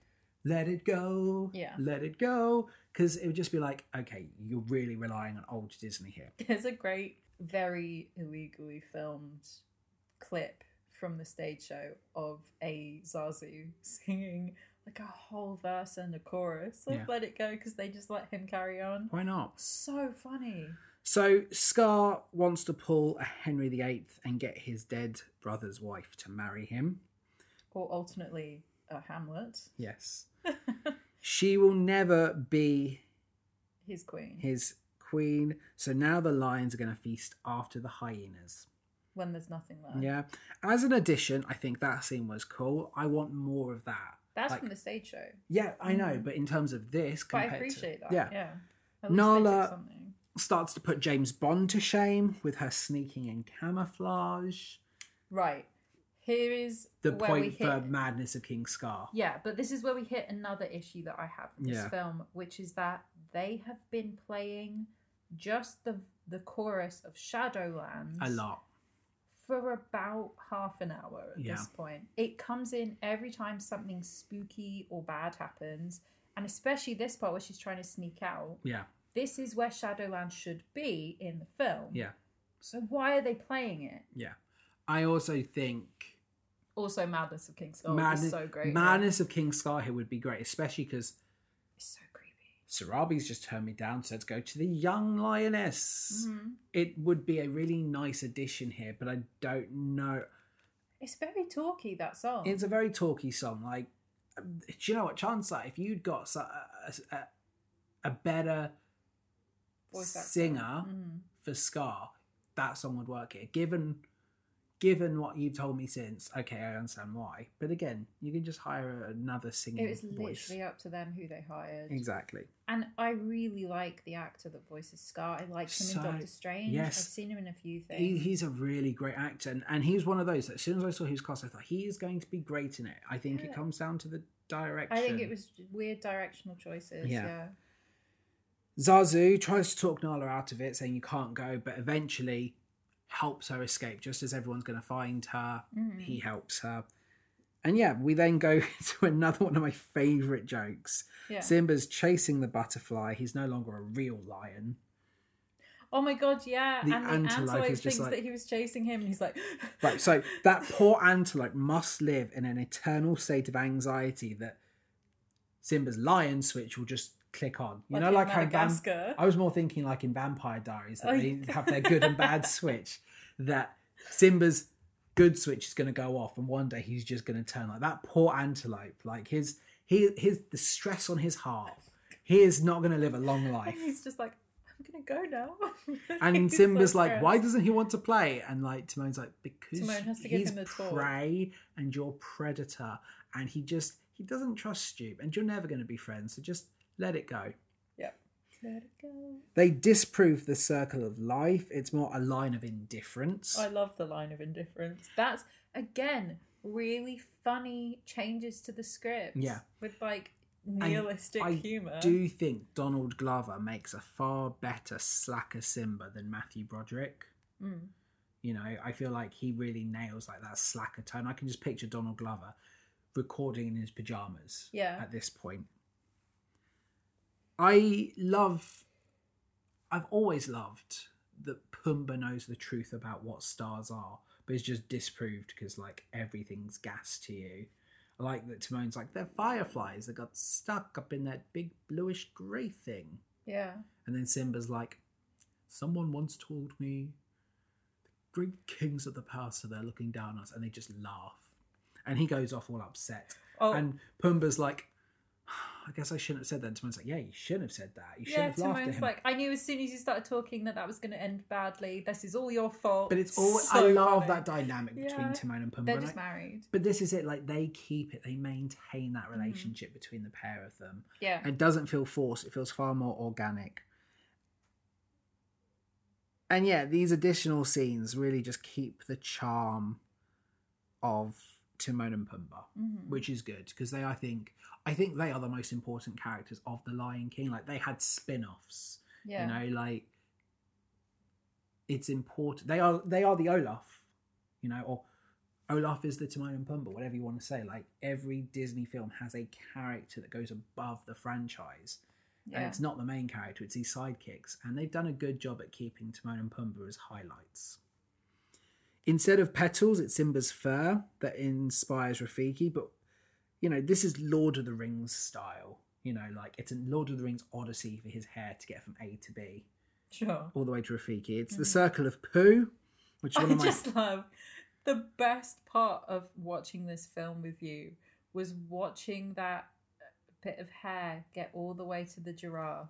Speaker 2: "Let it go,
Speaker 1: Yeah.
Speaker 2: let it go," because it would just be like, okay, you're really relying on old Disney here.
Speaker 1: There's a great, very illegally filmed clip from the stage show of a Zazu singing like a whole verse and a chorus of
Speaker 2: Yeah.
Speaker 1: Let It Go because they just let him carry on.
Speaker 2: Why not?
Speaker 1: So funny.
Speaker 2: So Scar wants to pull a Henry VIII and get his dead brother's wife to marry him.
Speaker 1: Or alternately, uh, Hamlet, [LAUGHS]
Speaker 2: Yes, she will never be
Speaker 1: his queen.
Speaker 2: his queen. So now the lions are going to feast after the hyenas.
Speaker 1: When there's nothing left.
Speaker 2: Yeah. As an addition, I think that scene was cool. I want more of that.
Speaker 1: That's
Speaker 2: Like-
Speaker 1: from the stage show.
Speaker 2: Yeah, I know,
Speaker 1: Mhm.
Speaker 2: but in terms of this,
Speaker 1: But I
Speaker 2: compared
Speaker 1: appreciate
Speaker 2: to,
Speaker 1: that. Yeah.
Speaker 2: Yeah,
Speaker 1: At least they took
Speaker 2: Nala-
Speaker 1: something.
Speaker 2: starts to put James Bond to shame with her sneaking and camouflage.
Speaker 1: Right. Here is
Speaker 2: The
Speaker 1: where we
Speaker 2: point
Speaker 1: hit
Speaker 2: for madness of King Scar.
Speaker 1: Yeah, but this is where we hit another issue that I have in this
Speaker 2: Yeah.
Speaker 1: film, which is that they have been playing just the the chorus of Shadowlands
Speaker 2: A lot.
Speaker 1: for about half an hour at
Speaker 2: Yeah.
Speaker 1: this point. It comes in every time something spooky or bad happens, and especially this part where she's trying to sneak out.
Speaker 2: Yeah,
Speaker 1: This is where Shadowlands should be in the film.
Speaker 2: yeah,
Speaker 1: So why are they playing it?
Speaker 2: yeah. I also think
Speaker 1: Also, Madness of King's Gold
Speaker 2: Madness,
Speaker 1: is Oh, so great. here.
Speaker 2: madness of King Scar here would be great, especially because
Speaker 1: It's so creepy.
Speaker 2: Sarabi's just turned me down, so let's go to the young lioness.
Speaker 1: Mhm.
Speaker 2: It would be a really nice addition here, but I don't know.
Speaker 1: It's very talky that song.
Speaker 2: It's a very talky song. Like, um, do you know what, Chancellor? If you'd got so- a, a, a better
Speaker 1: voice actor.
Speaker 2: singer
Speaker 1: Mhm.
Speaker 2: for Scar, that song would work here. Given, given what you've told me since, okay, I understand why. But again, you can just hire another singing
Speaker 1: It was
Speaker 2: voice.
Speaker 1: literally up to them who they hired.
Speaker 2: Exactly.
Speaker 1: And I really like the actor that voices Scar. I like him
Speaker 2: So-
Speaker 1: in Doctor Strange.
Speaker 2: yes.
Speaker 1: I've seen him in a few
Speaker 2: He,
Speaker 1: things.
Speaker 2: he's a really great actor, and, and he's one of those that as soon as I saw his cast, I thought he is going to be great in it. I think it
Speaker 1: Yeah.
Speaker 2: comes down to the direction.
Speaker 1: I think it was weird directional choices.
Speaker 2: Yeah.
Speaker 1: Yeah.
Speaker 2: Zazu tries to talk Nala out of it, saying you can't go, but eventually helps her escape. Just as everyone's going to find her,
Speaker 1: Mhm.
Speaker 2: he helps her. And yeah, we then go [LAUGHS] to another one of my favourite jokes.
Speaker 1: yeah.
Speaker 2: Simba's chasing the butterfly. He's no longer a real lion.
Speaker 1: oh my god, yeah.
Speaker 2: The
Speaker 1: and the
Speaker 2: antelope
Speaker 1: antelope,
Speaker 2: is just
Speaker 1: thinks
Speaker 2: like-
Speaker 1: that he was chasing him and he's like [LAUGHS]
Speaker 2: Right, so that poor antelope must live in an eternal state of anxiety that Simba's lion switch will just click on. You know,
Speaker 1: in
Speaker 2: like how Van-
Speaker 1: Madagascar.
Speaker 2: I was more thinking like in Vampire Diaries that
Speaker 1: Oh,
Speaker 2: they
Speaker 1: yeah.
Speaker 2: have their good
Speaker 1: [LAUGHS]
Speaker 2: and bad switch. That Simba's good switch is going to go off, and one day he's just going to turn like that poor antelope. Like his he his the stress on his heart. He is not going to live a long
Speaker 1: and
Speaker 2: life.
Speaker 1: [LAUGHS] he's just like, I'm gonna go now. [LAUGHS]
Speaker 2: And
Speaker 1: He's so
Speaker 2: Simba's like,
Speaker 1: stressed.
Speaker 2: why doesn't he want to play? And like Timon's like, because
Speaker 1: Timon has to give
Speaker 2: he's
Speaker 1: him the talk."
Speaker 2: prey and you're predator, and he just he doesn't trust you, and you're never going to be friends. So just let it go.
Speaker 1: Let it go.
Speaker 2: They disprove the circle of life. It's more a line of indifference.
Speaker 1: I love the line of indifference. That's again really funny changes to the script.
Speaker 2: Yeah.
Speaker 1: with like nihilistic
Speaker 2: I
Speaker 1: humor.
Speaker 2: do think Donald Glover makes a far better slacker Simba than Matthew Broderick.
Speaker 1: Mm.
Speaker 2: You know, I feel like he really nails like that slacker tone. I can just picture Donald Glover recording in his pajamas
Speaker 1: Yeah,
Speaker 2: at this point. I love I've always loved that Pumbaa knows the truth about what stars are, but it's just disproved because like everything's gas to you. I like that Timon's like they're fireflies that got stuck up in that big bluish grey thing,
Speaker 1: Yeah.
Speaker 2: and then Simba's like, someone once told me the great kings of the past are there looking down on us, and they just laugh, and he goes off all upset.
Speaker 1: Oh,
Speaker 2: And Pumbaa's like, I guess I shouldn't have said that. And Timon's like, yeah, you shouldn't have said that. You
Speaker 1: yeah.
Speaker 2: shouldn't have laughed at
Speaker 1: Timon's
Speaker 2: him.
Speaker 1: like, I knew as soon as you started talking that that was going to end badly. This is all your fault.
Speaker 2: but it's all
Speaker 1: "Oh,
Speaker 2: I
Speaker 1: So
Speaker 2: love
Speaker 1: funny.
Speaker 2: that dynamic between
Speaker 1: Yeah.
Speaker 2: Timon and Pumbaa.
Speaker 1: They're
Speaker 2: and
Speaker 1: just
Speaker 2: I-
Speaker 1: married.
Speaker 2: but this is it. Like they keep it. They maintain
Speaker 1: Mm.
Speaker 2: that relationship between the pair of them.
Speaker 1: Yeah.
Speaker 2: It doesn't feel forced. It feels far more organic. And yeah, these additional scenes really just keep the charm of Timon and Pumbaa.
Speaker 1: Mhm.
Speaker 2: which is good because they I think I think they are the most important characters of the Lion King. Like they had spin-offs,
Speaker 1: yeah.
Speaker 2: you know, like it's important. They are they are the Olaf, you know, or Olaf is the Timon and Pumbaa, whatever you want to say. Like every Disney film has a character that goes above the franchise, and
Speaker 1: yeah.
Speaker 2: it's not the main character; it's these sidekicks, and they've done a good job at keeping Timon and Pumbaa as highlights. Instead of petals, it's Simba's fur that inspires Rafiki. But you know, this is Lord of the Rings style. You know, like it's a Lord of the Rings odyssey for his hair to get from A to B,
Speaker 1: Sure.
Speaker 2: all the way to Rafiki. It's the
Speaker 1: Mhm.
Speaker 2: circle of poo, which is one
Speaker 1: I
Speaker 2: of my
Speaker 1: Oh, just love the best part of watching this film with you was watching that uh, bit of hair get all the way to the giraffe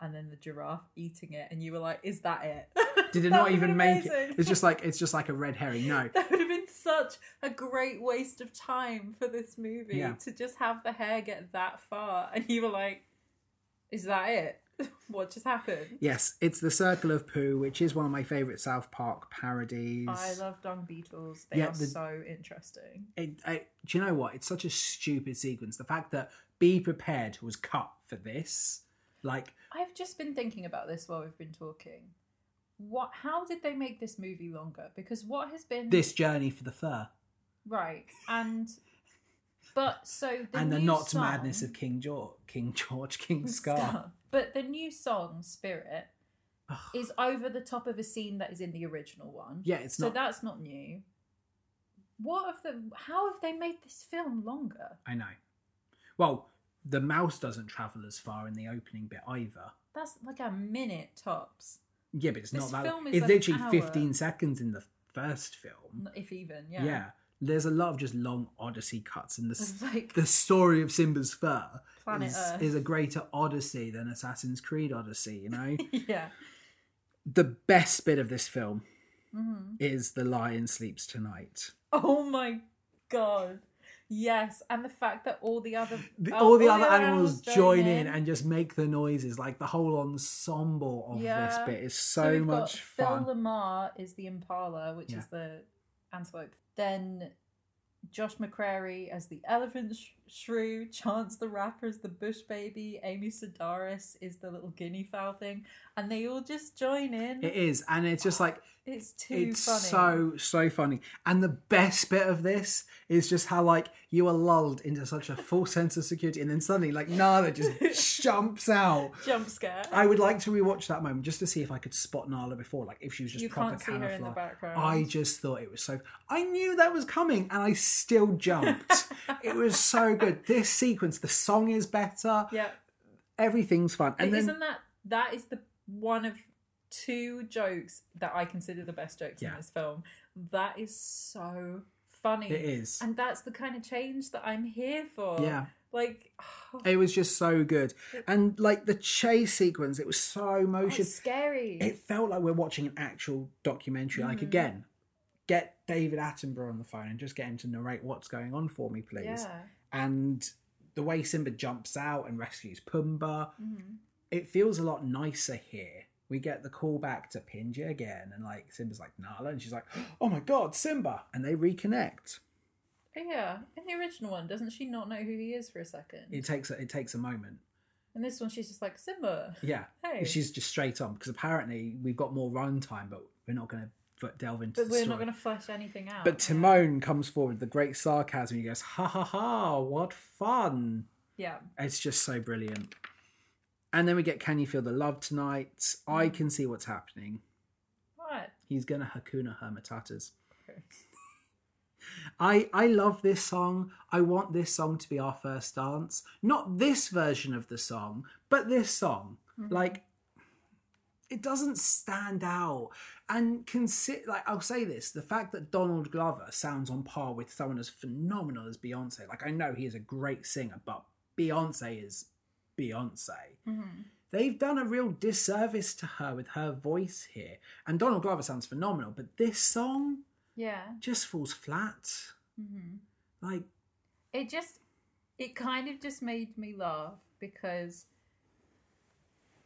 Speaker 1: and then the giraffe eating it and you were like is that it [LAUGHS]
Speaker 2: [LAUGHS] did
Speaker 1: That
Speaker 2: it not
Speaker 1: would've
Speaker 2: even
Speaker 1: been
Speaker 2: make it.
Speaker 1: amazing.
Speaker 2: It's just like it's just like a red herring. No,
Speaker 1: [LAUGHS] that would have been such a great waste of time for this movie
Speaker 2: Yeah.
Speaker 1: to just have the hair get that far and you were like is that it [LAUGHS] what just happened
Speaker 2: yes, it's the circle of poo, which is one of my favorite South Park parodies.
Speaker 1: I love dung beetles. They
Speaker 2: Yeah,
Speaker 1: are
Speaker 2: the-
Speaker 1: so interesting.
Speaker 2: it, I, do you know what? It's such a stupid sequence. The fact that "Be Prepared" was cut for this, like,
Speaker 1: I've just been thinking about this while we've been talking. What? How did they make this movie longer? Because what has been
Speaker 2: this journey for the fur
Speaker 1: right and but so the
Speaker 2: and the
Speaker 1: new
Speaker 2: not
Speaker 1: song-
Speaker 2: madness of King George, King George, [LAUGHS] King Scar.
Speaker 1: Scar. But the new song Spirit
Speaker 2: Ugh.
Speaker 1: is over the top of a scene that is in the original one.
Speaker 2: Yeah, it's
Speaker 1: so
Speaker 2: not.
Speaker 1: that's not new. What have the? How have they made this film longer?
Speaker 2: I know. Well, the mouse doesn't travel as far in the opening bit either.
Speaker 1: That's like a minute tops,
Speaker 2: Yeah, but it's
Speaker 1: This
Speaker 2: not that.
Speaker 1: film is
Speaker 2: it's
Speaker 1: an
Speaker 2: literally
Speaker 1: hour.
Speaker 2: fifteen seconds in the first film.
Speaker 1: if even.
Speaker 2: Yeah.
Speaker 1: Yeah.
Speaker 2: there's a lot of just long Odyssey cuts in
Speaker 1: It's
Speaker 2: this.
Speaker 1: like
Speaker 2: The story of Simba's fur
Speaker 1: planet
Speaker 2: is,
Speaker 1: Earth.
Speaker 2: is a greater odyssey than Assassin's Creed Odyssey, you know?
Speaker 1: [LAUGHS]
Speaker 2: [LAUGHS]
Speaker 1: yeah.
Speaker 2: the best bit of this film
Speaker 1: hmm
Speaker 2: is The Lion Sleeps Tonight.
Speaker 1: Oh my god. Yes, and the fact that all the other
Speaker 2: The-
Speaker 1: oh,
Speaker 2: all the other animals join in and just make the noises. Like the whole ensemble of this
Speaker 1: Yeah.
Speaker 2: bit is so,
Speaker 1: So we've got
Speaker 2: much
Speaker 1: Phil
Speaker 2: fun.
Speaker 1: Lamar is the impala, which
Speaker 2: Yeah.
Speaker 1: is the antelope. Then Josh McCrary as the elephant sh- shrew, Chance the Rapper as the bush baby, Amy Sedaris is the little guinea fowl thing, and they all just join in.
Speaker 2: It is, and it's just like
Speaker 1: It's too
Speaker 2: it's
Speaker 1: funny.
Speaker 2: so so funny. And the best bit of this is just how like you are lulled into such a full [LAUGHS] sense of security, and then suddenly like
Speaker 1: [LAUGHS]
Speaker 2: Nala just jumps out.
Speaker 1: jump scare.
Speaker 2: I would like to rewatch that moment just to see if I could spot Nala before, like if she was just
Speaker 1: you
Speaker 2: proper
Speaker 1: can't see her in the
Speaker 2: camouflage.
Speaker 1: background.
Speaker 2: I just thought it was so. I knew that was coming, and I still
Speaker 1: [LAUGHS]
Speaker 2: jumped. it was so good. This sequence, the song is better.
Speaker 1: yeah.
Speaker 2: Everything's fun, and then
Speaker 1: isn't that that is the one of two jokes that I consider the best jokes
Speaker 2: Yeah.
Speaker 1: in this film. That is so funny.
Speaker 2: it is.
Speaker 1: And that's the kind of change that I'm here for.
Speaker 2: Yeah,
Speaker 1: Like [SIGHS]
Speaker 2: it was just so good, and like the chase sequence, it was so
Speaker 1: oh,
Speaker 2: motion.
Speaker 1: it's scary.
Speaker 2: It felt like we're watching an actual documentary. Like
Speaker 1: Mhm.
Speaker 2: again, get David Attenborough on the phone and just get him to narrate what's going on for me, please.
Speaker 1: Yeah.
Speaker 2: And the way Simba jumps out and rescues Pumbaa.
Speaker 1: Mhm.
Speaker 2: it feels a lot nicer here. We get the call back to Pinja again, and like Simba's like Nala, and she's like, "Oh my god, Simba!" and they reconnect.
Speaker 1: Oh, yeah. In the original one, doesn't she not know who he is for a second?
Speaker 2: It takes a, it takes a moment.
Speaker 1: and this one she's just like, Simba.
Speaker 2: Yeah,
Speaker 1: Hey.
Speaker 2: she's just straight on because apparently we've got more runtime, but we're not going to delve into.
Speaker 1: but
Speaker 2: the
Speaker 1: we're
Speaker 2: story.
Speaker 1: not gonna flesh anything out.
Speaker 2: But Timon comes forward with the great sarcasm. He goes, "Ha ha ha! What fun!"
Speaker 1: Yeah.
Speaker 2: It's just so brilliant. And then we get Can You Feel the Love Tonight? I Can See What's Happening. He's gonna Hakuna Hermatatas. [LAUGHS] I I love this song. I want this song to be our first dance. Not this version of the song, but this song. Like it doesn't stand out. And consider like I'll say this, the fact that Donald Glover sounds on par with someone as phenomenal as Beyonce. Like I know he is a great singer, but Beyonce is Beyonce.
Speaker 1: Mm-hmm.
Speaker 2: They've done a real disservice to her with her voice here. And Donald Glover sounds phenomenal, but this song
Speaker 1: Yeah.
Speaker 2: just falls flat.
Speaker 1: hmm
Speaker 2: Like
Speaker 1: It just, it kind of just made me laugh because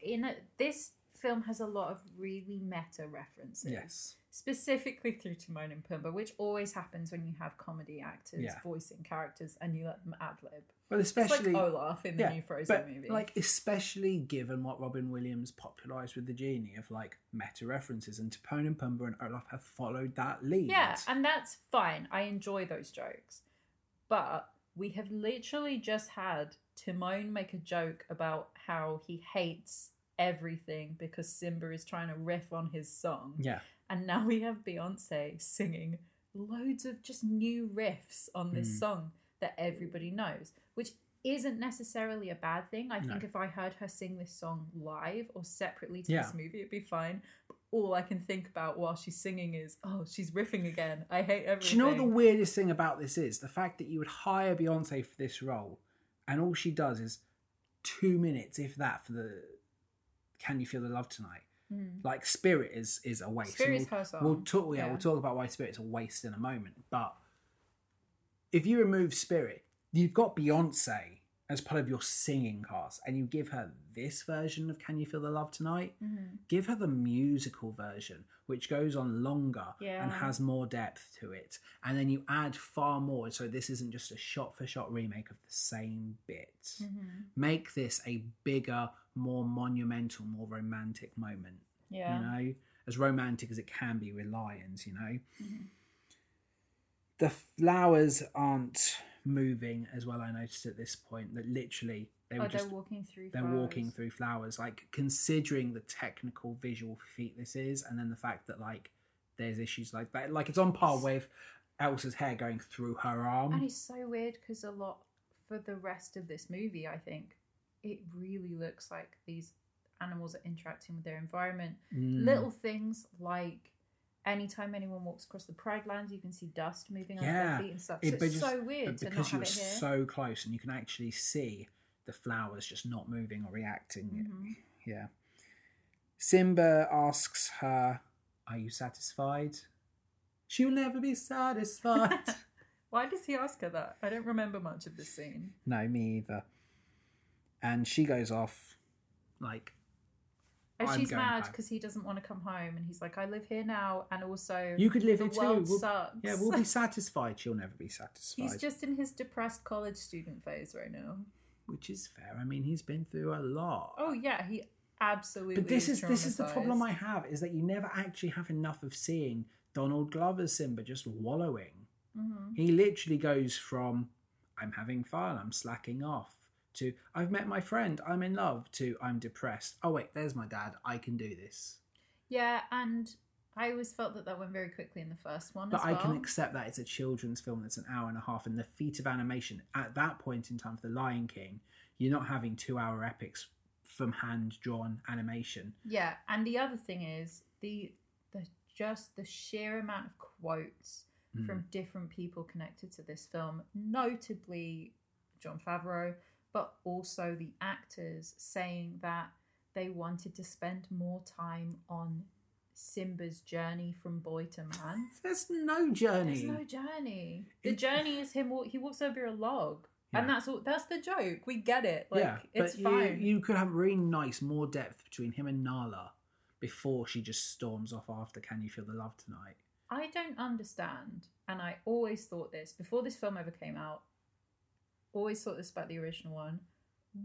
Speaker 1: in a, this film has a lot of really meta references.
Speaker 2: yes.
Speaker 1: specifically through Timon and Pumbaa, which always happens when you have comedy actors
Speaker 2: Yeah.
Speaker 1: voicing characters and you let them ad lib.
Speaker 2: But
Speaker 1: It's
Speaker 2: especially
Speaker 1: like Olaf in the
Speaker 2: yeah,
Speaker 1: new Frozen
Speaker 2: but
Speaker 1: movie.
Speaker 2: like especially given what Robin Williams popularized with the genie of like meta references and Topone and Pumbaa and Olaf have followed that lead.
Speaker 1: yeah, and that's fine. I enjoy those jokes, but we have literally just had Timon make a joke about how he hates everything because Simba is trying to riff on his song.
Speaker 2: yeah.
Speaker 1: And now we have Beyonce singing loads of just new riffs on this
Speaker 2: Mm.
Speaker 1: song that everybody knows, which isn't necessarily a bad thing. I think
Speaker 2: No.
Speaker 1: if I heard her sing this song live or separately to
Speaker 2: Yeah.
Speaker 1: this movie, it'd be fine. But all I can think about while she's singing is, oh, she's riffing again. I hate
Speaker 2: Do
Speaker 1: everything.
Speaker 2: you know what the weirdest thing about this is? The fact that you would hire Beyonce for this role and all she does is two minutes, if that, for the Can You Feel the Love Tonight?
Speaker 1: Mm.
Speaker 2: Like Spirit is is a waste.
Speaker 1: Spirit
Speaker 2: And
Speaker 1: is her song.
Speaker 2: We'll talk. Yeah,
Speaker 1: Yeah.
Speaker 2: we'll talk about why spirit's a waste in a moment. But if you remove spirit, you've got Beyonce as part of your singing cast, and you give her this version of "Can You Feel the Love Tonight."
Speaker 1: Mhm.
Speaker 2: Give her the musical version, which goes on longer
Speaker 1: Yeah.
Speaker 2: and has more depth to it, and then you add far more. So this isn't just a shot-for-shot remake of the same bit.
Speaker 1: Mhm.
Speaker 2: Make this a bigger, more monumental, more romantic moment
Speaker 1: Yeah.
Speaker 2: you know, as romantic as it can be with lions, you know.
Speaker 1: Mhm.
Speaker 2: The flowers aren't moving as well, I noticed at this point, that literally they were
Speaker 1: oh,
Speaker 2: just
Speaker 1: they're walking through.
Speaker 2: they're
Speaker 1: flowers.
Speaker 2: walking through flowers. Like considering the technical visual feat this is, and then the fact that like there's issues like that. Like it's on par with Elsa's hair going through her arm.
Speaker 1: And it's so weird because a lot for the rest of this movie, I think it really looks like these animals are interacting with their environment.
Speaker 2: Mm.
Speaker 1: Little things like anytime anyone walks across the Pride Lands, you can see dust moving on their
Speaker 2: Yeah.
Speaker 1: feet and stuff. So
Speaker 2: It- but
Speaker 1: it's
Speaker 2: just-
Speaker 1: so weird
Speaker 2: But
Speaker 1: to not
Speaker 2: because you
Speaker 1: have
Speaker 2: were
Speaker 1: it here.
Speaker 2: so close and you can actually see the flowers just not moving or reacting
Speaker 1: Mhm.
Speaker 2: Yeah. Simba asks her, Are you satisfied? She'll never be satisfied.
Speaker 1: [LAUGHS] Why does he ask her that? I don't remember much of this scene.
Speaker 2: no, me either. And she goes off, like,
Speaker 1: And
Speaker 2: I'm
Speaker 1: she's
Speaker 2: going
Speaker 1: mad
Speaker 2: home.
Speaker 1: because he doesn't want to come home, and he's like, "I live here now, and also
Speaker 2: You could live
Speaker 1: the
Speaker 2: here too.
Speaker 1: world
Speaker 2: We'll-
Speaker 1: sucks."
Speaker 2: Yeah,
Speaker 1: [LAUGHS]
Speaker 2: we'll be satisfied. She'll never be satisfied.
Speaker 1: He's just in his depressed college student phase right now.
Speaker 2: Which is fair. I mean, he's been through a lot.
Speaker 1: Oh yeah, he absolutely.
Speaker 2: But this is this is the problem I have is that you never actually have enough of seeing Donald Glover's Simba just wallowing.
Speaker 1: hmm
Speaker 2: He literally goes from I'm having fun, I'm slacking off to I've met my friend, I'm in love to I'm depressed. Oh wait, there's my dad. I can do this.
Speaker 1: Yeah, and I always felt that that went very quickly in the first one.
Speaker 2: But
Speaker 1: as
Speaker 2: I
Speaker 1: well.
Speaker 2: can accept that it's a children's film that's an hour and a half and the feat of animation at that point in time for The Lion King, you're not having 2-hour epics from hand drawn animation.
Speaker 1: Yeah, and the other thing is the the just the sheer amount of quotes
Speaker 2: Mm.
Speaker 1: from different people connected to this film, notably John Favreau, but also the actors saying that they wanted to spend more time on Simba's journey from boy to man.
Speaker 2: There's no journey.
Speaker 1: There's no journey. The
Speaker 2: It-
Speaker 1: journey is him. wa- He walks over a log, and
Speaker 2: Yeah.
Speaker 1: that's all. That's the joke. We get it. Like
Speaker 2: yeah,
Speaker 1: it's
Speaker 2: but you-
Speaker 1: fine.
Speaker 2: You, could have really nice, more depth between him and Nala before she just storms off after Can You Feel the Love Tonight?
Speaker 1: I don't understand, and I always thought this before this film ever came out. Always thought this about the original one.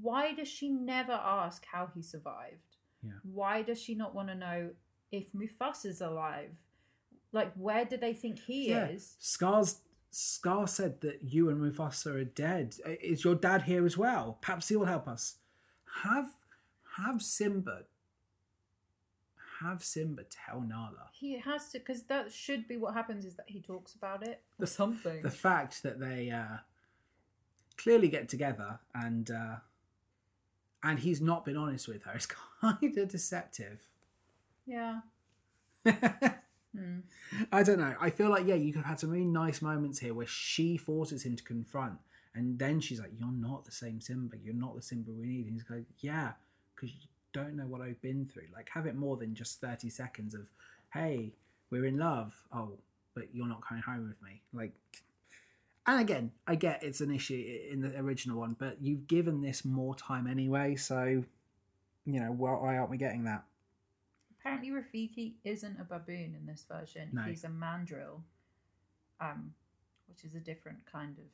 Speaker 1: Why does she never ask how he survived?
Speaker 2: Yeah.
Speaker 1: Why does she not want to know if Mufasa's alive? Like, where do they think he
Speaker 2: Yeah.
Speaker 1: is?
Speaker 2: Scar's Scar said that you and Mufasa are dead. I- Is your dad here as well? Perhaps he will help us. Have have Simba have Simba tell Nala.
Speaker 1: He has to, because that should be what happens is that he talks about it
Speaker 2: The-
Speaker 1: or something.
Speaker 2: The fact that they uh, clearly get together and uh, and he's not been honest with her is [LAUGHS] kind of deceptive.
Speaker 1: yeah. Hmm.
Speaker 2: I don't know. I feel like yeah, you could have had some really nice moments here where she forces him to confront, and then she's like, "You're not the same Simba. You're not the Simba we need." And he's like, "Yeah, because you don't know what I've been through. Like, have it more than just thirty seconds of, hey, we're in love. Oh, but you're not coming home with me. Like." And again, I get it's an issue i- in the original one, but you've given this more time anyway, so you know why why aren't we getting that?
Speaker 1: Apparently, Rafiki isn't a baboon in this version.
Speaker 2: No.
Speaker 1: He's a mandrill, um, which is a different kind of.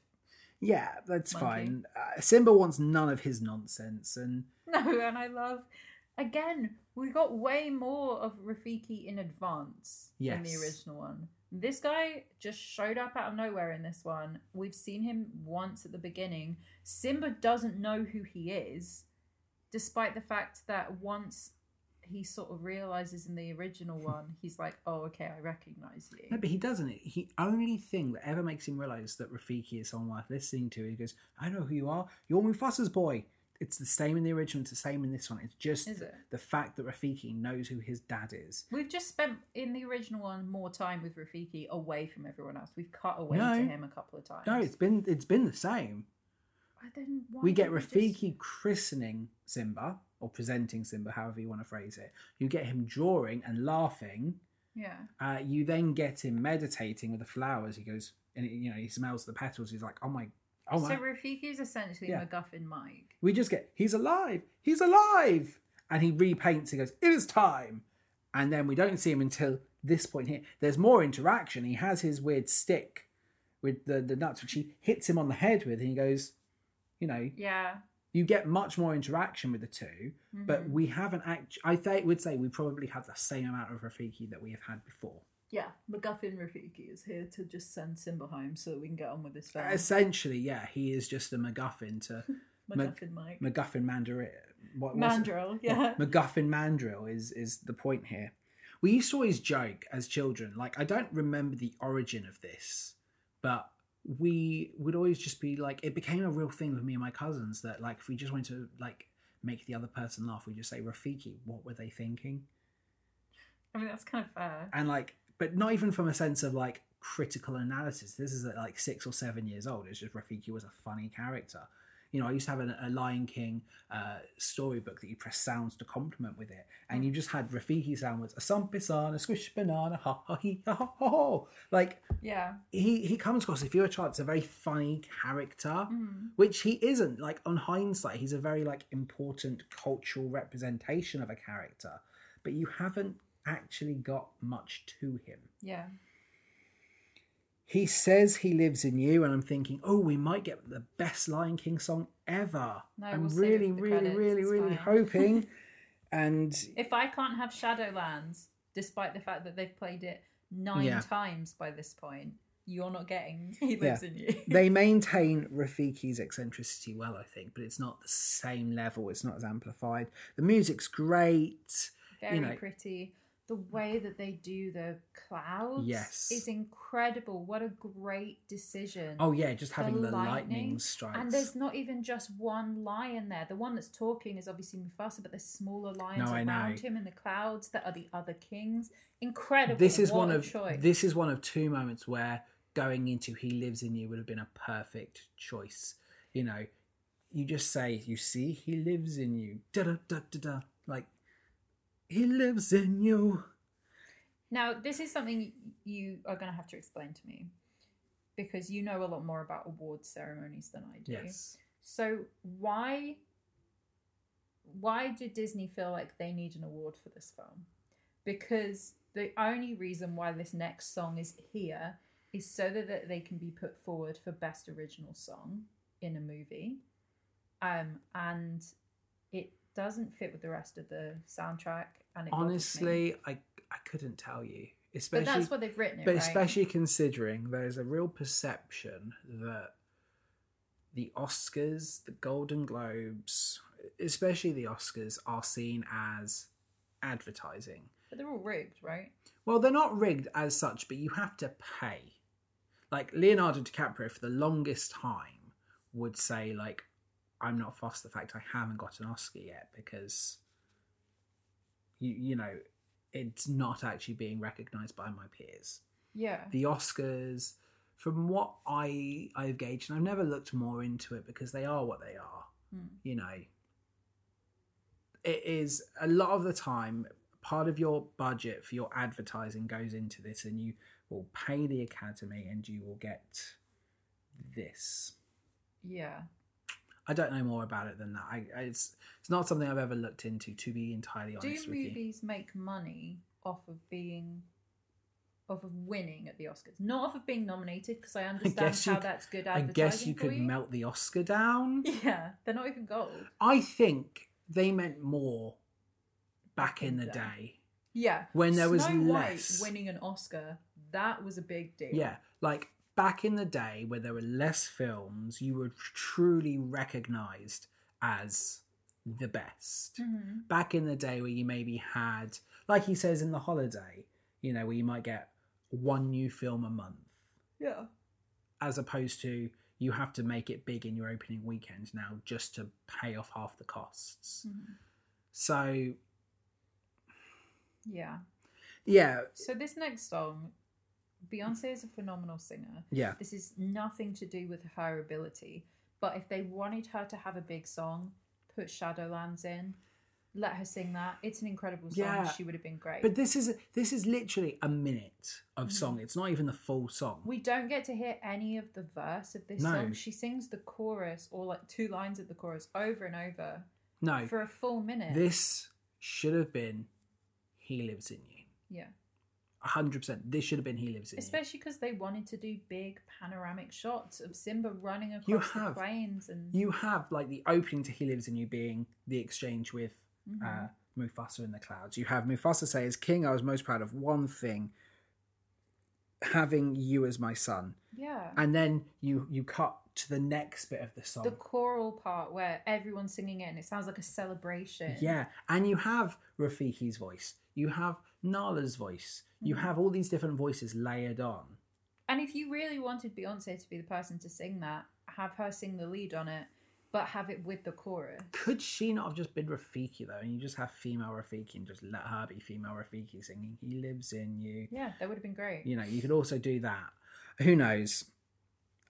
Speaker 2: Yeah, that's
Speaker 1: Monkey.
Speaker 2: fine. Uh, Simba wants none of his nonsense, and
Speaker 1: [LAUGHS] No, and I love. Again, we got way more of Rafiki in advance than the
Speaker 2: Yes.
Speaker 1: original one. This guy just showed up out of nowhere in this one. We've seen him once at the beginning. Simba doesn't know who he is, despite the fact that once he sort of realizes in the
Speaker 2: [LAUGHS]
Speaker 1: original one, he's like, oh, okay, I recognize you.
Speaker 2: no, but he doesn't. He only thing that ever makes him realize that Rafiki is someone worth listening to. He goes, "I know who you are. You're Mufasa's boy." It's the same in the original. It's the same in this one. It's just
Speaker 1: Is it?
Speaker 2: the fact that Rafiki knows who his dad is.
Speaker 1: We've just spent in the original one more time with Rafiki away from everyone else. We've cut away
Speaker 2: No.
Speaker 1: to him a couple of times.
Speaker 2: No, it's been it's been the same.
Speaker 1: I then why
Speaker 2: we get
Speaker 1: don't we
Speaker 2: Rafiki
Speaker 1: just-
Speaker 2: christening Simba or presenting Simba, however you want to phrase it. You get him drawing and laughing.
Speaker 1: Yeah,
Speaker 2: Uh, you then get him meditating with the flowers. He goes, and you know, he smells the petals. He's like, "Oh my, oh my!"
Speaker 1: so Rafiki is essentially
Speaker 2: Yeah.
Speaker 1: MacGuffin Mike.
Speaker 2: we just get, "He's alive! He's alive!" And he repaints. He goes, "It is time!" And then we don't see him until this point here. There's more interaction. He has his weird stick with the the nuts, which he hits him on the head with, and he goes, "You know,
Speaker 1: Yeah,
Speaker 2: you get much more interaction with the 2 But
Speaker 1: mhm.
Speaker 2: we haven't act. I th- would say we probably have the same amount of Rafiki that we have had before."
Speaker 1: yeah, MacGuffin Rafiki is here to just send Simba home so that we can get on with this uh, film.
Speaker 2: Essentially, yeah, he is just a MacGuffin to
Speaker 1: MacGuffin Mike,
Speaker 2: MacGuffin Mandarin. What was it?
Speaker 1: Mandrill. Yeah,
Speaker 2: MacGuffin Mandrill is is the point here. We used to always joke as children, like I don't remember the origin of this, but we would always just be like, it became a real thing with me and my cousins that like if we just wanted to like make the other person laugh, we just say Rafiki. What were they thinking?
Speaker 1: [LAUGHS] I mean that's kind of fair.
Speaker 2: And like, but not even from a sense of like critical analysis. This is at like six or seven years old. It's just Rafiki was a funny character. You know, I used to have an, a Lion King uh, storybook that you press sounds to complement with it, and you just had Rafiki sound words: a sumpisan, a squish banana, ha ha he ha ha ho ho. Like
Speaker 1: Yeah,
Speaker 2: he he comes across if you're a child, it's a very funny character,
Speaker 1: Mhm.
Speaker 2: which he isn't. Like on hindsight, he's a very like important cultural representation of a character, but you haven't actually got much to him.
Speaker 1: yeah.
Speaker 2: He says he lives in you, and I'm thinking, oh, we might get the best Lion King song ever.
Speaker 1: No,
Speaker 2: I'm
Speaker 1: we'll save it
Speaker 2: really,
Speaker 1: for the
Speaker 2: really,
Speaker 1: credits,
Speaker 2: really,
Speaker 1: it's fine.
Speaker 2: really
Speaker 1: [LAUGHS]
Speaker 2: hoping. and
Speaker 1: If I can't have Shadowlands, despite the fact that they've played it nine
Speaker 2: Yeah.
Speaker 1: times by this point, you're not getting. [LAUGHS] He lives in you.
Speaker 2: they maintain Rafiki's eccentricity well, I think, but it's not the same level. It's not as amplified. The music's great.
Speaker 1: very
Speaker 2: know.
Speaker 1: pretty. The way that they do the clouds
Speaker 2: Yes.
Speaker 1: is incredible. What a great decision.
Speaker 2: Oh yeah, just having the, lightning,
Speaker 1: lightning,
Speaker 2: strikes.
Speaker 1: and there's not even just one lion there. The one that's talking is obviously Mufasa, but there's smaller lions
Speaker 2: No, I
Speaker 1: around
Speaker 2: know.
Speaker 1: him in the clouds that are the other kings. Incredible.
Speaker 2: this is
Speaker 1: What
Speaker 2: one
Speaker 1: a
Speaker 2: of
Speaker 1: choice.
Speaker 2: this is one of two moments where going into "He lives in you" would have been a perfect choice. You know, you just say, "You see, he lives in you." Da da da da da. Like he lives in you.
Speaker 1: Now, this is something you are going to have to explain to me because you know a lot more about award ceremonies than I do.
Speaker 2: Yes.
Speaker 1: So why why did Disney feel like they need an award for this film? Because the only reason why this next song is here is so that, that they can be put forward for best original song in a movie. Um and it doesn't fit with the rest of the soundtrack and it bothers me.
Speaker 2: Honestly, I I couldn't tell you.
Speaker 1: but
Speaker 2: Especially
Speaker 1: that's what they've written it,
Speaker 2: But
Speaker 1: right?
Speaker 2: especially considering there's a real perception that the Oscars, the Golden Globes, especially the Oscars, are seen as advertising.
Speaker 1: But they're all rigged, right?
Speaker 2: Well, they're not rigged as such, but you have to pay. Like Leonardo DiCaprio, for the longest time, would say like, "I'm not fussed the fact I haven't got an Oscar yet because, you you know, it's not actually being recognised by my peers."
Speaker 1: Yeah.
Speaker 2: the Oscars, from what I I've gauged, and I've never looked more into it because they are what they are.
Speaker 1: Hmm.
Speaker 2: You know, it is a lot of the time part of your budget for your advertising goes into this, and you will pay the Academy, and you will get this.
Speaker 1: Yeah.
Speaker 2: I don't know more about it than that. I, I it's it's not something I've ever looked into. To be entirely
Speaker 1: Do
Speaker 2: honest with you,
Speaker 1: movies make money off of being off of winning at the Oscars? Not off of being nominated, because
Speaker 2: [LAUGHS]
Speaker 1: I understand
Speaker 2: guess you
Speaker 1: how
Speaker 2: c-
Speaker 1: that's good
Speaker 2: I
Speaker 1: advertising.
Speaker 2: guess you
Speaker 1: for
Speaker 2: could melt the Oscar down.
Speaker 1: [LAUGHS] Yeah, they're not even gold.
Speaker 2: I think they meant more back in the
Speaker 1: Yeah.
Speaker 2: day
Speaker 1: Yeah.
Speaker 2: when there was
Speaker 1: Snow
Speaker 2: less.
Speaker 1: White winning an Oscar, that was a big deal.
Speaker 2: Yeah, like back in the day where there were less films, you were truly recognized as the best.
Speaker 1: hmm
Speaker 2: Back in the day where you maybe had, like he says in The Holiday, you know, where you might get one new film a month,
Speaker 1: Yeah.
Speaker 2: as opposed to you have to make it big in your opening weekend now just to pay off half the costs.
Speaker 1: Mhm.
Speaker 2: So,
Speaker 1: Yeah.
Speaker 2: yeah,
Speaker 1: So this next song, Beyonce is a phenomenal singer.
Speaker 2: yeah.
Speaker 1: This is nothing to do with her ability, but if they wanted her to have a big song, put Shadowlands in, let her sing that. It's an incredible song.
Speaker 2: Yeah.
Speaker 1: She would have been great.
Speaker 2: But this is this is literally a minute of
Speaker 1: Mhm.
Speaker 2: song. It's not even the full song.
Speaker 1: we don't get to hear any of the verse of this
Speaker 2: No.
Speaker 1: song. She sings the chorus or like two lines of the chorus over and over
Speaker 2: no,
Speaker 1: for a full minute.
Speaker 2: this should have been "He Lives in You."
Speaker 1: yeah.
Speaker 2: A hundred percent. This should have been "He Lives in
Speaker 1: Especially because they wanted to do big panoramic shots of Simba running across
Speaker 2: You
Speaker 1: the
Speaker 2: have-
Speaker 1: plains and
Speaker 2: You." You have like the opening to "He Lives in You" being the exchange with
Speaker 1: Mhm.
Speaker 2: uh, Mufasa in the clouds. You have Mufasa say, "As king, I was most proud of one thing: having you as my son."
Speaker 1: yeah.
Speaker 2: And then you you cut to the next bit of the song.
Speaker 1: the choral part where everyone's singing it and it sounds like a celebration.
Speaker 2: Yeah, and you have Rafiki's voice, you have Nala's voice, you
Speaker 1: Mhm.
Speaker 2: have all these different voices layered on.
Speaker 1: And if you really wanted Beyonce to be the person to sing that, have her sing the lead on it, but have it with the chorus.
Speaker 2: Could she not have just been Rafiki though, and you just have female Rafiki and just let her be female Rafiki singing "He lives in you"?
Speaker 1: Yeah, that would have been great.
Speaker 2: You know, you could also do that. Who knows?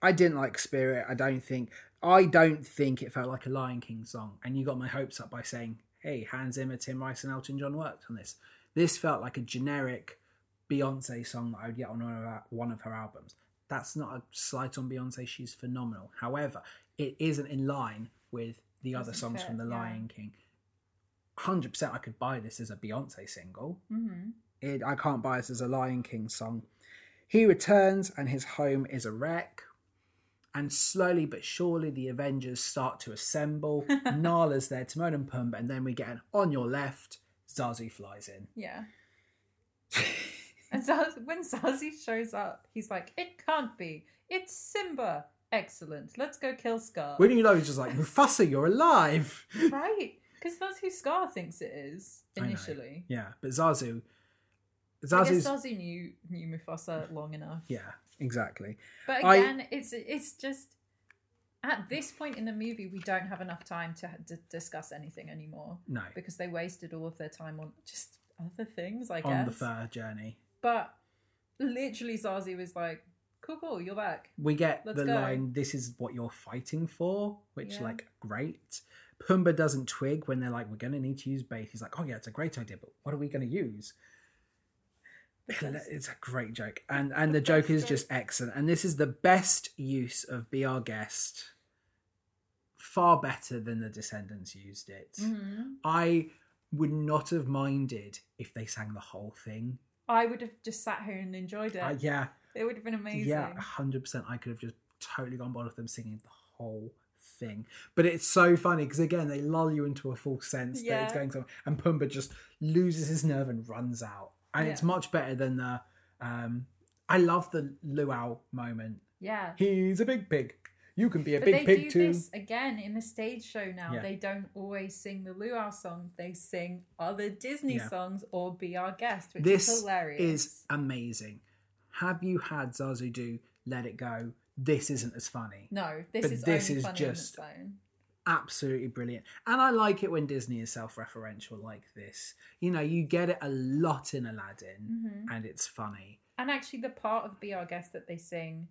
Speaker 2: I didn't like Spirit. I don't think. I don't think it felt like a Lion King song. And you got my hopes up by saying, "Hey, Hans Zimmer, Tim Rice, and Elton John worked on this." This felt like a generic Beyonce song that I would get on one of her, one of her albums. That's not a slight on Beyonce. She's phenomenal. However, it isn't in line with the other
Speaker 1: Doesn't
Speaker 2: songs
Speaker 1: fit,
Speaker 2: from the
Speaker 1: yeah.
Speaker 2: Lion King. Hundred percent, I could buy this as a Beyonce single
Speaker 1: hmm
Speaker 2: it, I can't buy this as a Lion King song. He returns and his home is a wreck. And slowly but surely, the Avengers start
Speaker 1: [LAUGHS]
Speaker 2: to assemble. Nala's there, Timon and Pumbaa, and then we get an on your left. Zazu flies in. [LAUGHS]
Speaker 1: Yeah. and Zaz- when Zazie shows up, he's like, it can't be. It's Simba. Excellent. Let's go kill Scar.
Speaker 2: When you know, he's just like Mufasa, you're alive.
Speaker 1: Right? Because that's who Scar thinks it is
Speaker 2: I know.
Speaker 1: initially.
Speaker 2: Yeah, but Zazu,
Speaker 1: I guess
Speaker 2: Zazu's
Speaker 1: Zazie knew, knew Mufasa long enough.
Speaker 2: yeah, exactly.
Speaker 1: But
Speaker 2: I-
Speaker 1: again, it's it's just at this point in the movie, we don't have enough time to d- discuss anything anymore
Speaker 2: No,
Speaker 1: because they wasted all of their time on just other things, I guess.
Speaker 2: on the fur journey,
Speaker 1: But literally, Zazie was like, "Cool, cool, you're back."
Speaker 2: we get
Speaker 1: Let's
Speaker 2: the
Speaker 1: go.
Speaker 2: line this is what you're fighting for which
Speaker 1: Yeah.
Speaker 2: like great Pumbaa doesn't twig when they're like we're going to need to use bait he's like oh yeah it's a great idea but what are we going to use
Speaker 1: Because-
Speaker 2: it's a great joke and and the joke is just excellent and this is the best use of be our guest far better than the descendants used it
Speaker 1: Mhm.
Speaker 2: i would not have minded if they sang the whole thing
Speaker 1: I would have just sat here and enjoyed it.
Speaker 2: Uh, yeah
Speaker 1: it would have been amazing.
Speaker 2: yeah, hundred percent. I could have just totally gone bored with them singing the whole thing, but it's so funny because again they lull you into a false sense that it's
Speaker 1: Yeah.
Speaker 2: going somewhere, and Pumbaa just loses his nerve and runs out, and it's
Speaker 1: Yeah.
Speaker 2: much better than the. Um, I love the luau moment.
Speaker 1: yeah.
Speaker 2: He's a big pig. You can be a
Speaker 1: But
Speaker 2: big
Speaker 1: they
Speaker 2: pig
Speaker 1: do
Speaker 2: too.
Speaker 1: this again in the stage show now.
Speaker 2: Yeah.
Speaker 1: They don't always sing the Luau song. They sing other Disney
Speaker 2: Yeah.
Speaker 1: songs or Be Our Guest, which is
Speaker 2: This
Speaker 1: hilarious.
Speaker 2: is amazing. Have you had Zazu do Let It Go? This isn't as funny.
Speaker 1: no, this
Speaker 2: but
Speaker 1: is
Speaker 2: this
Speaker 1: only
Speaker 2: is
Speaker 1: funny
Speaker 2: just-
Speaker 1: on its own.
Speaker 2: absolutely brilliant and i like it when disney is self-referential like this you know you get it a lot in aladdin
Speaker 1: Mhm.
Speaker 2: and it's funny
Speaker 1: And actually, the part of Be Our Guest that they sing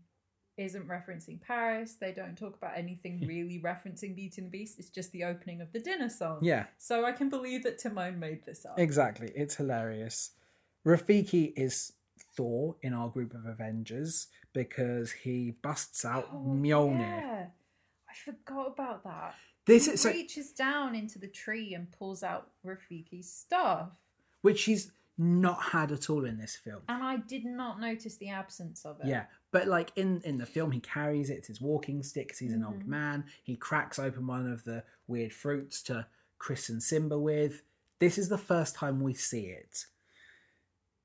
Speaker 1: isn't referencing Paris. They don't talk about
Speaker 2: [LAUGHS]
Speaker 1: anything really referencing Beauty and the Beast. It's just the opening of the dinner song.
Speaker 2: yeah
Speaker 1: So I can believe that Timon made this up.
Speaker 2: exactly it's hilarious rafiki is thor in our group of avengers because he busts out
Speaker 1: Oh,
Speaker 2: mjolnir
Speaker 1: yeah. I forgot about that.
Speaker 2: this
Speaker 1: he
Speaker 2: is so,
Speaker 1: reaches down into the tree and pulls out Rafiki's staff.
Speaker 2: which she's not had at all in this film
Speaker 1: And I did not notice the absence of it.
Speaker 2: Yeah, but like in in the film, he carries it. It's his walking sticks. He's an old
Speaker 1: Mhm.
Speaker 2: man. He cracks open one of the weird fruits to Chris and Simba with. This is the first time we see it.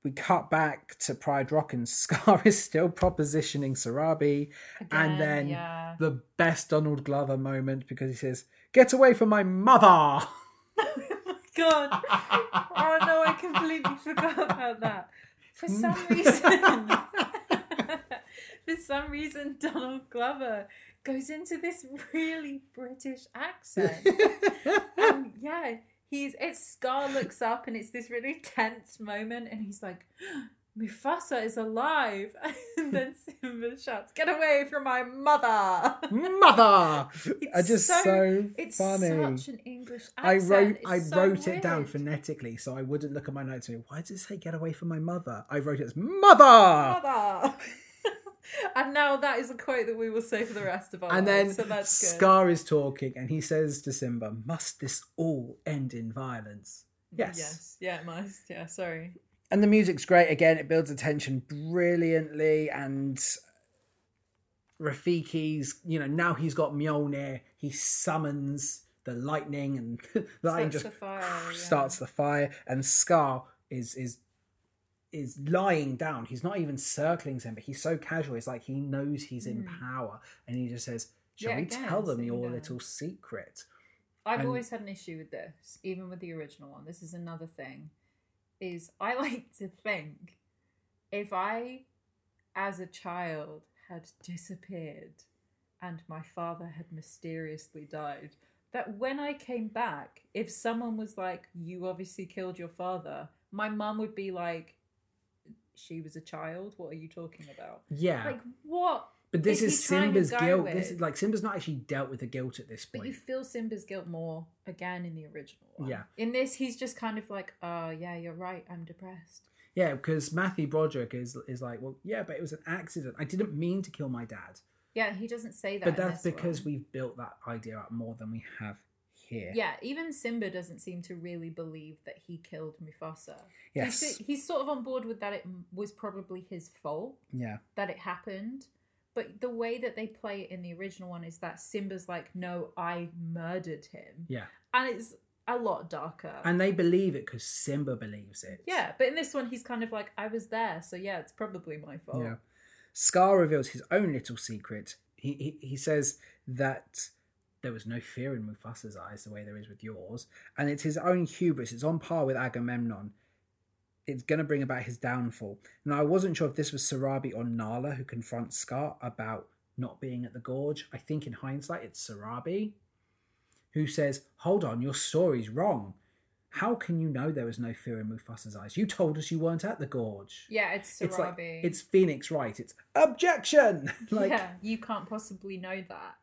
Speaker 2: We cut back to Pride Rock, and [LAUGHS] Scar is still propositioning Sarabi.
Speaker 1: Again,
Speaker 2: And then- [LAUGHS]
Speaker 1: yeah.
Speaker 2: The best Donald Glover moment because he says, "Get away from my
Speaker 1: [LAUGHS]
Speaker 2: mother." [LAUGHS]
Speaker 1: God. Oh no, I completely [LAUGHS] forgot about that. For some
Speaker 2: Mm.
Speaker 1: reason
Speaker 2: [LAUGHS]
Speaker 1: For some reason Donald Glover goes into this really British
Speaker 2: [LAUGHS]
Speaker 1: accent. um, yeah, he's it's Scar looks up and it's this really tense moment, and he's like, [GASPS] Mufasa is alive, [LAUGHS] and then Simba shouts, "Get away from my mother!"
Speaker 2: mother.
Speaker 1: It's
Speaker 2: I just so,
Speaker 1: so- It's
Speaker 2: funny.
Speaker 1: such an English accent.
Speaker 2: I wrote
Speaker 1: It's
Speaker 2: I
Speaker 1: so
Speaker 2: wrote it down
Speaker 1: weird.
Speaker 2: phonetically so I wouldn't look at my notes and go, why does it say get away from my mother? I wrote it as mother.
Speaker 1: mother. [LAUGHS] and now that is a quote that we will say for the rest of our
Speaker 2: And then
Speaker 1: lives. so that's good.
Speaker 2: Scar is talking and he says to Simba, Must this all end in violence? Yes.
Speaker 1: yes, yeah, it must. Yeah, sorry.
Speaker 2: And the music's great again, it builds the tension brilliantly and Rafiki's, you know, now he's got Mjolnir, he summons the lightning and [LAUGHS] the lightning
Speaker 1: Starts
Speaker 2: just
Speaker 1: the
Speaker 2: [SIGHS]
Speaker 1: fire, Oh, yeah.
Speaker 2: starts the fire and Scar is is is lying down. He's not even circling Simba. He's so casual. It's like he knows he's in
Speaker 1: Mm.
Speaker 2: power and he just says, Shall
Speaker 1: Yeah,
Speaker 2: we
Speaker 1: again,
Speaker 2: tell them
Speaker 1: sitting
Speaker 2: your
Speaker 1: down.
Speaker 2: little secret?
Speaker 1: I've
Speaker 2: And-
Speaker 1: always had an issue with this, even with the original one. This is another thing. Is I [LAUGHS] like to think if I, as a child, had disappeared and my father had mysteriously died, that when I came back, if someone was like, You obviously killed your father, my mum would be like, She was a child? What are you talking about?
Speaker 2: Yeah.
Speaker 1: Like, what?
Speaker 2: but this
Speaker 1: is
Speaker 2: is
Speaker 1: he trying to
Speaker 2: Simba's
Speaker 1: go
Speaker 2: guilt. This
Speaker 1: with?
Speaker 2: is like Simba's not actually dealt with the guilt at this
Speaker 1: But
Speaker 2: point.
Speaker 1: you feel Simba's guilt more again in the original one.
Speaker 2: Yeah.
Speaker 1: In this, he's just kind of like, oh, yeah, you're right. I'm depressed.
Speaker 2: Yeah, because Matthew Broderick is is like, well, yeah, but it was an accident. I didn't mean to kill my dad.
Speaker 1: Yeah, he doesn't say that.
Speaker 2: but that's because we've built that idea up more than we have here.
Speaker 1: Yeah, even Simba doesn't seem to really believe that he killed Mufasa.
Speaker 2: Yes.
Speaker 1: He's, he's sort of on board with that it was probably his fault
Speaker 2: yeah.
Speaker 1: that it happened. But the way that they play it in the original one is that Simba's like, no, I murdered him.
Speaker 2: Yeah.
Speaker 1: And it's a lot darker.
Speaker 2: And they believe it because Simba believes it.
Speaker 1: yeah, but in this one, he's kind of like, I was there, so yeah, it's probably my fault.
Speaker 2: Yeah. Scar reveals his own little secret. He, he he says that there was no fear in Mufasa's eyes the way there is with yours, and it's his own hubris. It's on par with Agamemnon. It's going to bring about his downfall. Now, I wasn't sure if this was Sarabi or Nala who confronts Scar about not being at the gorge. I think in hindsight, it's Sarabi who says, Hold on, your story's wrong. How can you know there was no fear in Mufasa's eyes? You told us you weren't at the gorge
Speaker 1: Yeah, it's Sarabi.
Speaker 2: it's like it's Phoenix Wright. It's objection. [LAUGHS] like
Speaker 1: yeah, you can't possibly know that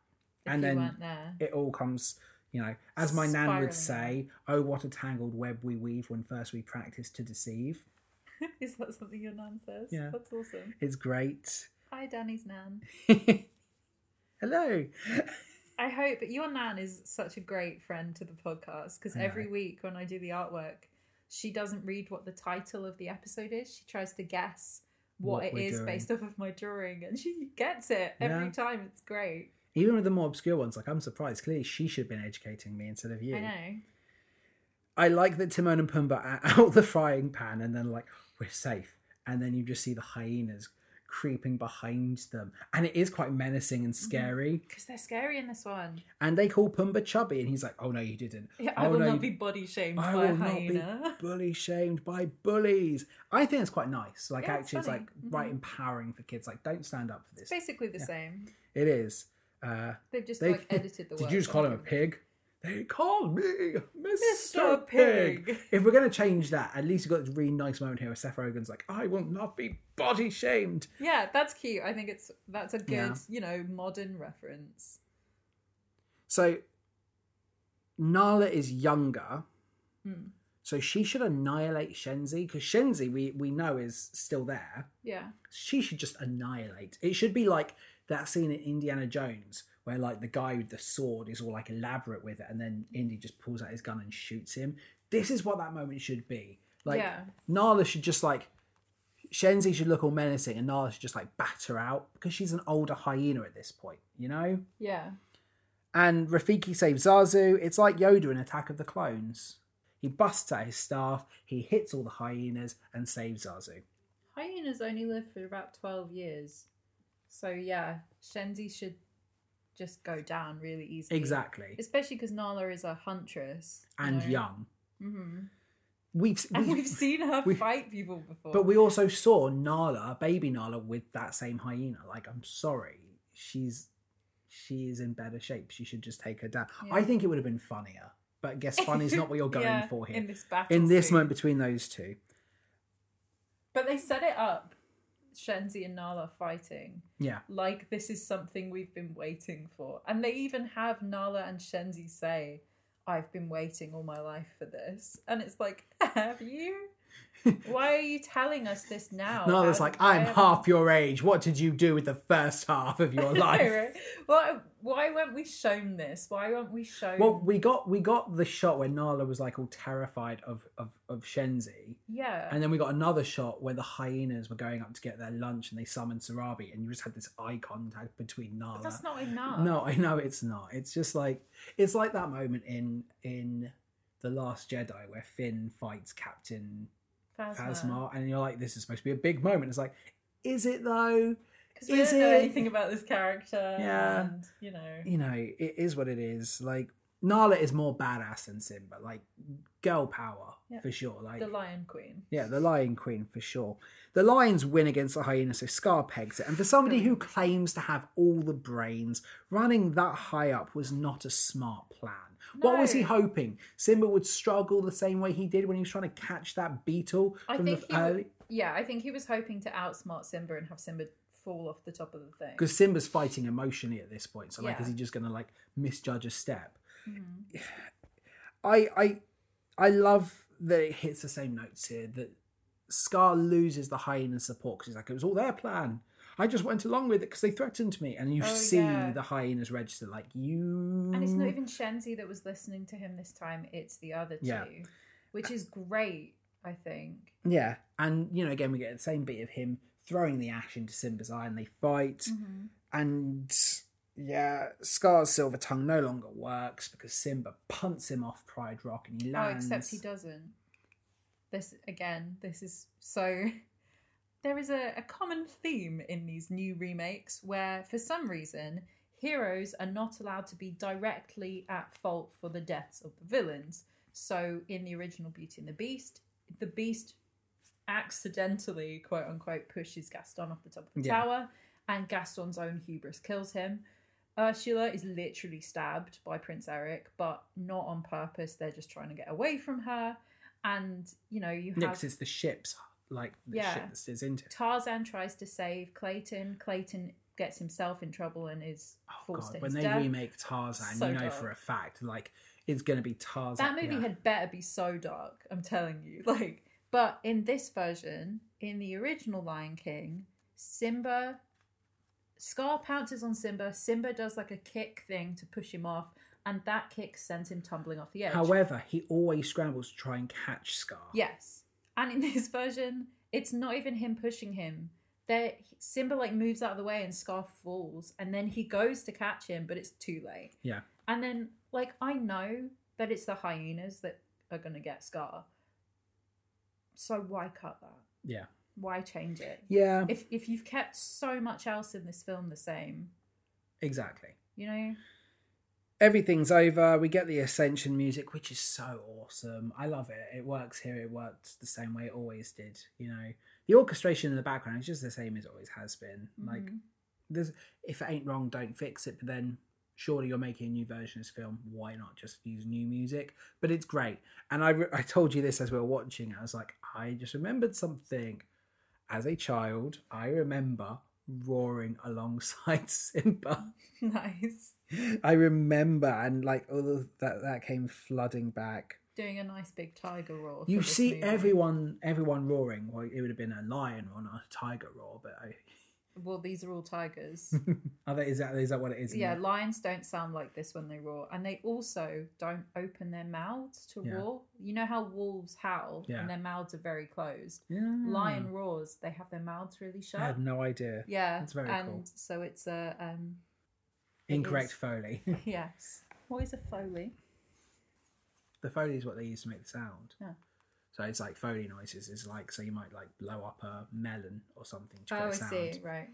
Speaker 1: if
Speaker 2: And
Speaker 1: you
Speaker 2: then-
Speaker 1: weren't there. [LAUGHS]
Speaker 2: it all comes, you know, as my nan would say,
Speaker 1: Spiraling.
Speaker 2: "Oh, what a tangled web we weave when first we practice to deceive."
Speaker 1: Is that something your nan says?
Speaker 2: Yeah.
Speaker 1: That's awesome.
Speaker 2: It's great. [LAUGHS]
Speaker 1: Hi, Danny's nan.
Speaker 2: Hello.
Speaker 1: I hope your nan is such a great friend to the podcast because
Speaker 2: I know.
Speaker 1: every week when I do the artwork, she doesn't read what the title of the episode is. She tries to guess what,
Speaker 2: What
Speaker 1: it
Speaker 2: we're
Speaker 1: is
Speaker 2: doing.
Speaker 1: based off of my drawing, and she gets it every
Speaker 2: Yeah.
Speaker 1: time. It's great.
Speaker 2: Even with the more obscure ones, like I'm surprised. Clearly, she should have been educating me instead of you.
Speaker 1: I know.
Speaker 2: I like that Timon and [LAUGHS] Pumbaa are out the frying pan and then like we're safe, and then you just see the hyenas creeping behind them. And it is quite menacing and
Speaker 1: Mm-hmm.
Speaker 2: scary.
Speaker 1: Because they're scary in this one.
Speaker 2: And they call Pumbaa chubby, and he's like, oh no, you didn't.
Speaker 1: Yeah, I
Speaker 2: Oh,
Speaker 1: will
Speaker 2: no, you-
Speaker 1: not be body shamed by
Speaker 2: I
Speaker 1: a
Speaker 2: will not be-
Speaker 1: hyena. [LAUGHS]
Speaker 2: Bully shamed by bullies. I think it's quite nice. Like,
Speaker 1: Yeah, it's
Speaker 2: actually, it's,
Speaker 1: funny.
Speaker 2: like right
Speaker 1: Mhm.
Speaker 2: empowering for kids. Like, don't stand up for
Speaker 1: It's
Speaker 2: this.
Speaker 1: basically the
Speaker 2: Yeah.
Speaker 1: same.
Speaker 2: It is. Uh,
Speaker 1: They've just
Speaker 2: They- [LAUGHS]
Speaker 1: like edited the
Speaker 2: did
Speaker 1: words
Speaker 2: you just
Speaker 1: out
Speaker 2: call
Speaker 1: of
Speaker 2: him a pig? They call me Mr.
Speaker 1: Mr.
Speaker 2: pig.
Speaker 1: Pig.
Speaker 2: If we're going to change that, at least we've got this really nice moment here where Seth Rogen's like, I will not be body shamed.
Speaker 1: Yeah, that's cute. I think it's that's a good,
Speaker 2: Yeah.
Speaker 1: you know, modern reference.
Speaker 2: So Nala is younger.
Speaker 1: Hmm.
Speaker 2: So she should annihilate Shenzi because Shenzi, we, we know, is still there.
Speaker 1: Yeah.
Speaker 2: She should just annihilate. It should be like that scene in Indiana Jones where like the guy with the sword is all like elaborate with it, and then Indy just pulls out his gun and shoots him. This is what that moment should be. Like
Speaker 1: yeah.
Speaker 2: Nala should just like Shenzi should look all menacing, and Nala should just like batter out because she's an older hyena at this point, you know.
Speaker 1: Yeah.
Speaker 2: And Rafiki saves Zazu. It's like Yoda in Attack of the Clones. He busts out his staff, he hits all the hyenas, and saves Zazu.
Speaker 1: Hyenas only live for about 12 years. So, yeah, Shenzi should just go down really easily.
Speaker 2: Exactly.
Speaker 1: Especially because Nala is a huntress.
Speaker 2: And young.
Speaker 1: hmm
Speaker 2: We've,
Speaker 1: [LAUGHS] And
Speaker 2: we've- [LAUGHS]
Speaker 1: we've seen her
Speaker 2: we-
Speaker 1: fight people before.
Speaker 2: but we also saw Nala, baby Nala, with that same hyena. Like, I'm sorry, she's she is in better shape. She should just take her down.
Speaker 1: Yeah.
Speaker 2: I think it would have been funnier, but
Speaker 1: [LAUGHS]
Speaker 2: I guess funny is not what you're going
Speaker 1: Yeah,
Speaker 2: for here.
Speaker 1: In this battle.
Speaker 2: in this
Speaker 1: scene.
Speaker 2: moment between those two.
Speaker 1: But they set it up Shenzi and Nala fighting.
Speaker 2: Yeah.
Speaker 1: like this is something we've been waiting for. And they even have Nala and Shenzi say, I've been waiting all my life for this. And it's like, [LAUGHS] have you? Why are you telling us this now?
Speaker 2: Nala's
Speaker 1: How-
Speaker 2: like,
Speaker 1: why
Speaker 2: I'm
Speaker 1: haven't-
Speaker 2: half your age. What did you do with the first half of your
Speaker 1: [LAUGHS] I know,
Speaker 2: life?
Speaker 1: right? Why, why weren't we shown this? Why weren't we shown?
Speaker 2: Well, we got we got the shot where Nala was like all terrified of of, of Shenzi,
Speaker 1: yeah.
Speaker 2: and then we got another shot where the hyenas were going up to get their lunch, and they summoned Sarabi, and you just had this eye contact between Nala.
Speaker 1: But that's not enough.
Speaker 2: No, I know it's not. It's just like it's like that moment in in the Last Jedi where Finn fights Captain Phasma, and you're like, this is supposed to be a big moment. It's like, is it though?
Speaker 1: Because we
Speaker 2: Is
Speaker 1: don't know
Speaker 2: it-
Speaker 1: anything about this character.
Speaker 2: Yeah.
Speaker 1: And, you know.
Speaker 2: you know, it is what it is. Like Nala is more badass than Simba, like girl power
Speaker 1: Yeah.
Speaker 2: for sure. Like
Speaker 1: The Lion Queen.
Speaker 2: yeah, the Lion Queen for sure. The lions win against the hyena, so Scar pegs it. And for somebody who claims to have all the brains, running that high up was not a smart plan. What was he
Speaker 1: No.
Speaker 2: hoping? Simba would struggle the same way he did when he was trying to catch that beetle
Speaker 1: I
Speaker 2: from the
Speaker 1: think he would-
Speaker 2: early.
Speaker 1: Yeah, I think he was hoping to outsmart Simba and have Simba fall off the top of the thing.
Speaker 2: Because Simba's fighting emotionally at this point, so like,
Speaker 1: Yeah.
Speaker 2: is he just gonna like misjudge a step?
Speaker 1: Mhm.
Speaker 2: I I I love that it hits the same notes here. That Scar loses the hyena support because he's like, it was all their plan. I just went along with it because they threatened me. And you
Speaker 1: Oh,
Speaker 2: see
Speaker 1: yeah.
Speaker 2: the hyenas register like you.
Speaker 1: And it's not even Shenzi that was listening to him this time, it's the other two,
Speaker 2: Yeah.
Speaker 1: which is great, I think.
Speaker 2: yeah. And you know, again, we get the same bit of him throwing the ash into Simba's eye, and they fight.
Speaker 1: Mm. Mm-hmm.
Speaker 2: And yeah, Scar's silver tongue no longer works because Simba punts him off Pride Rock, and he
Speaker 1: Oh,
Speaker 2: lands.
Speaker 1: except he doesn't. This, again, this is so. [LAUGHS] There is a, a common theme in these new remakes where, for some reason, heroes are not allowed to be directly at fault for the deaths of the villains. So, in the original Beauty and the Beast, the Beast accidentally, quote unquote, pushes Gaston off the top of the
Speaker 2: Yeah.
Speaker 1: tower, and Gaston's own hubris kills him. Ursula is literally stabbed by Prince Eric, but not on purpose. They're just trying to get away from her. And, you know, you have.
Speaker 2: Nix is the ship's like the
Speaker 1: Yeah.
Speaker 2: ship that steers into. it.
Speaker 1: Tarzan tries to save Clayton. Clayton gets himself in trouble and is
Speaker 2: Oh
Speaker 1: forced
Speaker 2: god,
Speaker 1: to his
Speaker 2: when they
Speaker 1: death.
Speaker 2: remake Tarzan,
Speaker 1: So
Speaker 2: you know
Speaker 1: dark.
Speaker 2: for a fact, like it's gonna be Tarzan.
Speaker 1: that movie
Speaker 2: yeah.
Speaker 1: had better be so dark. I'm telling you. [LAUGHS] Like, but in this version, in the original Lion King, Simba, Scar pounces on Simba. Simba does like a kick thing to push him off, and that kick sends him tumbling off the edge.
Speaker 2: However, he always scrambles to try and catch Scar.
Speaker 1: Yes. And in [LAUGHS] this version, it's not even him pushing him. There, Simba like moves out of the way and Scar falls, and then he goes to catch him, but it's too late.
Speaker 2: Yeah.
Speaker 1: And then, like, I know that it's the hyenas that are gonna get Scar. So why cut that?
Speaker 2: Yeah.
Speaker 1: Why change it?
Speaker 2: Yeah,
Speaker 1: If if you've kept so much else in this film the same,
Speaker 2: exactly.
Speaker 1: you know,
Speaker 2: Everything's over. We get the Ascension music, which is so awesome. I love it. It works here. It works the same way it always did. You know, the orchestration in the background is just the same as it always has been. Like,
Speaker 1: Mhm.
Speaker 2: there's if it ain't wrong, don't fix it. But then, surely you're making a new version of this film. Why not just use new music? But it's great. And I, re- I told you this as we were watching. I was like, I just remembered something. As a child, I remember roaring alongside [LAUGHS] Simba.
Speaker 1: [LAUGHS] nice
Speaker 2: I remember, and like all of that that came flooding back.
Speaker 1: doing a nice big tiger roar. for
Speaker 2: You
Speaker 1: this
Speaker 2: see
Speaker 1: movie.
Speaker 2: everyone, everyone roaring. Well, it would have been a lion or not a tiger roar, but I,
Speaker 1: Well, these are all
Speaker 2: [LAUGHS]
Speaker 1: tigers.
Speaker 2: oh, that is that is that what it is? in
Speaker 1: yeah,
Speaker 2: the-
Speaker 1: lions don't sound like this when they roar, and they also don't open their mouths to
Speaker 2: Yeah.
Speaker 1: roar. You know how wolves howl
Speaker 2: Yeah.
Speaker 1: and their mouths are very closed.
Speaker 2: Yeah.
Speaker 1: Lion roars; they have their mouths really shut.
Speaker 2: I had no idea.
Speaker 1: yeah,
Speaker 2: That's very
Speaker 1: and
Speaker 2: cool.
Speaker 1: so it's a um, [LAUGHS] it
Speaker 2: Incorrect
Speaker 1: is-
Speaker 2: foley. [LAUGHS]
Speaker 1: yes. What is a foley?
Speaker 2: the foley is what they use to make the sound.
Speaker 1: Yeah.
Speaker 2: So it's like foley noises. It's like so you might like blow up a melon or something to
Speaker 1: Oh,
Speaker 2: get
Speaker 1: I
Speaker 2: a sound.
Speaker 1: see. Right.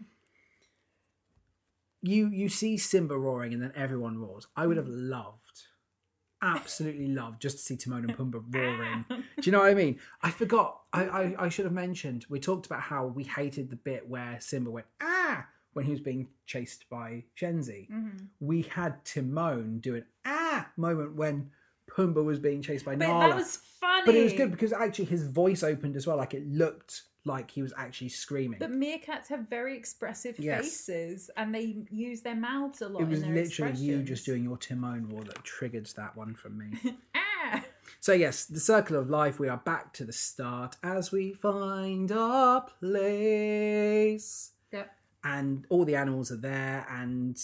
Speaker 2: you you see Simba roaring and then everyone roars. I would have
Speaker 1: Hmm.
Speaker 2: loved,
Speaker 1: [LAUGHS]
Speaker 2: absolutely loved, just to see Timon and Pumbaa roaring. Do you know what I mean? I forgot. I, I I should have mentioned. We talked about how we hated the bit where Simba went ah when he was being chased by Shenzi.
Speaker 1: Mhm.
Speaker 2: We had Timon do an ah moment when Pumbaa was being chased by
Speaker 1: But
Speaker 2: Nala.
Speaker 1: that was funny.
Speaker 2: But it was good because actually his voice opened as well. Like it looked like he was actually screaming.
Speaker 1: But meerkats have very expressive
Speaker 2: Yes.
Speaker 1: faces, and they use their mouths a lot.
Speaker 2: It
Speaker 1: in
Speaker 2: was
Speaker 1: their
Speaker 2: literally you just
Speaker 1: expressions.
Speaker 2: doing your Timon roar that triggered that one from me. [LAUGHS]
Speaker 1: Ah,
Speaker 2: so yes, the circle of life. We are back to the start as we find our place,
Speaker 1: yep.
Speaker 2: and all the animals are there, and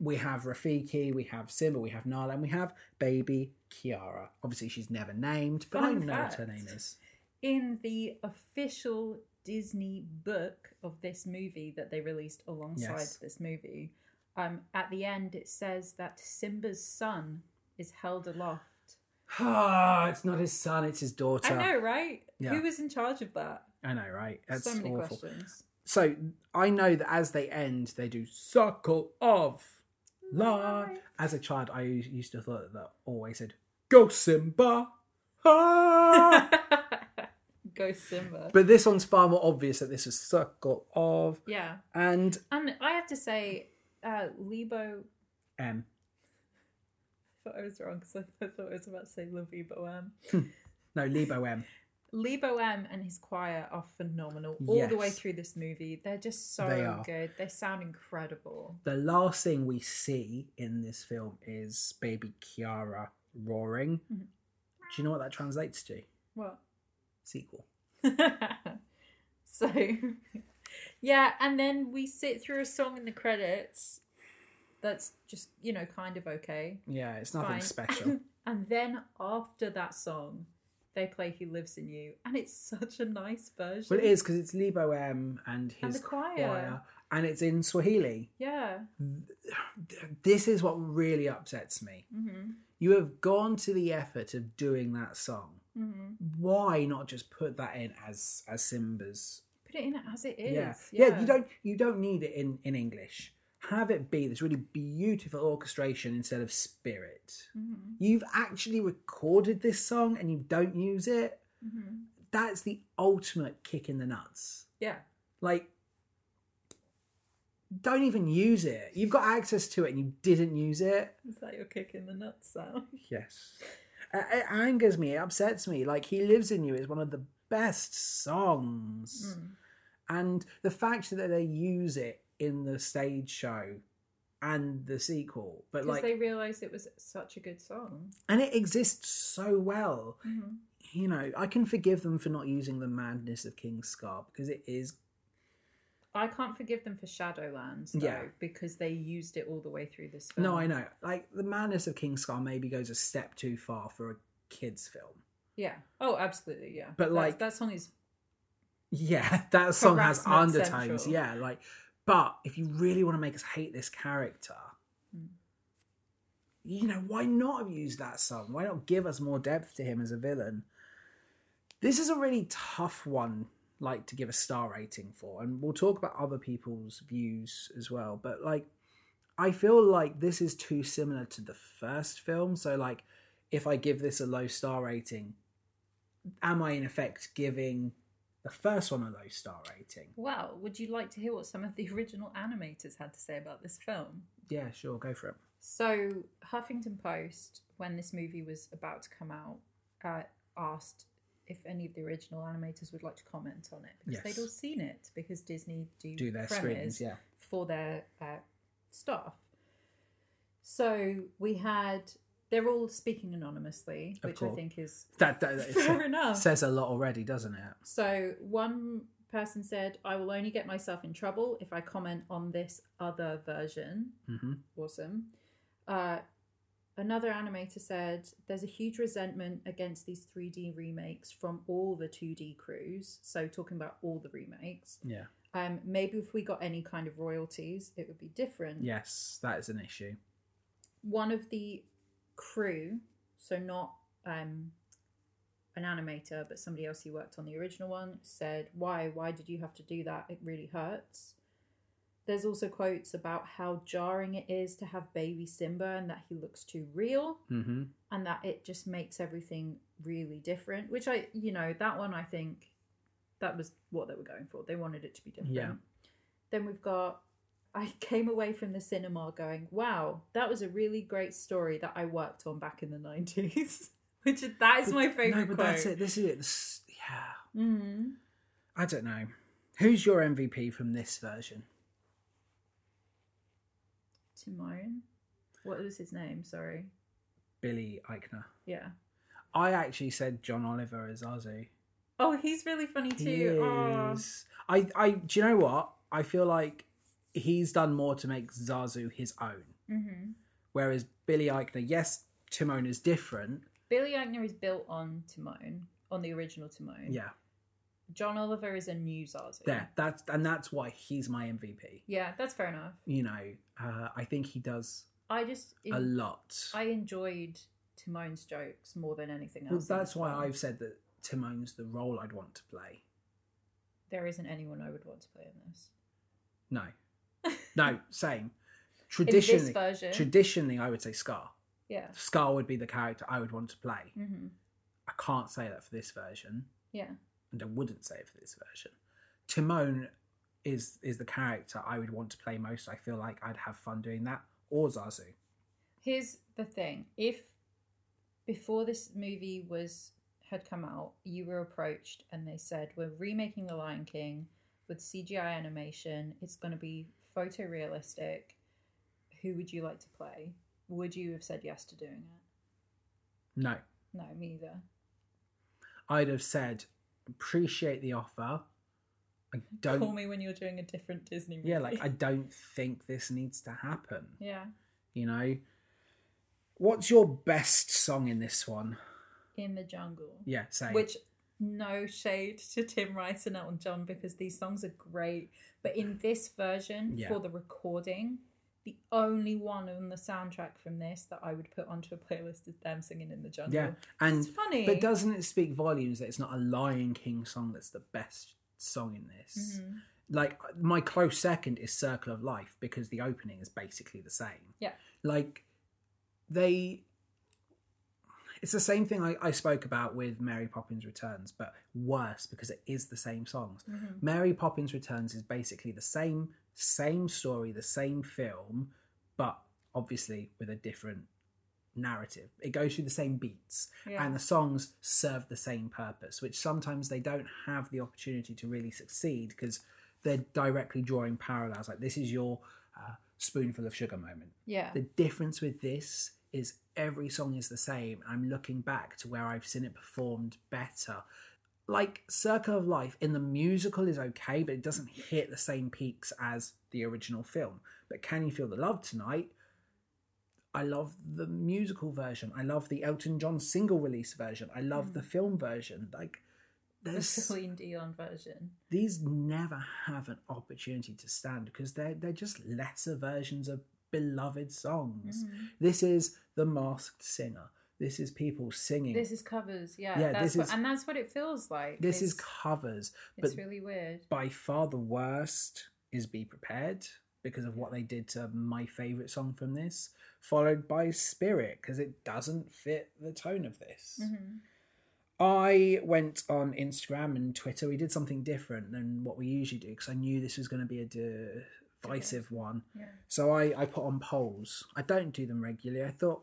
Speaker 2: we have Rafiki, we have Simba, we have Nala, and we have baby Kiara. Obviously, she's never named, but I
Speaker 1: Fun
Speaker 2: know what her
Speaker 1: fact.
Speaker 2: name is. [SIGHS]
Speaker 1: In the official Disney book of this movie that they released alongside
Speaker 2: Yes.
Speaker 1: this movie, um, at the end it says that Simba's son is held aloft.
Speaker 2: Ah, it's not his son; it's his daughter.
Speaker 1: I know, right?
Speaker 2: Yeah.
Speaker 1: Who was in charge of that?
Speaker 2: I know, right? That's
Speaker 1: so many
Speaker 2: awful.
Speaker 1: questions.
Speaker 2: so I know that as they end, they do circle of life.
Speaker 1: Life.
Speaker 2: As a child, I us- used to thought that that always said "Go Simba."
Speaker 1: [LAUGHS]
Speaker 2: Ah!
Speaker 1: [LAUGHS] Go Simba.
Speaker 2: but this one's far more obvious that this is circle of
Speaker 1: yeah,
Speaker 2: and
Speaker 1: and I have to say, uh, Lebo
Speaker 2: M.
Speaker 1: thought I was wrong because I thought I was about to say um, Lavi Boam.
Speaker 2: No, Lebo M.
Speaker 1: Lebo M and his choir are phenomenal all the way
Speaker 2: Yes.
Speaker 1: through this movie. They're just so
Speaker 2: They are.
Speaker 1: good. They sound incredible.
Speaker 2: The last thing we see in this film is baby Kiara roaring.
Speaker 1: Mhm.
Speaker 2: Do you know what that translates to?
Speaker 1: What?
Speaker 2: Sequel.
Speaker 1: [LAUGHS] so, yeah, and then we sit through a song in the credits that's just, you know, kind of okay.
Speaker 2: Yeah, it's nothing
Speaker 1: fine.
Speaker 2: special.
Speaker 1: [LAUGHS] and then after that song, they play He Lives in You, and it's such a nice version.
Speaker 2: well, it is because it's Lebo M and his
Speaker 1: And the choir.
Speaker 2: choir, and it's in Swahili.
Speaker 1: Yeah.
Speaker 2: This is what really upsets me.
Speaker 1: Mm-hmm.
Speaker 2: You have gone to the effort of doing that song.
Speaker 1: Mm-hmm.
Speaker 2: Why not just put that in as as Simba's?
Speaker 1: Put it in as it is.
Speaker 2: yeah. You don't you don't need it in in English. Have it be this really beautiful orchestration instead of spirit.
Speaker 1: Mm-hmm.
Speaker 2: You've actually recorded this song and you don't use it.
Speaker 1: Mm-hmm.
Speaker 2: That's the ultimate kick in the nuts.
Speaker 1: Yeah.
Speaker 2: Like, don't even use it. You've got access to it and you didn't use it.
Speaker 1: Is that your kick in the nuts sound?
Speaker 2: Mm. Yes. Uh, It angers me. It upsets me. Like, He Lives in You is one of the best songs.
Speaker 1: Hmm. Mm.
Speaker 2: And the fact that they use it in the stage show and the sequel, but
Speaker 1: Because
Speaker 2: like,
Speaker 1: they realised it was such a good song.
Speaker 2: and it exists so well.
Speaker 1: Mm-hmm.
Speaker 2: You know, I can forgive them for not using the madness of King's Scar because it is
Speaker 1: I can't forgive them for Shadowlands, though,
Speaker 2: Yeah.
Speaker 1: because they used it all the way through this film.
Speaker 2: No, I know. Like the madness of King Scar maybe goes a step too far for a kids film.
Speaker 1: Yeah. Oh, absolutely. Yeah.
Speaker 2: But,
Speaker 1: That-
Speaker 2: like-
Speaker 1: that song is.
Speaker 2: Yeah, [LAUGHS] that song has
Speaker 1: Harassment
Speaker 2: undertones.
Speaker 1: central.
Speaker 2: Yeah, like but if you really want to make us hate this character,
Speaker 1: Mm.
Speaker 2: you know, why not use that song? Why not give us more depth to him as a villain? This is a really tough one, like to give a star rating for, and we'll talk about other people's views as well. But like, I feel like this is too similar to the first film. So like, if I give this a low star rating, am I in effect giving the first one a low star rating?
Speaker 1: Well, would you like to hear what some of the [LAUGHS] original animators had to say about this film?
Speaker 2: Yeah, sure, go for it.
Speaker 1: So, Huffington Post, when this movie was about to come out, uh, asked if any of the original animators would like to comment on it because
Speaker 2: Yes.
Speaker 1: they'd all seen it because Disney do,
Speaker 2: Do their
Speaker 1: premieres
Speaker 2: screens, yeah.
Speaker 1: for their uh, staff. So we had they're all speaking anonymously,
Speaker 2: Of
Speaker 1: which I
Speaker 2: course.
Speaker 1: think is
Speaker 2: That, that, that- it
Speaker 1: fair [LAUGHS]
Speaker 2: sa-
Speaker 1: enough.
Speaker 2: says a lot already, doesn't it?
Speaker 1: So one person said, "I will only get myself in trouble if I comment on this other version."
Speaker 2: Mm-hmm.
Speaker 1: awesome. Uh, another animator said there's a huge resentment against these 3D remakes from all the 2D crews. So, talking about all the remakes.
Speaker 2: Yeah.
Speaker 1: Um, maybe if we got any kind of royalties, it would be different.
Speaker 2: Yes, that is an issue.
Speaker 1: One of the crew, so not um, an animator, but somebody else who worked on the original one, said, Why? Why did you have to do that? It really hurts. There's also quotes about how jarring it is to have baby Simba and that he looks too real
Speaker 2: Mm-hmm.
Speaker 1: and that it just makes everything really different. Which I, you know, that one I think that was what they were going for. They wanted it to be different.
Speaker 2: Yeah.
Speaker 1: Then we've got. I came away from the cinema going, "Wow, that was a really great story that I worked on back in the '90s." [LAUGHS] Which that is my favorite.
Speaker 2: No, but
Speaker 1: quote.
Speaker 2: that's it. This is it. This- yeah.
Speaker 1: Mm.
Speaker 2: I don't know. Who's your MVP from this version?
Speaker 1: Timon. What was his name? Sorry.
Speaker 2: Billy Eichner.
Speaker 1: Yeah.
Speaker 2: I actually said John Oliver as Ozzy.
Speaker 1: Oh, he's really funny
Speaker 2: He
Speaker 1: too. Aw.
Speaker 2: is. I, I, do you know what? I feel like he's done more to make Zazu his own.
Speaker 1: Mhm.
Speaker 2: Whereas Billy Eichner, yes, Timon is different.
Speaker 1: Billy Eichner is built on Timon, on the original Timon.
Speaker 2: Yeah,
Speaker 1: John Oliver is a new Zazu.
Speaker 2: there. That's and that's why he's my MVP.
Speaker 1: Yeah, that's fair enough.
Speaker 2: You know, uh, I think he does
Speaker 1: I just
Speaker 2: a lot.
Speaker 1: I enjoyed Timon's jokes more than anything else.
Speaker 2: well,
Speaker 1: in
Speaker 2: that's
Speaker 1: this
Speaker 2: why
Speaker 1: film.
Speaker 2: I've said that Timon's the role I'd want to play.
Speaker 1: There isn't anyone I would want to play in this. [LAUGHS]
Speaker 2: No, no, same.
Speaker 1: In this
Speaker 2: Traditionally,
Speaker 1: version,
Speaker 2: traditionally, I would say Scar.
Speaker 1: yeah,
Speaker 2: Scar would be the character I would want to play.
Speaker 1: hmm
Speaker 2: I can't say that for this version,
Speaker 1: yeah,
Speaker 2: and I wouldn't say it for this version. Timon is is the character I would want to play most. I feel like I'd have fun doing that, or Zazu.
Speaker 1: here's the thing if before this movie was had come out you were approached and they said we're remaking the lion king with cgi animation it's going to be photorealistic who would you like to play would you have said yes to doing it
Speaker 2: No,
Speaker 1: no me either
Speaker 2: I'd have said appreciate the offer. I
Speaker 1: call
Speaker 2: don't.
Speaker 1: me when you're doing a different disney movie
Speaker 2: [LAUGHS] Yeah,
Speaker 1: [LAUGHS]
Speaker 2: like I don't think this needs to happen.
Speaker 1: yeah
Speaker 2: You know. What's your best song in this one?
Speaker 1: in the jungle
Speaker 2: Yeah, same.
Speaker 1: which no shade to Tim Rice and Elton John because these songs are great, but in this version
Speaker 2: Yeah.
Speaker 1: for the recording, the only one on the soundtrack from this that I would put onto a playlist is them singing in the jungle.
Speaker 2: Yeah, and
Speaker 1: it's funny.
Speaker 2: But doesn't it speak volumes that it's not a Lion King song that's the best song in this?
Speaker 1: Mhm.
Speaker 2: Like my close second is Circle of Life because the opening is basically the same.
Speaker 1: Yeah.
Speaker 2: Like they it's the same thing I, I spoke about with Mary Poppins Returns, but worse because it is the same songs.
Speaker 1: Mhm.
Speaker 2: Mary Poppins Returns is basically the same same story, the same film, but obviously with a different narrative. It goes through the same beats
Speaker 1: Yeah.
Speaker 2: and the songs serve the same purpose, which sometimes they don't have the opportunity to really succeed because they're directly drawing parallels. Like this is your uh, spoonful of sugar moment.
Speaker 1: yeah.
Speaker 2: The difference with this is every song is the same. I'm looking back to where I've seen it performed better. Like Circle of Life in the musical is okay, but it doesn't hit the same peaks as the original film. But Can You Feel the Love Tonight? I love the musical version. I love the Elton John single release version. I love the film version. Like,
Speaker 1: the
Speaker 2: there's
Speaker 1: Celine Dion version.
Speaker 2: these never have an opportunity to stand because they're they're just lesser versions of beloved songs.
Speaker 1: Mhm.
Speaker 2: This is the Masked Singer. This is people singing.
Speaker 1: This is covers, yeah.
Speaker 2: Yeah,
Speaker 1: that's
Speaker 2: this
Speaker 1: what,
Speaker 2: is-
Speaker 1: and that's what it feels like.
Speaker 2: this is
Speaker 1: it's,
Speaker 2: covers.
Speaker 1: It's
Speaker 2: but-
Speaker 1: really weird.
Speaker 2: By far the worst is Be Prepared because of what they did to my favourite song from this, followed by Spirit because it doesn't fit the tone of this.
Speaker 1: Mhm.
Speaker 2: I went on Instagram and Twitter. We did something different than what we usually do because I knew this was going to be a divisive one.
Speaker 1: Yeah.
Speaker 2: So I, I put on polls. I don't do them regularly. I thought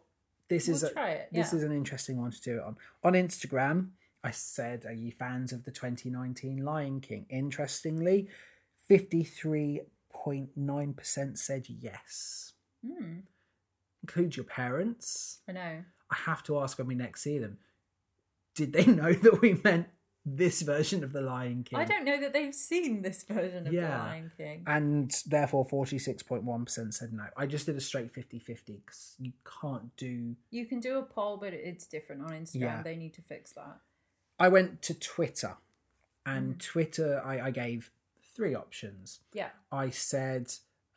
Speaker 2: this
Speaker 1: we'll
Speaker 2: is a,
Speaker 1: try it. Yeah.
Speaker 2: this is an interesting one to do it on. On Instagram, I said, "Are you fans of the 2019 Lion King?" Interestingly, 53.9% said yes.
Speaker 1: Hmm,
Speaker 2: Include your parents.
Speaker 1: I know.
Speaker 2: I have to ask when we next see them. Did they [LAUGHS] know that we meant this version of the Lion King?
Speaker 1: I don't know that they've seen this version of
Speaker 2: Yeah.
Speaker 1: The Lion King.
Speaker 2: And therefore, 46.1% said no. I just did a straight 50 50 because you can't do
Speaker 1: you can do a poll, but it's different on Instagram.
Speaker 2: Yeah.
Speaker 1: They need to fix that.
Speaker 2: I went to Twitter, and Twitter, I, I gave three options.
Speaker 1: Yeah.
Speaker 2: I said,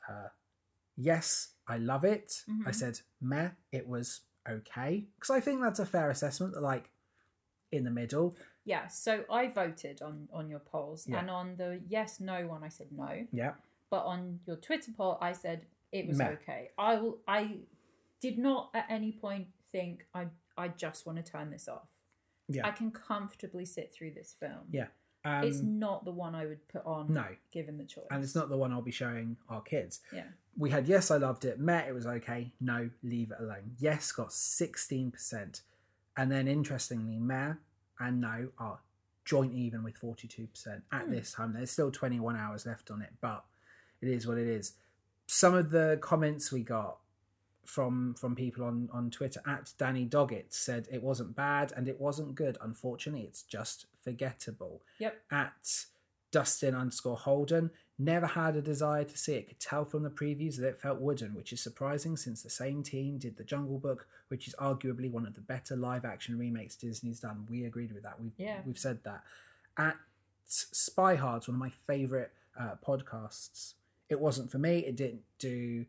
Speaker 2: uh, yes, I love it. I
Speaker 1: Mhm.
Speaker 2: said, meh, it was okay. Because I think that's a fair assessment, that, like in the middle.
Speaker 1: Yeah. So I voted on on your polls,
Speaker 2: Yeah.
Speaker 1: and on the yes no one, I said no.
Speaker 2: Yeah.
Speaker 1: But on your Twitter poll, I said it was
Speaker 2: Meh.
Speaker 1: okay. I will. I did not at any point think I. I just want to turn this off.
Speaker 2: Yeah.
Speaker 1: I can comfortably sit through this film.
Speaker 2: Yeah. Um,
Speaker 1: it's not the one I would put on.
Speaker 2: No.
Speaker 1: given the choice.
Speaker 2: and it's not the one I'll be showing our kids.
Speaker 1: Yeah.
Speaker 2: We had yes, I loved it. Meh, it was okay. No, leave it alone. Yes got 16%. And then interestingly, meh and no are joint even with 42% at
Speaker 1: Hmm.
Speaker 2: this time. There's still 21 hours left on it, but it is what it is. Some of the comments we got from from people on on Twitter at Danny Doggett said it wasn't bad and it wasn't good. Unfortunately, it's just forgettable
Speaker 1: Yep.
Speaker 2: at Dustin underscore Holden. Never had a desire to see it. Could tell from the previews that it felt wooden, which is surprising since the same team did The Jungle Book, which is arguably one of the better live action remakes Disney's done. We agreed with that. We've,
Speaker 1: Yeah.
Speaker 2: we've said that. At Spy Hards, one of my favourite uh, podcasts, it wasn't for me. It didn't do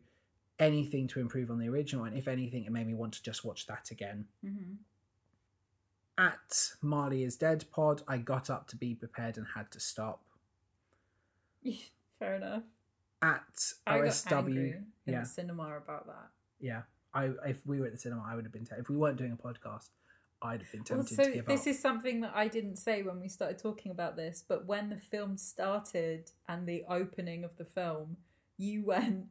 Speaker 2: anything to improve on the original. And if anything, it made me want to just watch that again
Speaker 1: hmm
Speaker 2: at Marley is Dead pod, I got up to be prepared and had to stop.
Speaker 1: [LAUGHS] Fair enough.
Speaker 2: At
Speaker 1: I
Speaker 2: OSW,
Speaker 1: got angry in
Speaker 2: yeah.
Speaker 1: the cinema about that.
Speaker 2: yeah, I if we were at the cinema, I would have been. Te- if we weren't doing a podcast, I'd have been tempted
Speaker 1: Also,
Speaker 2: to give
Speaker 1: this
Speaker 2: up.
Speaker 1: is something that I didn't say when we started talking about this, but when the film started and the opening of the film, you went,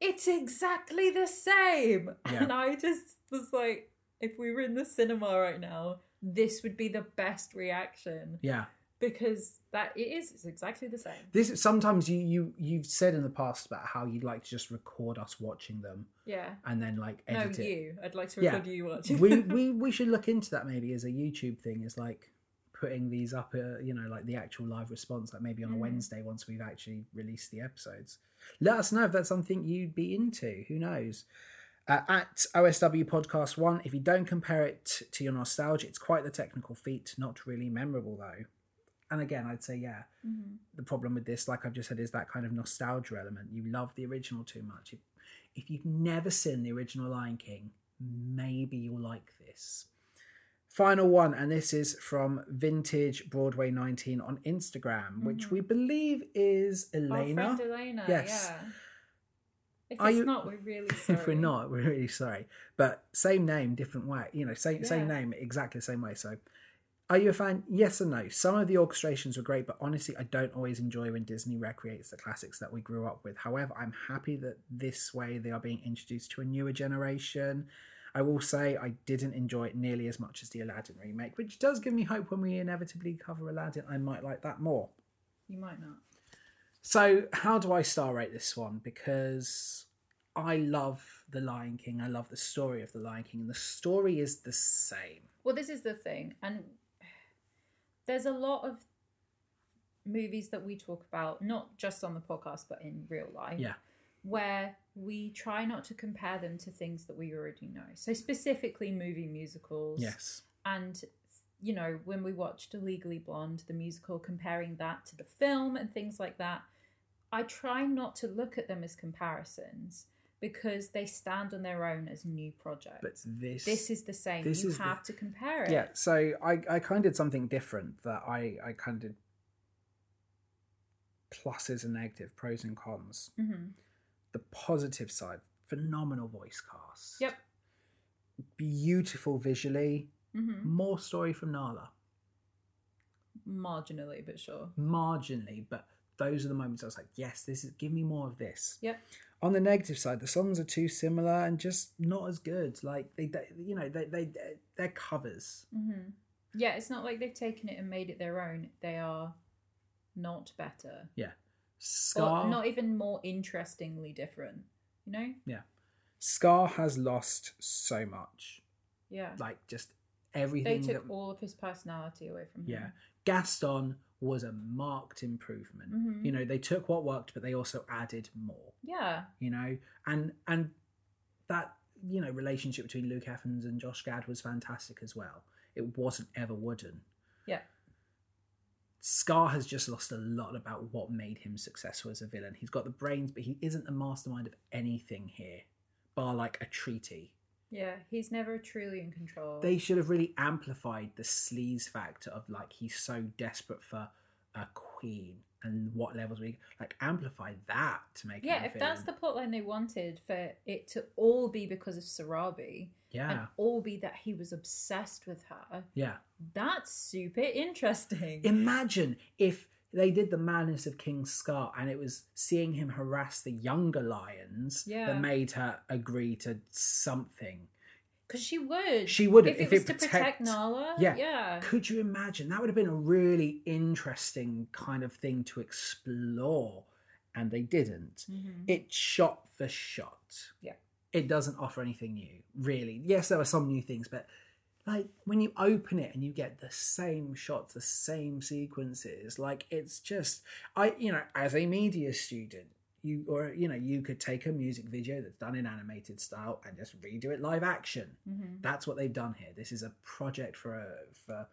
Speaker 1: "It's exactly the same,"
Speaker 2: Yeah.
Speaker 1: and I just was like, "If we were in the cinema right now, this would be the best reaction
Speaker 2: yeah,
Speaker 1: because that it is. It's exactly the same."
Speaker 2: this is- sometimes you you you've said in the past about how you'd like to just record us watching them
Speaker 1: Yeah.
Speaker 2: and then like
Speaker 1: No,
Speaker 2: edit it.
Speaker 1: you. I'd like to
Speaker 2: Yeah.
Speaker 1: record you [LAUGHS] watching.
Speaker 2: we we we should look into that maybe as a YouTube thing. Is like putting these up, uh, you know, like the actual live response, like maybe on a
Speaker 1: Mm.
Speaker 2: Wednesday once we've actually released the episodes. Let us know if that's something you'd be into. Who knows? Uh, at OSW Podcast One, if you don't compare it to your nostalgia, it's quite the technical feat. Not really memorable though. And again, I'd say yeah.
Speaker 1: Mhm.
Speaker 2: The problem with this, like I've just said, is that kind of nostalgia element. You love the original too much. If, if you've never seen the original Lion King, maybe you'll like this. Final one, and this is from Vintage Broadway 19 on Instagram, which
Speaker 1: Mhm.
Speaker 2: we believe is
Speaker 1: Our
Speaker 2: Elena.
Speaker 1: friend Elena.
Speaker 2: Yes.
Speaker 1: Yeah. If
Speaker 2: Are
Speaker 1: it's
Speaker 2: you-
Speaker 1: not, we're really sorry.
Speaker 2: [LAUGHS] if we're not, we're really sorry. But same name, different way. You know, same same
Speaker 1: Yeah.
Speaker 2: name, exactly the same way. So, are you a fan? Yes and no. Some of the orchestrations were great, but honestly, I don't always enjoy when Disney recreates the classics that we grew up with. However, I'm happy that this way they are being introduced to a newer generation. I will say I didn't enjoy it nearly as much as the Aladdin remake, which does give me hope when we inevitably cover Aladdin. I might like that more.
Speaker 1: You might not.
Speaker 2: So, how do I star rate this one? Because I love The Lion King. I love the story of The Lion King, and the story is the same.
Speaker 1: Well, this is the thing, and there's a lot of movies that we talk about, not just on the podcast, but in real life.
Speaker 2: Yeah.
Speaker 1: Where we try not to compare them to things that we already know. So, specifically, movie musicals.
Speaker 2: Yes.
Speaker 1: And, you know, when we watched Legally Blonde, the musical, comparing that to the film and things like that, I try not to look at them as comparisons because they stand on their own as new projects.
Speaker 2: But this,
Speaker 1: this is the same.
Speaker 2: this
Speaker 1: you
Speaker 2: is the-
Speaker 1: have to compare it.
Speaker 2: yeah. So I I kind of did something different that I I kind of did pluses and negative pros and cons.
Speaker 1: hmm
Speaker 2: The positive side, phenomenal voice cast.
Speaker 1: Yep.
Speaker 2: Beautiful visually.
Speaker 1: hmm
Speaker 2: More story from Nala.
Speaker 1: Marginally, but sure.
Speaker 2: marginally, but those are the moments I was like, yes, this is give me more of this.
Speaker 1: Yep.
Speaker 2: On the negative side, the songs are too similar and just not as good. Like they, they you know, they they they're covers.
Speaker 1: hmm Yeah, it's not like they've taken it and made it their own. They are not better.
Speaker 2: Scar
Speaker 1: Or not e- even more interestingly different. You know?
Speaker 2: Scar has lost so much.
Speaker 1: Yeah.
Speaker 2: Like just
Speaker 1: They
Speaker 2: everything
Speaker 1: took
Speaker 2: that
Speaker 1: all of his personality away from him.
Speaker 2: yeah. Gaston was a marked improvement.
Speaker 1: Mhm.
Speaker 2: You know, they took what worked but they also added more.
Speaker 1: Yeah.
Speaker 2: you know and and that you know relationship between luke evans and josh gad was fantastic as well it wasn't ever wooden
Speaker 1: Yeah.
Speaker 2: scar has just lost a lot about what made him successful as a villain he's got the brains but he isn't the mastermind of anything here bar like a treaty
Speaker 1: Yeah. He's never truly in control.
Speaker 2: they should have really amplified the sleaze factor of like he's so desperate for a queen and what levels we like amplify that to make him
Speaker 1: yeah,
Speaker 2: a
Speaker 1: if that's
Speaker 2: villain.
Speaker 1: the plotline they wanted for it to all be because of Sarabi
Speaker 2: yeah
Speaker 1: and all be that he was obsessed with her,
Speaker 2: yeah
Speaker 1: that's super interesting.
Speaker 2: Imagine if they did the madness of King Scar and it was seeing him harass the younger lions
Speaker 1: Yeah.
Speaker 2: that made her agree to something.
Speaker 1: Because she would.
Speaker 2: She would have
Speaker 1: If, it was to protect
Speaker 2: protect-
Speaker 1: Nala.
Speaker 2: Yeah.
Speaker 1: Yeah.
Speaker 2: Could you imagine? That would have been a really interesting kind of thing to explore, and they didn't.
Speaker 1: Mhm.
Speaker 2: It's shot for shot.
Speaker 1: Yeah.
Speaker 2: It doesn't offer anything new, really. Yes, there are some new things, but like when you open it and you get the same shots, the same sequences, like it's just I you know, as a media student, you or you know, you could take a music video that's done in animated style and just redo it live action.
Speaker 1: Mhm.
Speaker 2: That's what they've done here. This is a project for a, for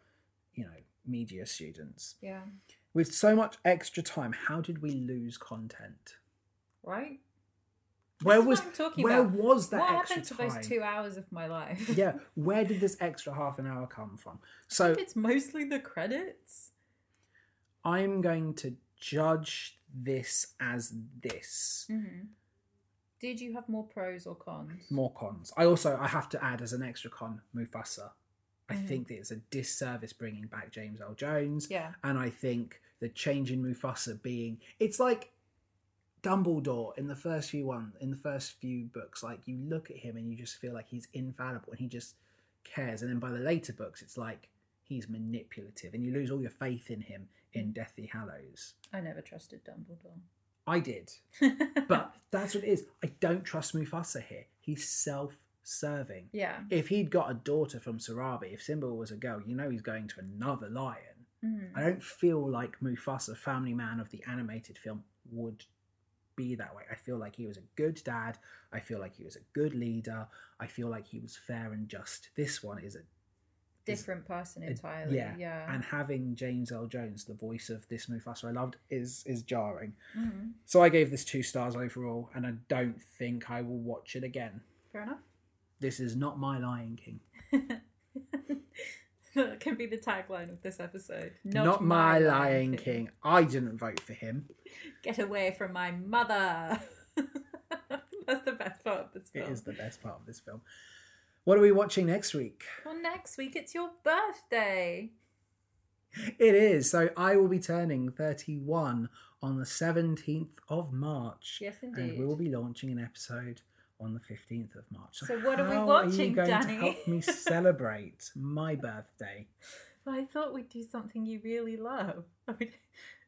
Speaker 2: you know, media students.
Speaker 1: Yeah.
Speaker 2: With so much extra time, how did we lose content?
Speaker 1: Right?
Speaker 2: Where
Speaker 1: That's what
Speaker 2: was
Speaker 1: I'm talking
Speaker 2: where
Speaker 1: about.
Speaker 2: was that
Speaker 1: What
Speaker 2: extra
Speaker 1: happened to
Speaker 2: time?
Speaker 1: those two hours of my life?
Speaker 2: yeah, where did this extra half an hour come from? So
Speaker 1: [LAUGHS] It's mostly the credits.
Speaker 2: I'm going to judge this as this.
Speaker 1: Mhm. Did you have more pros or cons?
Speaker 2: More cons. I also I have to add as an extra con Mufasa. I
Speaker 1: Mhm.
Speaker 2: think that it's a disservice bringing back James L. Jones,
Speaker 1: Yeah.
Speaker 2: and I think the change in Mufasa being it's like Dumbledore in the first few one in the first few books. Like you look at him and you just feel like he's infallible and he just cares. And then by the later books, it's like he's manipulative, and you lose all your faith in him in Deathly Hallows.
Speaker 1: I never trusted Dumbledore. [LAUGHS]
Speaker 2: I did. But that's what it is. I don't trust Mufasa here. He's self serving.
Speaker 1: yeah.
Speaker 2: If he'd got a daughter from Sarabi, if Simba was a girl, you know he's going to another lion.
Speaker 1: Mhm.
Speaker 2: I don't feel like Mufasa, family man of the animated film, would be that way. I feel like he was a good dad. I feel like he was a good leader. I feel like he was fair and just. This one is a
Speaker 1: Different person
Speaker 2: it-
Speaker 1: entirely.
Speaker 2: yeah,
Speaker 1: Yeah.
Speaker 2: and having James L. Jones, the voice of this Mufasa I loved, is is jarring.
Speaker 1: Mhm.
Speaker 2: So I gave this two stars overall, and I don't think I will watch it again.
Speaker 1: Fair enough.
Speaker 2: This is not my Lion King.
Speaker 1: [LAUGHS] that can be the tagline of this episode.
Speaker 2: Not, my, Lion King. I didn't vote for him.
Speaker 1: Get away from my mother. [LAUGHS] That's the best part of this
Speaker 2: It is
Speaker 1: film.
Speaker 2: the best part of this film. What are we watching next week?
Speaker 1: Well, next week it's your birthday.
Speaker 2: It is. So I will be turning 31 on the 17th of March.
Speaker 1: Yes,
Speaker 2: And we
Speaker 1: indeed.
Speaker 2: will be launching an episode on the 15th of March.
Speaker 1: So what are we
Speaker 2: how
Speaker 1: watching,
Speaker 2: going
Speaker 1: Danny?
Speaker 2: to
Speaker 1: [LAUGHS]
Speaker 2: help me celebrate my birthday?
Speaker 1: I thought we'd do something you really love. I mean,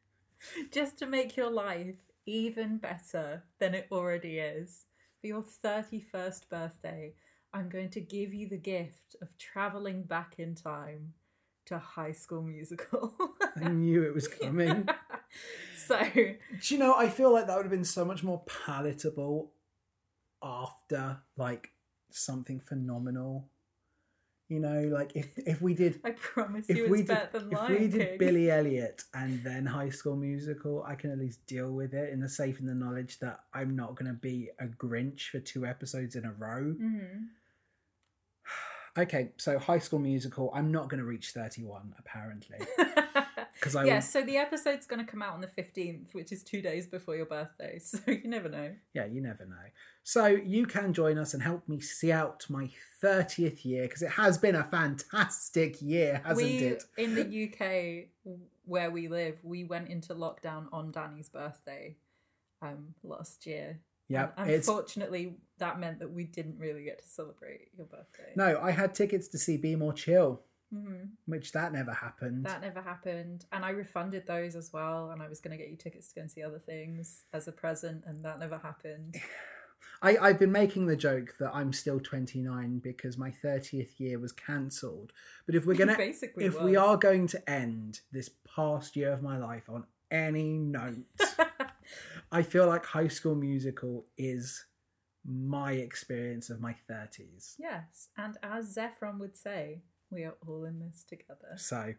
Speaker 1: [LAUGHS] Just to make your life even better than it already is. For your 31st birthday, I'm going to give you the gift of traveling back in time to High School Musical.
Speaker 2: I knew
Speaker 1: [LAUGHS]
Speaker 2: it was coming.
Speaker 1: so,
Speaker 2: Do you know, I feel like that would have been so much more palatable after like something phenomenal. You know, like if if we did
Speaker 1: I promise you
Speaker 2: if
Speaker 1: it's
Speaker 2: we did
Speaker 1: better than
Speaker 2: if
Speaker 1: Lion
Speaker 2: we
Speaker 1: King.
Speaker 2: did Billy Elliot and then High School Musical, I can at least deal with it in the safe in the knowledge that I'm not going to be a Grinch for two episodes in a row.
Speaker 1: [LAUGHS] Mhm.
Speaker 2: [SIGHS] Okay, so High School Musical, I'm not going to reach 31 apparently because
Speaker 1: [LAUGHS]
Speaker 2: I
Speaker 1: yes,
Speaker 2: will-
Speaker 1: so the episode's going to come out on the 15th, which is two days before your birthday, [LAUGHS] so you never know.
Speaker 2: yeah, you never know. So you can join us and help me see out my 30th year because it has been a fantastic year, hasn't
Speaker 1: we,
Speaker 2: it?
Speaker 1: In the UK, w- where we live, we went into lockdown on Danny's birthday um, last year.
Speaker 2: Yeah,
Speaker 1: And
Speaker 2: it's
Speaker 1: Unfortunately, that meant that we didn't really get to celebrate your birthday.
Speaker 2: no, I had tickets to see Be More Chill,
Speaker 1: hmm
Speaker 2: which that never happened.
Speaker 1: That never happened. And I refunded those as well. And I was going to get you tickets to go and see other things as a present. And that never happened.
Speaker 2: I, I've been making the joke that I'm still 29 because my 30th year was cancelled. But if we're
Speaker 1: [LAUGHS]
Speaker 2: gonna,
Speaker 1: Basically,
Speaker 2: if we are going to end this past year of my life on any note, I feel like High School Musical is my experience of my 30s.
Speaker 1: Yes, and as Zephron would say, we are all in this together. [LAUGHS]
Speaker 2: So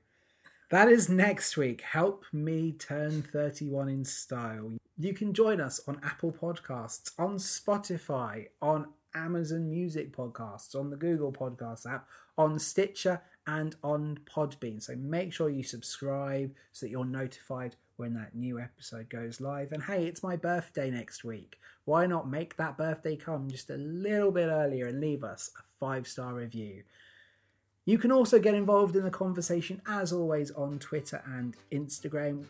Speaker 2: that is next week. Help me turn 31 in style. You can join us on Apple Podcasts, on Spotify, on Amazon Music Podcasts, on the Google Podcasts app, on Stitcher, and on Podbean. So make sure you subscribe so that you're notified when that new episode goes live. And hey, it's my birthday next week. Why not make that birthday come just a little bit earlier and leave us a five star review? You can also get involved in the conversation as always on Twitter and Instagram.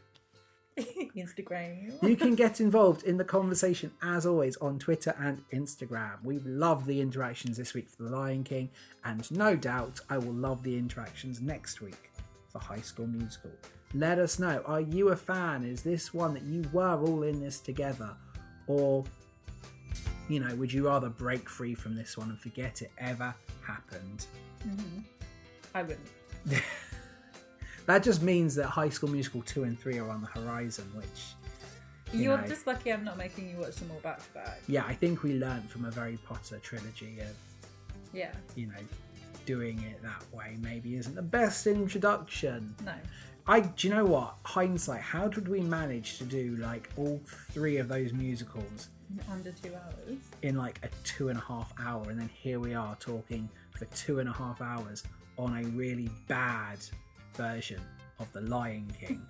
Speaker 1: Instagram.
Speaker 2: You can get involved in the conversation as always on Twitter and Instagram. We love the interactions this week for The Lion King, and no doubt I will love the interactions next week for High School Musical. Let us know are you a fan? Is this one that you were all in this together? Or, you know, would you rather break free from this one and forget it ever happened?
Speaker 1: Mhm. I wouldn't.
Speaker 2: That just means that High School Musical 2 and 3 are on the horizon, which, You
Speaker 1: You're
Speaker 2: know.
Speaker 1: just lucky I'm not making you watch them all back to back.
Speaker 2: yeah, I think we learned from a Harry Potter trilogy of,
Speaker 1: Yeah,
Speaker 2: you know, doing it that way maybe isn't the best introduction.
Speaker 1: no.
Speaker 2: I, do you know what? Hindsight, how did we manage to do like all three of those musicals
Speaker 1: Under two hours. [LAUGHS]
Speaker 2: in like a two and a half hour? And then here we are talking for two and a half hours on a really bad version of The Lion King.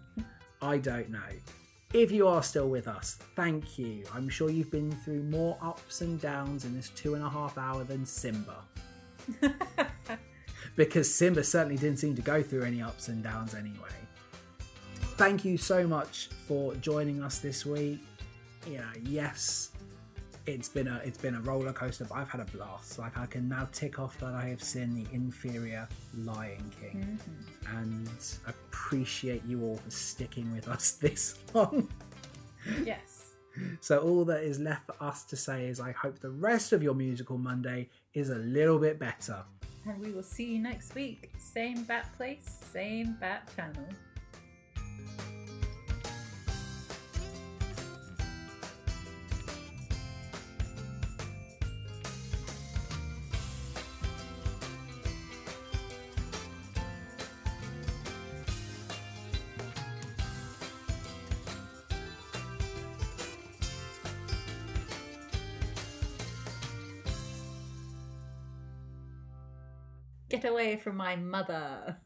Speaker 2: I don't know. If you are still with us, thank you. I'm sure you've been through more ups and downs in this two and a half hour than Simba. because Simba certainly didn't seem to go through any ups and downs anyway. Thank you so much for joining us this week. You know, yes, it's been a it's been a roller coaster, but I've had a blast. Like I can now tick off that I have seen the inferior Lion King
Speaker 1: Mhm.
Speaker 2: and appreciate you all for sticking with us [LAUGHS] this long.
Speaker 1: Yes.
Speaker 2: So, all that is left for us to say is I hope the rest of your musical Monday is a little bit better.
Speaker 1: And we will see you next week. Same bat place, same bat channel. Get away from my mother.